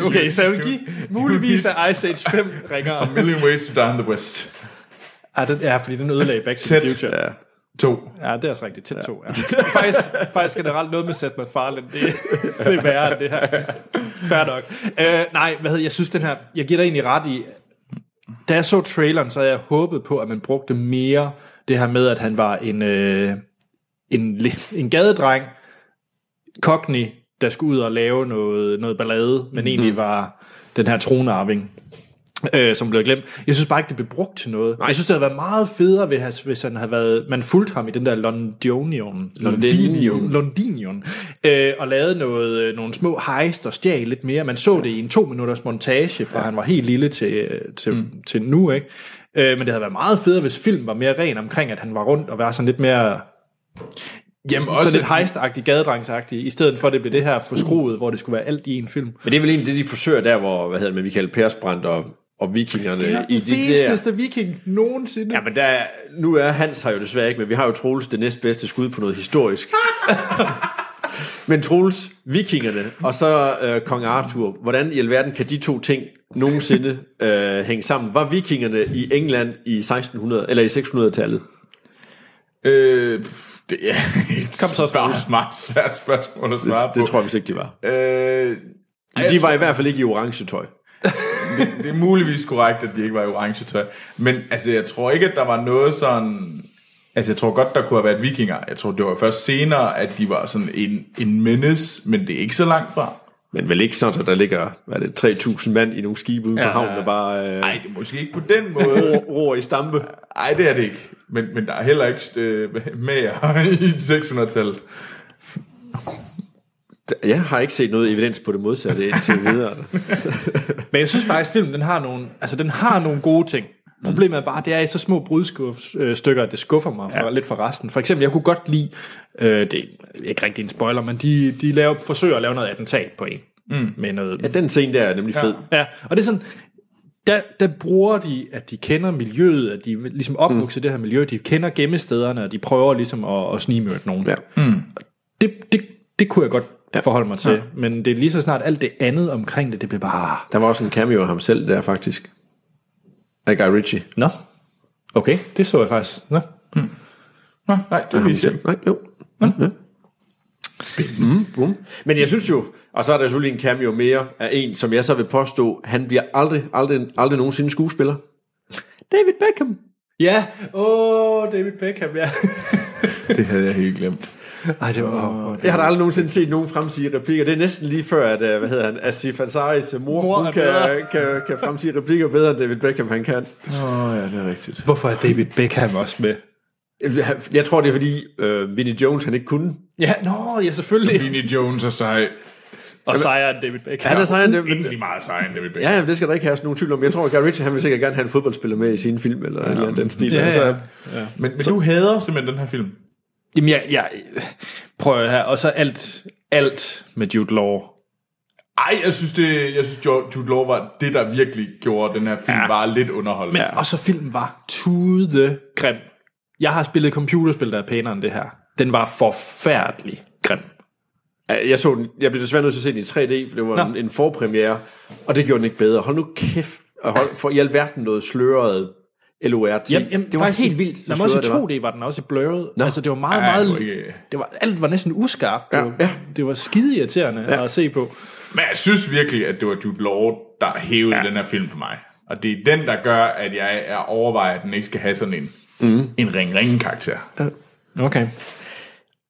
Speaker 1: Okay, så jeg vil give muligvis af Ice Age 5 ringer om.
Speaker 2: Million Ways to Die in the West.
Speaker 1: Ja, den, ja, fordi den ødelagde Back to the
Speaker 2: Tæt.
Speaker 1: Future. Ja.
Speaker 2: 2.
Speaker 1: Ja, det er altså rigtigt. Tæt to, ja. faktisk, faktisk generelt noget med Seth MacFarlane, det, det er værre end det her. Fair nok. Øh, nej, hvad hedder, jeg synes den her, jeg giver dig egentlig ret i, da jeg så traileren, så havde jeg håbet på, at man brugte mere det her med, at han var en, øh, en, le- en gadedreng, Cockney, der skulle ud og lave noget, noget ballade, men egentlig var den her tronarving, øh, som blev glemt. Jeg synes bare ikke, det blev brugt til noget. Nej. Jeg synes, det havde været meget federe, hvis, hvis han havde været, man fulgte ham i den der Londonion.
Speaker 3: Londinium.
Speaker 1: Londinion. Øh, og lavede noget, øh, nogle små hejst og stjal lidt mere. Man så det i en to minutters montage, fra ja. han var helt lille til, øh, til, mm. til nu. Ikke? Øh, men det havde været meget federe, hvis filmen var mere ren omkring, at han var rundt og var sådan lidt mere
Speaker 2: Jamen
Speaker 1: også sådan lidt hejstagtig, gadedrengsagtig, i stedet for at det blev det her forskruet, hvor det skulle være alt i en film.
Speaker 3: Men det er vel egentlig det, de forsøger der, hvor, hvad hedder det, med Michael Persbrandt og, og vikingerne.
Speaker 1: Øh,
Speaker 3: i der-
Speaker 1: viking nogensinde.
Speaker 3: Ja, men der, er- nu er Hans her jo desværre ikke, men vi har jo Troels det næstbedste skud på noget historisk. men Troels, vikingerne og så øh, kong Arthur, hvordan i alverden kan de to ting nogensinde øh, hænge sammen? Var vikingerne i England i 1600 eller i 600-tallet?
Speaker 2: Øh, pff, det er et
Speaker 1: Kom så,
Speaker 2: bare meget svært spørgsmål at svare på.
Speaker 3: Det tror jeg vist ikke, de var.
Speaker 2: Øh,
Speaker 3: De var i hvert fald ikke i orange tøj.
Speaker 2: det er muligvis korrekt, at de ikke var i orange tøj. Men altså, jeg tror ikke, at der var noget sådan... Altså, jeg tror godt, der kunne have været vikinger. Jeg tror, det var først senere, at de var sådan en, en menace, men det er ikke så langt fra.
Speaker 3: Men vel ikke sådan, at der ligger hvad er det, 3.000 mand i nogle skibe ude på
Speaker 1: Ja.
Speaker 3: ja, havnen og bare øh,
Speaker 2: Nej, det er måske ikke på den måde.
Speaker 3: ror, ror i stampe.
Speaker 2: Nej, det er det ikke. Men, men der er heller ikke øh, mere i 600-tallet.
Speaker 3: Jeg har ikke set noget evidens på det modsatte indtil videre.
Speaker 1: Men jeg synes faktisk, at filmen den har, nogle, altså, den har nogle gode ting. Problemet er bare, at det er i så små brudstykker, at det skuffer mig for, ja. lidt for resten. For eksempel, jeg kunne godt lide, øh, det er ikke rigtig en spoiler, men de, de laver, forsøger at lave noget attentat på en. Mm. Med noget
Speaker 3: Ja, den scene der er nemlig fed.
Speaker 1: Ja, og det er sådan, der, der bruger de, at de kender miljøet, at de ligesom opvokser mm. det her miljø, de kender gemmestederne, og de prøver ligesom at, at snigmyrde nogen.
Speaker 3: Ja.
Speaker 1: Mm. Det, det, det kunne jeg godt forholde mig til, ja. men det er lige så snart alt det andet omkring det, det bliver bare...
Speaker 3: Der var også en cameo af ham selv der, faktisk. Af Guy Ritchie.
Speaker 1: Nå, okay, det så jeg faktisk. Nå.
Speaker 2: Nå, nej, det er
Speaker 3: Ham
Speaker 2: vi selv.
Speaker 3: selv. Nej, jo. Ja. Mm, bum. Men jeg synes jo, og så er der selvfølgelig en cameo mere af en, som jeg så vil påstå, han bliver aldrig, aldrig, aldrig nogensinde skuespiller. David Beckham.
Speaker 1: Ja, åh, oh, David Beckham, ja.
Speaker 2: Det havde jeg helt glemt.
Speaker 1: Ej, det var... Oh,
Speaker 3: Jeg har da aldrig nogensinde set nogen fremsige replikker. Det er næsten lige før, at øh, hvad hedder han, Asif Ansaris mor,
Speaker 1: Mor
Speaker 3: mor
Speaker 1: er
Speaker 3: hun kan, øh,
Speaker 1: bedre.
Speaker 3: kan, kan fremsige replikker bedre, end David Beckham han kan.
Speaker 2: Åh, oh, ja, det er rigtigt.
Speaker 1: Hvorfor er David Beckham også med?
Speaker 3: Jeg tror, det er fordi øh, Vinnie Jones han ikke kunne.
Speaker 1: Ja, nå, ja, selvfølgelig.
Speaker 2: Vinnie Jones er sej.
Speaker 1: Og sejren David Beckham.
Speaker 3: Han er sejere end det, men
Speaker 2: Egentlig meget sej, end David Beckham.
Speaker 3: Ja, ja, det skal der ikke have nogen tvivl om. Jeg tror, at Guy Ritchie, han vil sikkert gerne have en fodboldspiller med i sin film, eller, ja, eller andet den stil.
Speaker 1: Ja,
Speaker 3: Altså,
Speaker 1: ja.
Speaker 2: Men, men du hader simpelthen den her film.
Speaker 1: Jamen, jeg, jeg prøver her. Og så alt, alt med Jude Law.
Speaker 2: Ej, jeg synes, det, jeg synes Jude Jude Law var det, der virkelig gjorde den her film, ja. var lidt underholdende.
Speaker 1: Men, ja. Og så filmen var tude grim. Jeg har spillet computerspil, der er pænere end det her. Den var forfærdelig grim.
Speaker 3: ja. Jeg, så den, jeg blev desværre nødt til at se den i 3D, for det var en, en forpremiere, og det gjorde den ikke bedre. Hold nu kæft, og hold for i alverden noget sløret. LORT.
Speaker 1: Jamen, jamen,
Speaker 3: det var
Speaker 1: faktisk,
Speaker 3: helt vildt.
Speaker 1: Jamen, også i
Speaker 3: sløret det
Speaker 1: 2D
Speaker 3: var.
Speaker 1: var den også blurred.
Speaker 3: Nå.
Speaker 1: Altså, det var meget,
Speaker 2: Ja,
Speaker 1: meget...
Speaker 2: det var ikke-
Speaker 1: det var, alt var næsten uskarpt.
Speaker 3: Ja,
Speaker 1: Det, var,
Speaker 3: ja.
Speaker 1: det var skide irriterende ja. at se på.
Speaker 2: Men jeg synes virkelig, at det var Jude Law, der hævede ja. den her film for mig. Og det er den, der gør, at jeg er overvejet, at den ikke skal have sådan en, mm. en ring-ring-karakter.
Speaker 1: Okay.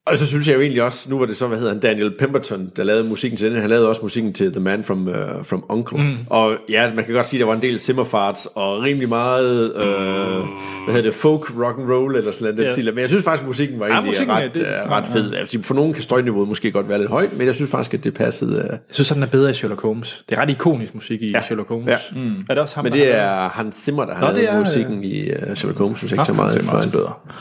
Speaker 3: Og så synes jeg jo egentlig også, nu var det så, hvad hedder han, Daniel Pemberton, der lavede musikken til den, han lavede også musikken til The Man from, uh, from Uncle. Mm. Og ja, man kan godt sige, der var en del simmerfarts og rimelig meget, øh, hvad hedder det, folk rock and roll eller sådan noget,
Speaker 1: Ja.
Speaker 3: yeah. stil. Men jeg synes faktisk, musikken var egentlig
Speaker 1: musikken
Speaker 3: musikken
Speaker 1: er
Speaker 3: ret,
Speaker 1: det.
Speaker 3: det, uh, ret fed. Altså, for nogen kan støjniveauet måske godt være lidt højt, men jeg synes faktisk, at det passede. Uh,
Speaker 1: Jeg synes, sådan er bedre i Sherlock Holmes. Det er ret ikonisk musik i ja. Sherlock Holmes.
Speaker 3: Ja.
Speaker 1: Mm. Er det også ham,
Speaker 3: men
Speaker 1: der
Speaker 3: det
Speaker 1: har lavet
Speaker 3: er Hans Zimmer, der har
Speaker 1: det
Speaker 3: lavet
Speaker 1: er,
Speaker 3: musikken i uh, Sherlock Holmes, synes jeg ikke så
Speaker 1: Hans
Speaker 3: meget.
Speaker 2: Zimmer er også
Speaker 3: for-
Speaker 2: bedre.
Speaker 1: den?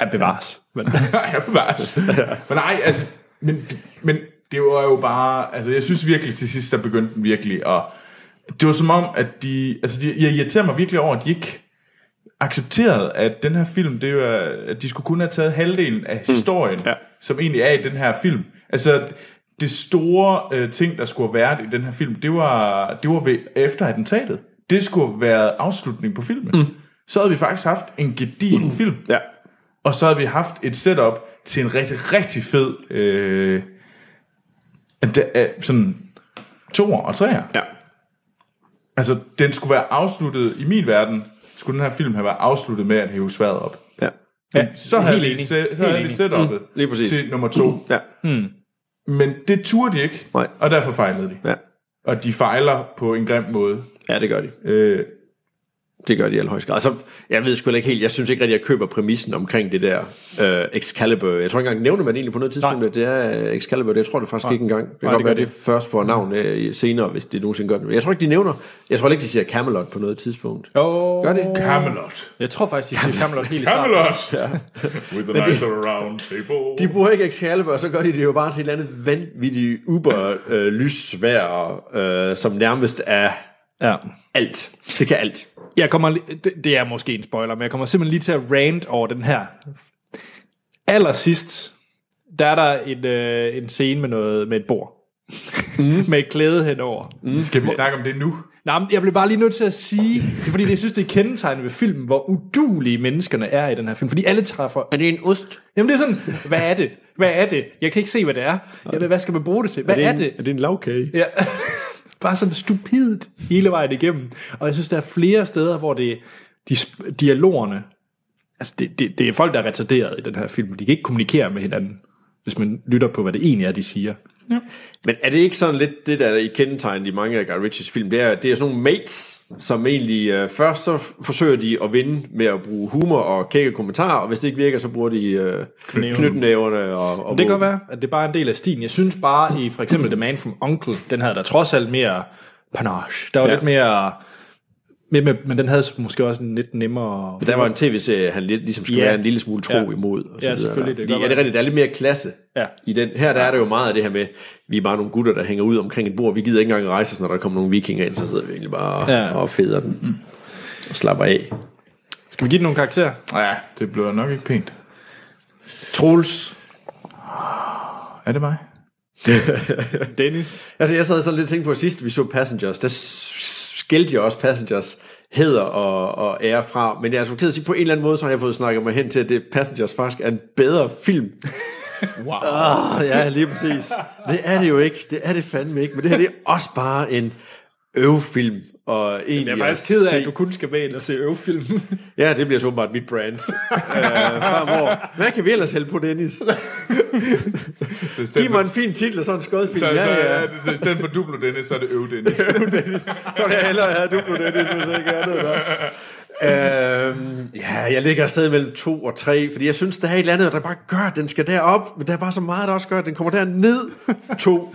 Speaker 1: Ja, bevares. Men,
Speaker 2: ja, bevares. men nej, altså, men, men det var jo bare, altså jeg synes virkelig til sidst, der begyndte den virkelig at, det var som om, at de, altså de, jeg irriterer mig virkelig over, at de ikke accepterede, at den her film, det var, at de skulle kun have taget halvdelen af historien, mm. ja. som egentlig er i den her film. Altså, det store øh, ting, der skulle have været i den her film, det var, det var ved, efter attentatet. Det skulle have været afslutningen på filmen. Mm. Så havde vi faktisk haft en gedigen mm. film.
Speaker 3: Ja.
Speaker 2: Og så havde vi haft et setup til en rigtig, rigtig fed øh, at det er sådan toer og træer.
Speaker 3: Ja.
Speaker 2: Altså, den skulle være afsluttet, i min verden, skulle den her film have været afsluttet med at hæve sværet op.
Speaker 3: ja.
Speaker 2: Ja, så havde
Speaker 1: helt
Speaker 2: vi,
Speaker 1: enig.
Speaker 2: se,
Speaker 1: Helt
Speaker 2: så havde vi
Speaker 1: enig.
Speaker 2: setupet
Speaker 3: lige præcis.
Speaker 2: til nummer to.
Speaker 3: Ja.
Speaker 2: Men det turde de ikke,
Speaker 3: Nej.
Speaker 2: og derfor fejlede de.
Speaker 3: Ja.
Speaker 2: Og de fejler på en grim måde.
Speaker 3: ja, det gør de.
Speaker 2: Øh,
Speaker 3: Det gør de i allerhøjeste grad. Altså, jeg ved sgu heller ikke helt, jeg synes ikke rigtig, jeg køber præmissen omkring det der øh, Excalibur. Jeg tror ikke engang, nævner man egentlig på noget tidspunkt, at det er øh, Excalibur. Det tror jeg faktisk ikke engang. Det kan godt
Speaker 1: det
Speaker 3: være,
Speaker 1: gør
Speaker 3: det først får navn øh, senere, hvis det nogensinde gør det. Men Jeg tror ikke, de nævner. Jeg tror ikke, de siger Camelot på noget tidspunkt.
Speaker 1: oh,
Speaker 3: Gør det?
Speaker 2: Camelot.
Speaker 1: Jeg tror faktisk, de siger Camelot helt i starten.
Speaker 2: Camelot! With an nice round table.
Speaker 3: De bruger ikke Excalibur, og så gør de det jo bare til et eller andet vanvittigt uber øh, lyssvær, øh, som nærmest er
Speaker 1: Ja.
Speaker 3: alt. Det kan alt.
Speaker 1: Jeg kommer, li- det, det er måske en spoiler, men jeg kommer simpelthen lige til at rant over den her. Allersidst, der er der en, øh, en scene med, noget, med et bord. Mm. med et klæde henover.
Speaker 2: Skal vi snakke om det nu?
Speaker 1: Nej, men jeg blev bare lige nødt til at sige, det er fordi jeg synes, det er kendetegnende ved filmen, hvor udulige menneskerne er i den her film. Fordi alle træffer...
Speaker 3: Er det en ost?
Speaker 1: Jamen det er sådan, hvad er det? Hvad er det? Jeg kan ikke se, hvad det er. Jeg ved, hvad skal man bruge det til? Hvad er det?
Speaker 3: Er det en lavkage?
Speaker 1: Ja. Bare sådan stupidt hele vejen igennem. Og jeg synes, der er flere steder, hvor det de, sp- dialogerne... Altså, det, det, det er folk, der er retarderet i den her film. De kan ikke kommunikere med hinanden, hvis man lytter på, hvad det egentlig er, de siger.
Speaker 3: Men er det ikke sådan lidt det, der er i kendetegn i mange af Guy Ritchies film? Det er, det er sådan nogle mates, som egentlig øh, først så f- forsøger de at vinde med at bruge humor og kække kommentarer, og hvis det ikke virker, så bruger de øh, knytnæverne og, og
Speaker 1: Det kan godt være, at det er bare er en del af stilen. Jeg synes bare, i for eksempel The Man from Uncle, den havde der trods alt mere panache. Der var ja.
Speaker 3: Ja.
Speaker 1: lidt mere... Men, men- men den havde måske også en lidt nemmere...
Speaker 3: Der var en tv-serie, han lidt, ligesom skulle
Speaker 1: Ja.
Speaker 3: være en lille smule tro
Speaker 1: Ja.
Speaker 3: imod. Og så
Speaker 1: Ja,
Speaker 3: videre.
Speaker 1: selvfølgelig, det kan
Speaker 3: Fordi,
Speaker 1: godt
Speaker 3: er det
Speaker 1: være.
Speaker 3: rigtigt, der er lidt mere klasse
Speaker 1: Ja.
Speaker 3: i den. Her der er det jo meget af det her med, vi er bare nogle gutter, der hænger ud omkring et bord. Vi gider ikke engang rejse os, når der kommer nogle vikinger ind, så sidder vi egentlig bare
Speaker 1: Ja.
Speaker 3: ja. og feder den. Mm. Og slapper af.
Speaker 1: Skal vi give den nogle karakterer?
Speaker 2: Ja, det bliver nok ikke pænt.
Speaker 1: Troels,
Speaker 2: Er det mig?
Speaker 1: Dennis.
Speaker 3: Altså, jeg sad sådan lidt og tænkte på, at sidst vi så Passengers, der s- skilte jeg også Passengers heder og, og ære fra, men jeg er så ked af at sige, på en eller anden måde, så har jeg fået snakket mig hen til, at det Passengers faktisk er en bedre film.
Speaker 1: Wow.
Speaker 3: Oh, ja, lige præcis. Det er det jo ikke. Det er det fandme ikke. Men det her, det er også bare en øvfilm. Og egentlig
Speaker 1: Jeg er faktisk
Speaker 3: at
Speaker 1: ked af,
Speaker 3: se-
Speaker 1: at du kun skal med ind og se øvefilm.
Speaker 3: Ja, det bliver så åbenbart mit brand. øh, fremover. Hvad kan vi ellers hælde på, Dennis? Giv mig en fin titel og sådan en skodfilm.
Speaker 2: Så,
Speaker 3: ja,
Speaker 2: så,
Speaker 3: ja.
Speaker 2: altså, ja, så i stedet for Duplo Dennis, så er det Øv Dennis.
Speaker 3: Så vil jeg hellere have Duplo Dennis, hvis jeg ikke andet der. Øhm, ja, jeg ligger afsted mellem to og tre, fordi jeg synes, der er et eller andet, der bare gør, at den skal derop, men der er bare så meget, der også gør, at den kommer derned. To.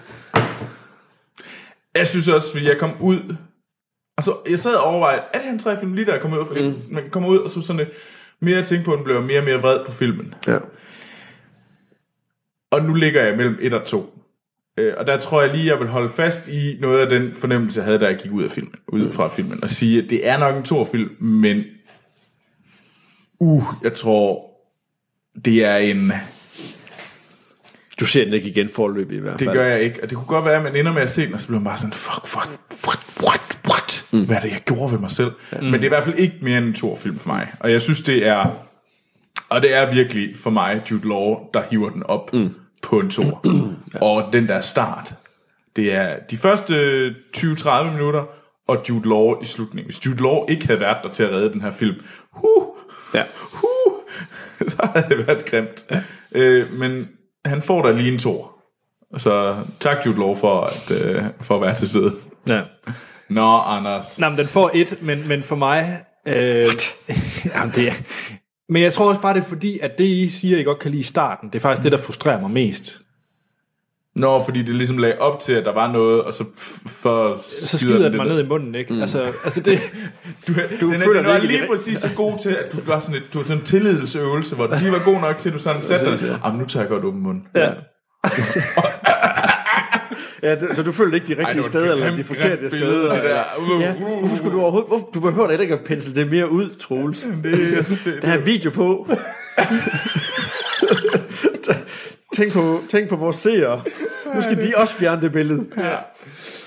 Speaker 2: Jeg synes også, fordi jeg kom ud, og så, jeg sad og overvejede, er det han tre film lige der, jeg kom ud, for mm. man kommer ud, og så sådan lidt, mere jeg tænkte på den, blev jeg mere og mere vred på filmen.
Speaker 3: Ja.
Speaker 2: Og nu ligger jeg mellem et og to. Øh, og der tror jeg lige, jeg vil holde fast i noget af den fornemmelse, jeg havde, da jeg gik ud, af filmen, ud fra filmen, og sige, at det er nok en to film, men uh, jeg tror, det er en...
Speaker 3: Du ser den ikke igen forløbig i hvert fald.
Speaker 2: Det gør jeg ikke. Og det kunne godt være, at man ender med at se den, og så bliver man bare sådan, fuck, what, what, what, what? shit, mm. hvad er det, jeg gjorde ved mig selv? Mm. Men det er i hvert fald ikke mere end en stor film for mig. Og jeg synes, det er... Og det er virkelig for mig Jude Law, der hiver den op mm. på en tor. ja. Og den der start, det er de første 20-30 minutter, og Jude Law i slutningen. Hvis Jude Law ikke havde været der til at redde den her film, huh,
Speaker 3: Ja.
Speaker 2: huh, så havde det været grimt. Ja. Øh, men han får da lige en tor. Så tak Jude Law for at, øh, for at være til stede.
Speaker 1: Ja.
Speaker 2: Nå, Anders.
Speaker 1: Nå, men den får et, men, men for mig... Øh, jamen, det er, men jeg tror også bare, det er fordi, at det, I siger, I godt kan lide i starten, det er faktisk det, der frustrerer mig mest.
Speaker 2: Nå, fordi det ligesom lagde op til, at der var noget, og så, f- for
Speaker 1: Så skider den mig ned i munden, ikke? Mm. Altså, altså det, du, du
Speaker 2: Den,
Speaker 1: føler
Speaker 2: den var
Speaker 1: det ikke
Speaker 2: lige præcis så god til, at du var sådan, et, du var sådan en tillidsøvelse, hvor du lige var god nok til, at du sådan satte dig. Jamen, nu tager jeg godt åben mund.
Speaker 1: Ja.
Speaker 3: Ja, det, så du følte ikke de
Speaker 2: det var
Speaker 3: rigtige
Speaker 2: et
Speaker 3: steder, eller de
Speaker 2: grimt,
Speaker 3: forkerte
Speaker 2: grimt
Speaker 3: steder.
Speaker 2: billede, det der. Uh,
Speaker 3: Ja,
Speaker 2: uh, uh.
Speaker 3: hvorfor skulle du overhovedet... Hvorfor, du behøver da heller ikke at pensle det mere ud, Troels.
Speaker 2: Det, jeg synes, det,
Speaker 3: Der er video på. tænk på. Tænk på vores seere. Nu skal de også fjerne det billede. Ja.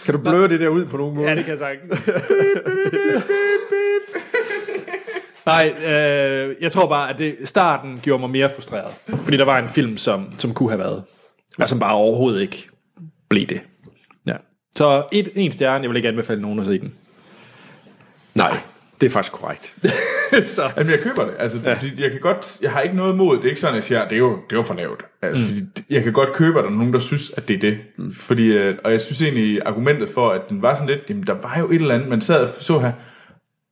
Speaker 3: Kan du bløre det der ud på nogen måde?
Speaker 1: Ja, det kan jeg sagtens. Nej, øh, jeg tror bare, at det, starten gjorde mig mere frustreret. Fordi der var en film, som, som kunne have været. Og som bare overhovedet ikke blev det. Ja. Så et, en stjerne, jeg vil ikke anbefale nogen at se den.
Speaker 3: Nej, det er faktisk korrekt.
Speaker 1: Så.
Speaker 2: Jamen, jeg køber det. Altså, ja. jeg, kan godt, jeg har ikke noget mod det. Det er ikke sådan, at jeg siger, "Ah, det er jo, det er jo for lavt. Altså, mm. fordi jeg kan godt købe, at der er nogen, der synes, at det er det. Mm. Fordi, øh, og jeg synes egentlig, argumentet for, at den var sådan lidt, jamen, der var jo et eller andet, man sad og så her,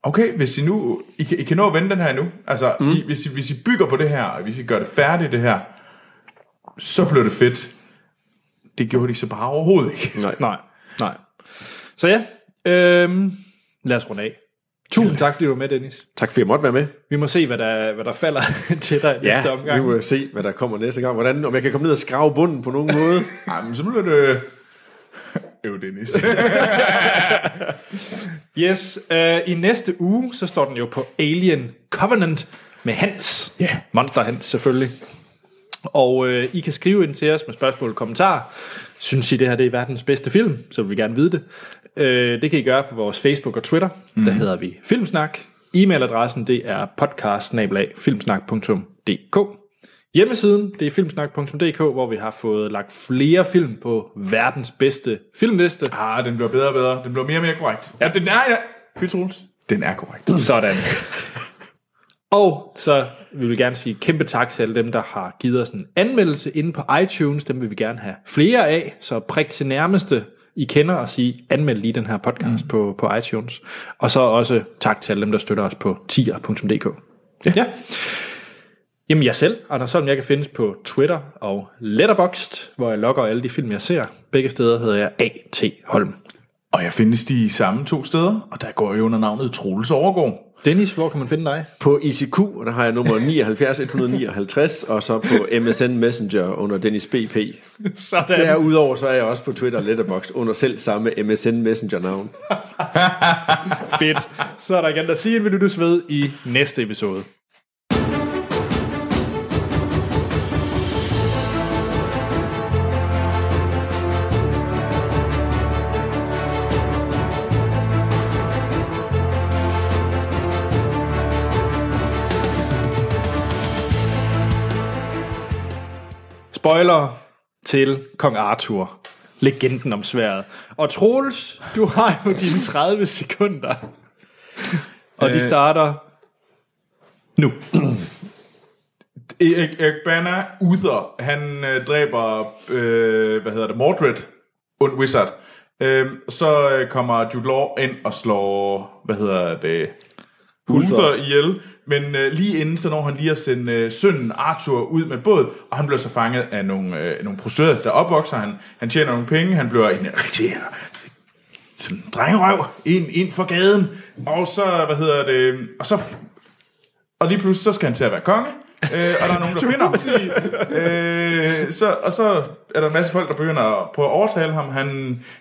Speaker 2: okay, hvis I nu, I kan, I kan nå at vende den her nu. Altså, mm. I, hvis, I, hvis I bygger på det her, og hvis I gør det færdigt, det her, så bliver det fedt. Det gjorde de så bare overhovedet ikke.
Speaker 3: Nej.
Speaker 1: Nej, nej. Så ja, øhm, lad os runde af. Tusind tak, fordi du var med, Dennis.
Speaker 3: Tak fordi jeg måtte være med.
Speaker 1: Vi må se, hvad der, hvad der falder til dig i næste
Speaker 3: Ja, vi
Speaker 1: omgang.
Speaker 3: må se, hvad der kommer næste gang. Hvordan, om jeg kan komme ned og skrave bunden på nogen måde.
Speaker 2: Jamen, så bliver det... Øv, Dennis.
Speaker 1: Yes, øh, i næste uge, så står den jo på Alien Covenant med Hans. Ja. Yeah. Monster Hans, selvfølgelig. Og øh, I kan skrive ind til os med spørgsmål og kommentarer. Synes I, det her det er verdens bedste film? Så vil vi gerne vide det. Øh, det kan I gøre på vores Facebook og Twitter. Mm. Der hedder vi Filmsnak. E-mailadressen det er podcast Hjemmesiden det er filmsnak.dk, hvor vi har fået lagt flere film på verdens bedste filmliste.
Speaker 2: Ah, den bliver bedre og bedre. Den bliver mere og mere korrekt. Ja, den er... Ja. Fy, Troels. Den er korrekt.
Speaker 1: Sådan. Og så vil vi gerne sige kæmpe tak til alle dem, der har givet os en anmeldelse inde på iTunes. Dem vil vi gerne have flere af, så prik til nærmeste, I kender og sige, anmeld lige den her podcast mm. på, på iTunes. Og så også tak til alle dem, der støtter os på tier.dk. Ja. ja. Jamen jeg selv, Anders Holm, jeg kan findes på Twitter og Letterboxd, hvor jeg logger alle de film, jeg ser. Begge steder hedder jeg A.T. Holm.
Speaker 2: Og jeg findes de samme to steder, og der går jeg under navnet Troels Overgaard.
Speaker 1: Dennis, hvor kan man finde dig?
Speaker 3: På ICQ, og der har jeg nummer 79 159, og så på MSN Messenger under Dennis BP.
Speaker 1: Sådan.
Speaker 3: Derudover så er jeg også på Twitter og Letterboxd under selv samme MSN Messenger navn.
Speaker 1: Fedt. Så er der igen, der siger, vi lyttes ved i næste episode. Spoiler til Kong Arthur. Legenden om sværet. Og Troels, du har jo dine 30 sekunder. Og
Speaker 3: Øh.
Speaker 1: de starter nu.
Speaker 2: Erik, Erik Banner, Uther, han øh, dræber, øh, hvad hedder det, Mordred, ond wizard. Øh, så øh, kommer Jude Law ind og slår, hvad hedder det, Uther, Uther ihjel. Men øh, lige inden, så når han lige at sende øh, sønnen Arthur ud med båd, og han bliver så fanget af nogle, øh, nogle prostøder, der opvokser han. Han tjener nogle penge, han bliver en rigtig sådan drengerøv ind, ind for gaden. Og så, hvad hedder det, og så... Og lige pludselig, så skal han til at være konge. Øh, og der er nogen, der finder ham. Øh, så, og så er der en masse folk, der begynder at prøve at overtale ham. Han,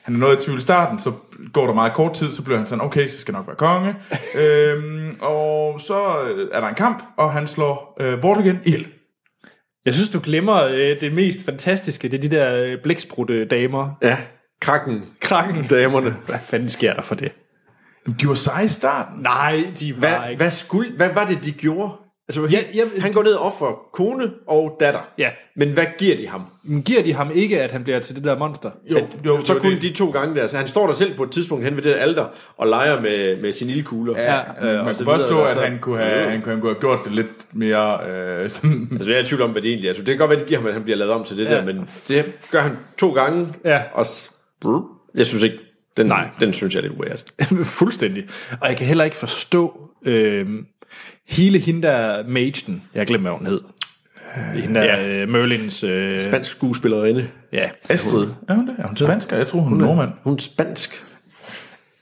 Speaker 2: han er noget i tvivl i starten, så går der meget kort tid, så bliver han sådan, okay, så skal jeg nok være konge. Øh, og så øh, er der en kamp, og han slår øh, Vortigern ihjel.
Speaker 1: Jeg synes, du glemmer øh, det mest fantastiske. Det er de der øh, blæksprutte damer.
Speaker 3: Ja, krakken,
Speaker 1: Krakken.
Speaker 3: damerne.
Speaker 1: Hvad fanden sker der for det?
Speaker 2: De var seje i starten.
Speaker 1: Nej, de var
Speaker 3: Hvad,
Speaker 1: ikke.
Speaker 3: hvad, skulle, hvad var det, de gjorde? Altså,
Speaker 1: Ja,
Speaker 3: ja,
Speaker 1: ja,
Speaker 3: ja, han går ned og offer kone og datter.
Speaker 1: Ja.
Speaker 3: Men hvad giver de ham?
Speaker 1: Men giver de ham ikke, at han bliver til det der monster?
Speaker 3: Jo, at, jo, så
Speaker 2: det var
Speaker 3: kun
Speaker 2: det.
Speaker 3: det. de to gange der. Så han står der selv på et tidspunkt hen ved det der alter og leger med, med sine ildkugler.
Speaker 2: Ja, man
Speaker 3: Øh, og så
Speaker 2: kunne også
Speaker 3: videre,
Speaker 2: så,
Speaker 3: og
Speaker 2: at
Speaker 3: så-
Speaker 2: han kunne, have,
Speaker 3: Ja.
Speaker 2: han, kunne, han kunne have gjort det lidt mere øh, sådan...
Speaker 3: Altså, jeg er i tvivl om, hvad det egentlig er. Så det kan godt være, det giver ham, at han bliver lavet om til det
Speaker 1: Ja.
Speaker 3: ja. der, men det gør han to gange.
Speaker 1: Ja.
Speaker 3: Og s- jeg synes ikke, den, Nej. den synes jeg er lidt weird.
Speaker 1: Fuldstændig. Og jeg kan heller ikke forstå øh, hele hende der magen. Jeg glemmer, hvad hun hed. Hende der ja.
Speaker 3: ja.
Speaker 1: øh, Merlins... Øh,
Speaker 3: Spansk skuespillerinde.
Speaker 1: ja.
Speaker 2: Astrid. Er hun det? Er hun spansker? Jeg tror, hun er nordmand.
Speaker 3: Hun er spansk.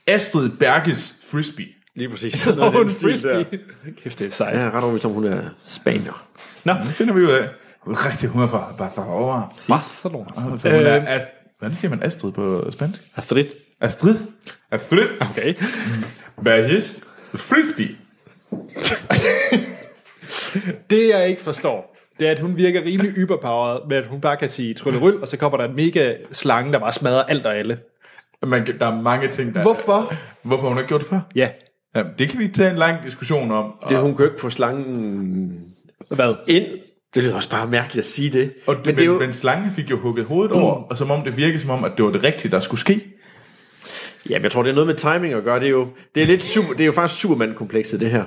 Speaker 2: Astrid Berges Frisbee.
Speaker 3: Lige præcis. Noget af den stil der.
Speaker 1: Kæft, det er sejt.
Speaker 3: Jeg
Speaker 1: Ja.
Speaker 3: er ret overbevist om, hun er spanier.
Speaker 1: Nå,
Speaker 2: Det Mm, finder vi ud af. Hun er rigtig hun er fra Barcelona.
Speaker 1: Barcelona. Øh,
Speaker 2: Så hun er, at, hvordan siger man Astrid på spansk?
Speaker 3: Astrid.
Speaker 2: Astrid. Astrid.
Speaker 1: Okay.
Speaker 2: Berges Frisbee.
Speaker 1: Det, jeg ikke forstår, det er, at hun virker rimelig yberpowered, med at hun bare kan sige trylleryl,
Speaker 3: Mm.
Speaker 1: og så kommer der en mega slange, der bare smadrer alt og alle.
Speaker 2: Man, kan- der er mange ting, der...
Speaker 1: Hvorfor?
Speaker 2: Hvorfor hun ikke gjort det før?
Speaker 1: Ja.
Speaker 2: Jamen, det kan vi tage en lang diskussion om.
Speaker 3: Det, hun kan jo ikke få slangen
Speaker 1: Hvad?
Speaker 3: ind. Det lyder også bare mærkeligt at sige det.
Speaker 2: Og men, men, det jo... Mm. men slangen fik jo hugget hovedet over, og som om det virkede som om, at det var det rigtige, der skulle ske.
Speaker 3: Ja, men jeg tror, det er noget med timing at gøre. Det er jo, det er lidt super, det er jo faktisk Superman-komplekset, det her.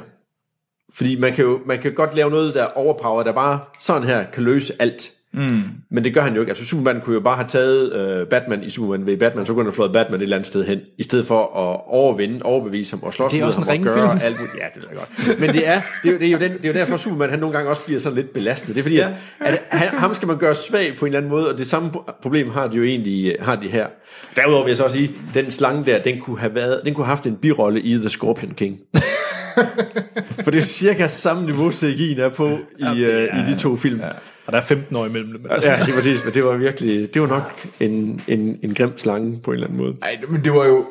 Speaker 3: Fordi man kan jo man kan godt lave noget, der er overpower, der bare sådan her kan løse alt. Mm. Men det gør han jo ikke. Altså, Superman kunne jo bare have taget øh, Batman i Superman ved Batman, så kunne han have flået Batman et eller andet sted hen, i stedet for at overvinde, overbevise ham og slås
Speaker 1: Det er
Speaker 3: mod
Speaker 1: også
Speaker 3: ham
Speaker 1: en
Speaker 3: og gøre
Speaker 1: ringfilm.
Speaker 3: alt muligt. Ja, det er godt. Men det er, det er, jo, det, er jo den, det er jo derfor, Superman han nogle gange også bliver sådan lidt belastende. Det er fordi, ja. at, at han, ham skal man gøre svag på en eller anden måde, og det samme pro- problem har de jo egentlig har de her. Derudover vil jeg så også sige, den slange der, den kunne have, været, den kunne have haft en birolle i The Scorpion King. For det er cirka samme niveau, CGI'en er på i, ja, øh, i de to film. Ja,
Speaker 1: Og der er 15 år imellem dem. Altså.
Speaker 3: ja lige præcis, men det var virkelig, det var nok en, en, en grim slange på en eller anden måde.
Speaker 2: Ej, men det var jo...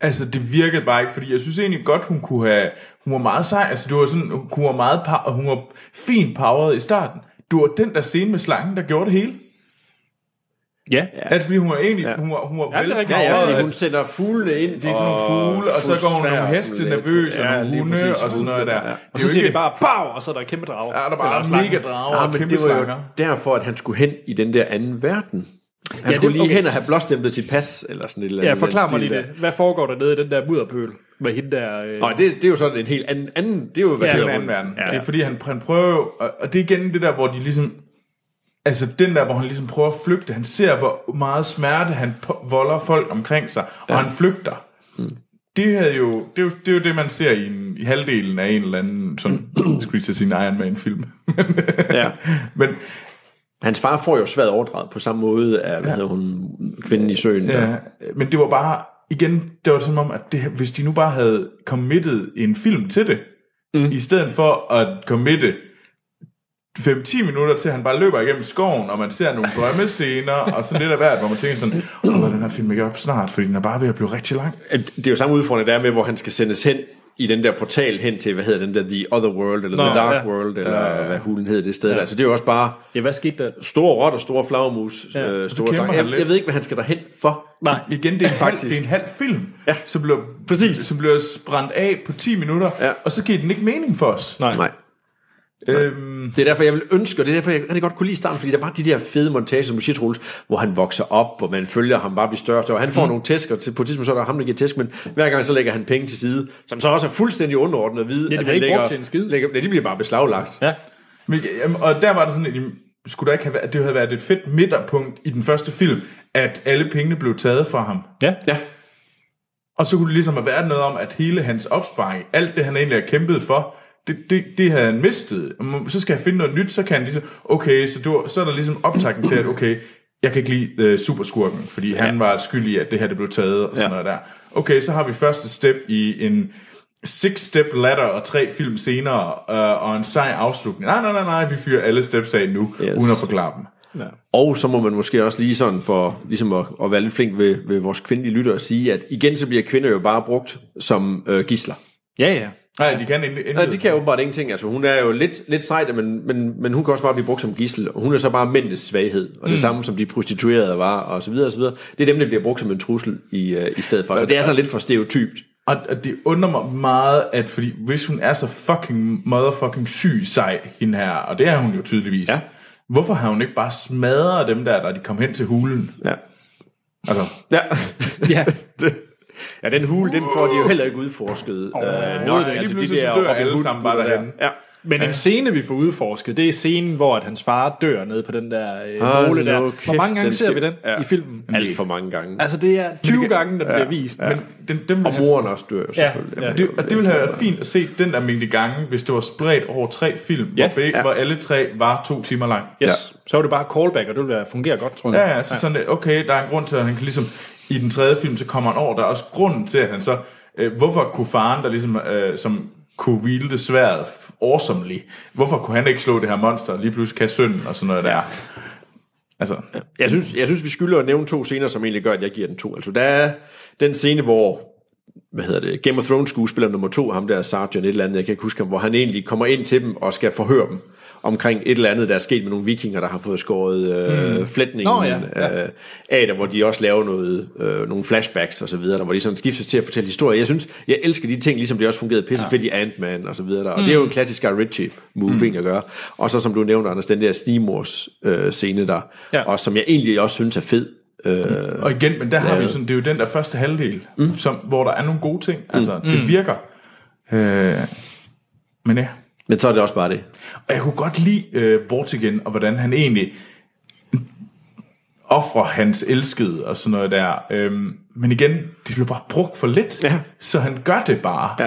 Speaker 2: Altså, det virkede bare ikke, fordi jeg synes egentlig godt, hun kunne have... Hun var meget sej, altså det var sådan, hun kunne være meget power, hun var fint poweret i starten. Det var den der scene med slangen, der gjorde det hele.
Speaker 1: Ja.
Speaker 2: Altså, fordi hun var egentlig, ja. hun var, hun var
Speaker 1: Ja, det er rigtigt.
Speaker 2: velpoweret,
Speaker 1: Ja, ja,
Speaker 3: fordi
Speaker 2: altså.
Speaker 3: hun sætter fuglene ind.
Speaker 2: Det er sådan nogle fugle, og så går hun nogle heste nervøs, og nogle hunde, og sådan noget der.
Speaker 3: Ja.
Speaker 1: Og så siger
Speaker 2: ikke-
Speaker 1: de bare, pow, og så er der en kæmpe drage.
Speaker 2: Ja, der er
Speaker 1: Eller
Speaker 2: bare
Speaker 1: slange.
Speaker 2: mega drager
Speaker 3: Ja,
Speaker 2: og
Speaker 3: Ah, men
Speaker 2: kæmpe
Speaker 3: det var jo
Speaker 2: slanger.
Speaker 3: derfor, at han skulle hen i den der anden verden. Han
Speaker 1: det-
Speaker 3: ja, skulle lige
Speaker 1: okay.
Speaker 3: hen og have blåstemplet sit pas, eller sådan et eller
Speaker 1: Ja,
Speaker 3: andet. i den
Speaker 1: forklar mig
Speaker 3: stil
Speaker 1: lige
Speaker 3: der.
Speaker 1: det. Hvad foregår der nede i den der mudderpøl? Med hende der... Øh...
Speaker 3: Nå, det, det er jo sådan en helt anden... anden det er jo, hvad
Speaker 1: Ja,
Speaker 2: Det er
Speaker 3: det hedder,
Speaker 2: en anden verden.
Speaker 1: Ja.
Speaker 2: Ja. Det er fordi, han, han prøver jo, og, og det er igen det der, hvor de ligesom, altså den der, hvor han ligesom prøver at flygte, han ser, hvor meget smerte han på- volder folk omkring sig, og ja. han flygter. Det, havde jo, det, er jo, det er jo det, man ser i, en, i halvdelen af en eller anden, sådan, skulle jeg til sin Iron Man-film.
Speaker 3: Ja.
Speaker 2: Men
Speaker 3: Hans far får jo svært overdraget på samme måde af, hvad hedder hun, kvinden i søen. Ja.
Speaker 2: Ja, Øh, men det var bare, igen, det var som om, at det, hvis de nu bare havde committed en film til det, mm. i stedet for at committe 5-10 minutter til, at han bare løber igennem skoven, og man ser nogle drømmescener, og sådan lidt af hvert, hvor man tænker sådan, åh, oh, den her film ikke op snart, fordi den er bare ved at blive rigtig lang.
Speaker 3: Det er jo samme udfordring, der er med, hvor han skal sendes hen i den der portal hen til, hvad hedder den der, The Other World, eller Nå, The Dark
Speaker 1: ja.
Speaker 3: ja. World, eller ja. hvad hulen hedder det sted. Ja. Altså, det er jo også bare...
Speaker 1: Ja, hvad skete der?
Speaker 3: store rotter, store flagermus, ja. øh,
Speaker 2: kæmper
Speaker 3: store slanger.
Speaker 2: han
Speaker 3: Jeg,
Speaker 2: lidt.
Speaker 3: jeg ved ikke, hvad han skal derhen for.
Speaker 1: Nej.
Speaker 2: Igen, det er en, halv,
Speaker 3: Faktisk.
Speaker 2: det er en halv film,
Speaker 3: Ja.
Speaker 2: som, bliver,
Speaker 3: Præcis.
Speaker 2: som bliver sprændt af på 10 minutter,
Speaker 3: Ja.
Speaker 2: og så giver den ikke mening for os.
Speaker 1: Nej.
Speaker 3: Nej.
Speaker 2: Øhm,
Speaker 3: Det er derfor, jeg vil ønske, og det er derfor, jeg rigtig godt kunne lide starten, fordi der var de der fede montager, som du siger, Troels, hvor han vokser op, og man følger ham bare blive større og større. Han får mm. nogle tæsk, og til, på et tidspunkt så er der ham, der giver tæsk, men hver gang så lægger han penge til side, som så også er fuldstændig underordnet at vide,
Speaker 1: Ja, de
Speaker 3: at
Speaker 1: bliver
Speaker 3: han
Speaker 1: ikke brugt
Speaker 3: lægger,
Speaker 1: til en skid.
Speaker 3: lægger, nej, de bliver bare beslaglagt.
Speaker 1: Ja.
Speaker 2: Men, jamen, og der var det sådan, at jamen, skulle der ikke have været, det havde været et fedt midterpunkt i den første film, at alle pengene blev taget fra ham.
Speaker 1: Ja.
Speaker 3: Ja.
Speaker 2: Og så kunne det ligesom have været noget om, at hele hans opsparing, alt det han egentlig har kæmpet for, det, det, det havde han mistet. Og må- Så skal jeg finde noget nyt, så kan han ligesom, okay, så, du, så er der ligesom optakten til, at okay, jeg kan ikke lide øh, superskurken, fordi ja. han var skyld i, at det her det blev taget og sådan ja.
Speaker 3: Ja.
Speaker 2: noget der. Okay, så har vi første step i en six-step ladder og tre film senere, øh, og en sej afslutning. Nej, nej, nej, nej, vi fyrer alle steps af nu, yes.
Speaker 3: Yes.
Speaker 2: uden at forklare dem.
Speaker 3: Og så må man måske også lige sådan for ligesom at, at være lidt flink ved, ved vores kvindelige lytter og sige, at igen så bliver kvinder jo bare brugt som øh, gisler.
Speaker 1: Ja, ja.
Speaker 2: Nej, de kan endelig...
Speaker 3: Nej, det kan jo åbenbart ingenting. Altså, hun er jo lidt, lidt sejt, men, men, men hun kan også bare blive brugt som gissel. Hun er så bare mændenes svaghed, og det samme som de prostituerede var, og så videre, og så videre. Det er dem, der bliver brugt som en trussel i, øh, i stedet for. Så det er sådan lidt for stereotypt.
Speaker 2: Og, og det undrer mig meget, at fordi hvis hun er så fucking motherfucking syg sej, hende her, og det er hun jo tydeligvis,
Speaker 3: Ja.
Speaker 2: hvorfor har hun ikke bare smadret dem der, da de kom hen til hulen?
Speaker 3: Ja.
Speaker 2: Altså,
Speaker 3: Ja.
Speaker 1: Ja.
Speaker 3: Det- ja, den hule, den får de jo heller ikke udforsket. Oh, øh, nok,
Speaker 2: Lige pludselig så dør
Speaker 3: Robin
Speaker 2: alle
Speaker 3: Hood
Speaker 2: sammen bare
Speaker 3: gutter der.
Speaker 2: derhenne.
Speaker 3: Ja.
Speaker 1: Men en scene, vi får udforsket, det er scenen, hvor at hans far dør nede på den der øh, måle der.
Speaker 3: nu
Speaker 1: Hvor
Speaker 3: kæft,
Speaker 1: mange gange
Speaker 3: den
Speaker 1: ser vi
Speaker 3: skal-
Speaker 1: den
Speaker 3: Ja.
Speaker 1: i filmen?
Speaker 3: Alt for mange gange.
Speaker 1: Altså, det er 20 gange, den bliver vist.
Speaker 2: ja.
Speaker 1: Men
Speaker 2: men den, den vil
Speaker 3: Og
Speaker 2: have,
Speaker 3: moren også dør jo selvfølgelig.
Speaker 1: ja.
Speaker 3: Ja,
Speaker 2: det, og det ville have været fint at se den der mængde gange, hvis det var spredt over tre film, ja.
Speaker 1: Ja.
Speaker 2: hvor, begge, ja.
Speaker 3: Ja.
Speaker 2: hvor alle tre var to timer lang.
Speaker 1: yes, ja. så er det bare callback, og det vil være- fungere godt, tror jeg.
Speaker 2: Ja, ja, så sådan, lidt, okay, der er en grund til, at han kan ligesom, i den tredje film, så kommer han over, der er også grunden til, at han så, øh, hvorfor kunne faren, der ligesom, øh, som kunne hvile det sværet awesomely, hvorfor kunne han ikke slå det her monster, og lige pludselig kan sønnen og sådan noget der. Altså,
Speaker 3: Jeg synes, jeg synes, vi skylder at nævne to scener, som egentlig gør, at jeg giver den to. Altså, der er den scene, hvor hvad hedder det, Game of Thrones skuespiller nummer to, ham der Sergeant et eller andet, jeg kan ikke huske ham, hvor han egentlig kommer ind til dem og skal forhøre dem omkring et eller andet, der er sket med nogle vikinger, der har fået skåret øh, mm. flætningen
Speaker 1: Nå,
Speaker 3: oh,
Speaker 1: ja,
Speaker 3: ja, ja. Øh, af der, hvor de også laver noget, øh, nogle flashbacks og så videre, der, hvor de sådan skiftes til at fortælle historier. Jeg synes, jeg elsker de ting, ligesom det også fungerede pisse fedt i Ant-Man og så videre der, og mm. det er jo en klassisk Guy Ritchie-move mm. at gøre. Og så som du nævnte, Anders, den der Stigmors øh, scene der,
Speaker 1: Ja.
Speaker 3: ja. og som jeg egentlig også synes er fed. Øh,
Speaker 2: og igen, men der har vi sådan, det er jo den der første halvdel, mm. som, hvor der er nogle gode ting, altså, mm. det virker. Øh, men ja.
Speaker 3: men så er det også bare det.
Speaker 2: Og jeg kunne godt lide øh, Bortigen, og hvordan han egentlig offrer hans elskede og sådan noget der. Øhm, men igen, det blev bare brugt for lidt,
Speaker 3: Ja.
Speaker 2: så han gør det bare.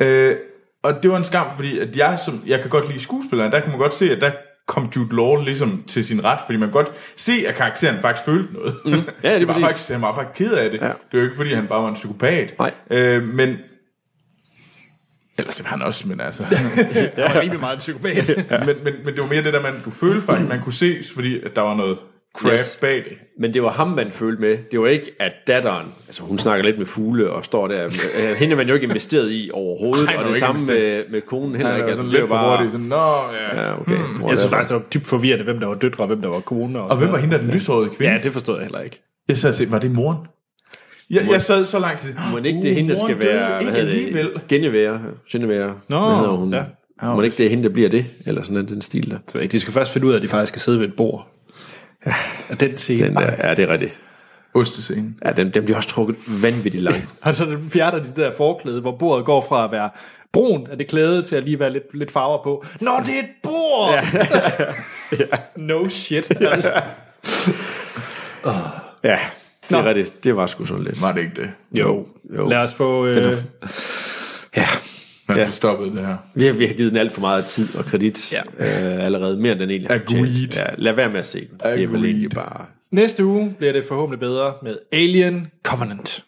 Speaker 3: Ja.
Speaker 2: Øh, og det var en skam, fordi at jeg, som, jeg kan godt lide skuespilleren, der kunne man godt se, at der kom Jude Law ligesom til sin ret, fordi man kan godt se, at karakteren faktisk følte noget. Mm. Ja,
Speaker 3: det er
Speaker 2: var
Speaker 3: præcis.
Speaker 2: faktisk, han var faktisk ked af det.
Speaker 3: Ja.
Speaker 2: Det var jo ikke, fordi han bare var en psykopat.
Speaker 3: Nej.
Speaker 2: Øh, men... Ellers var han også, men altså...
Speaker 1: Jeg var rimelig meget en psykopat.
Speaker 2: men, men, men det var mere det der, man, du følte faktisk, man kunne se, fordi at der var noget crap yes.
Speaker 3: Yes.
Speaker 2: bag det.
Speaker 3: Men det var ham, man følte med. Det var ikke, at datteren, altså hun snakker lidt med fugle og står der. Øh, Hende er man jo ikke investeret i overhovedet,
Speaker 2: Nej,
Speaker 3: Ej,
Speaker 2: det
Speaker 3: og
Speaker 2: var
Speaker 3: det
Speaker 2: ikke
Speaker 3: samme med,
Speaker 2: investeret.
Speaker 3: med konen heller
Speaker 2: Ja,
Speaker 3: ikke.
Speaker 2: det var
Speaker 3: Altså,
Speaker 2: Øh, sådan
Speaker 3: det
Speaker 2: lidt
Speaker 3: var
Speaker 2: for
Speaker 3: bare...
Speaker 2: hurtigt. Sådan, Nå, ja.
Speaker 3: Ja, okay. Hmm,
Speaker 1: Jeg synes faktisk, det var dybt forvirrende, hvem der var døtre, og hvem der var kone.
Speaker 2: Og hvem var hende der den lyshårede kvinde?
Speaker 1: Ja, det forstod jeg heller ikke.
Speaker 2: Jeg sad og sagde, var det moren? Jeg, jeg sad så lang tid.
Speaker 3: Må ikke det er hende, der skal
Speaker 2: moren døde
Speaker 3: være...
Speaker 2: Ikke
Speaker 3: hedder det?
Speaker 2: alligevel.
Speaker 3: Genevieve. Genevieve.
Speaker 1: Nå,
Speaker 3: hvad hedder hun?
Speaker 1: ja.
Speaker 3: Ja. Må det ikke det er hende, der bliver det? Eller sådan en- den stil der.
Speaker 1: Så ikke. De skal først finde ud af, at de faktisk skal sidde ved et bord. Ja, den scene.
Speaker 3: Den der, ja, det er rigtigt.
Speaker 2: Ostescenen.
Speaker 3: Ja, den, den bliver også trukket vanvittigt langt.
Speaker 1: Og så fjerner de det der forklæde, hvor bordet går fra at være brun af det klæde, til at lige være lidt, lidt farver på. Nå, det er et bord! Ja. no shit.
Speaker 3: ja,
Speaker 1: Nå.
Speaker 3: det er rigtigt. Det var sgu sådan lidt.
Speaker 2: Var det ikke det?
Speaker 1: Jo,
Speaker 3: jo.
Speaker 1: Lad os få... Øh,
Speaker 2: Man
Speaker 3: Ja.
Speaker 2: ja. stoppet det her.
Speaker 3: Vi har, vi har givet den alt for meget tid og kredit
Speaker 1: Ja.
Speaker 3: ja. øh, allerede, mere end den egentlig har
Speaker 2: Agreed.
Speaker 3: fortjent. Ja, lad være med at se den. Det er vel
Speaker 2: Agreed.
Speaker 3: egentlig bare...
Speaker 1: næste uge bliver det forhåbentlig bedre med Alien Covenant.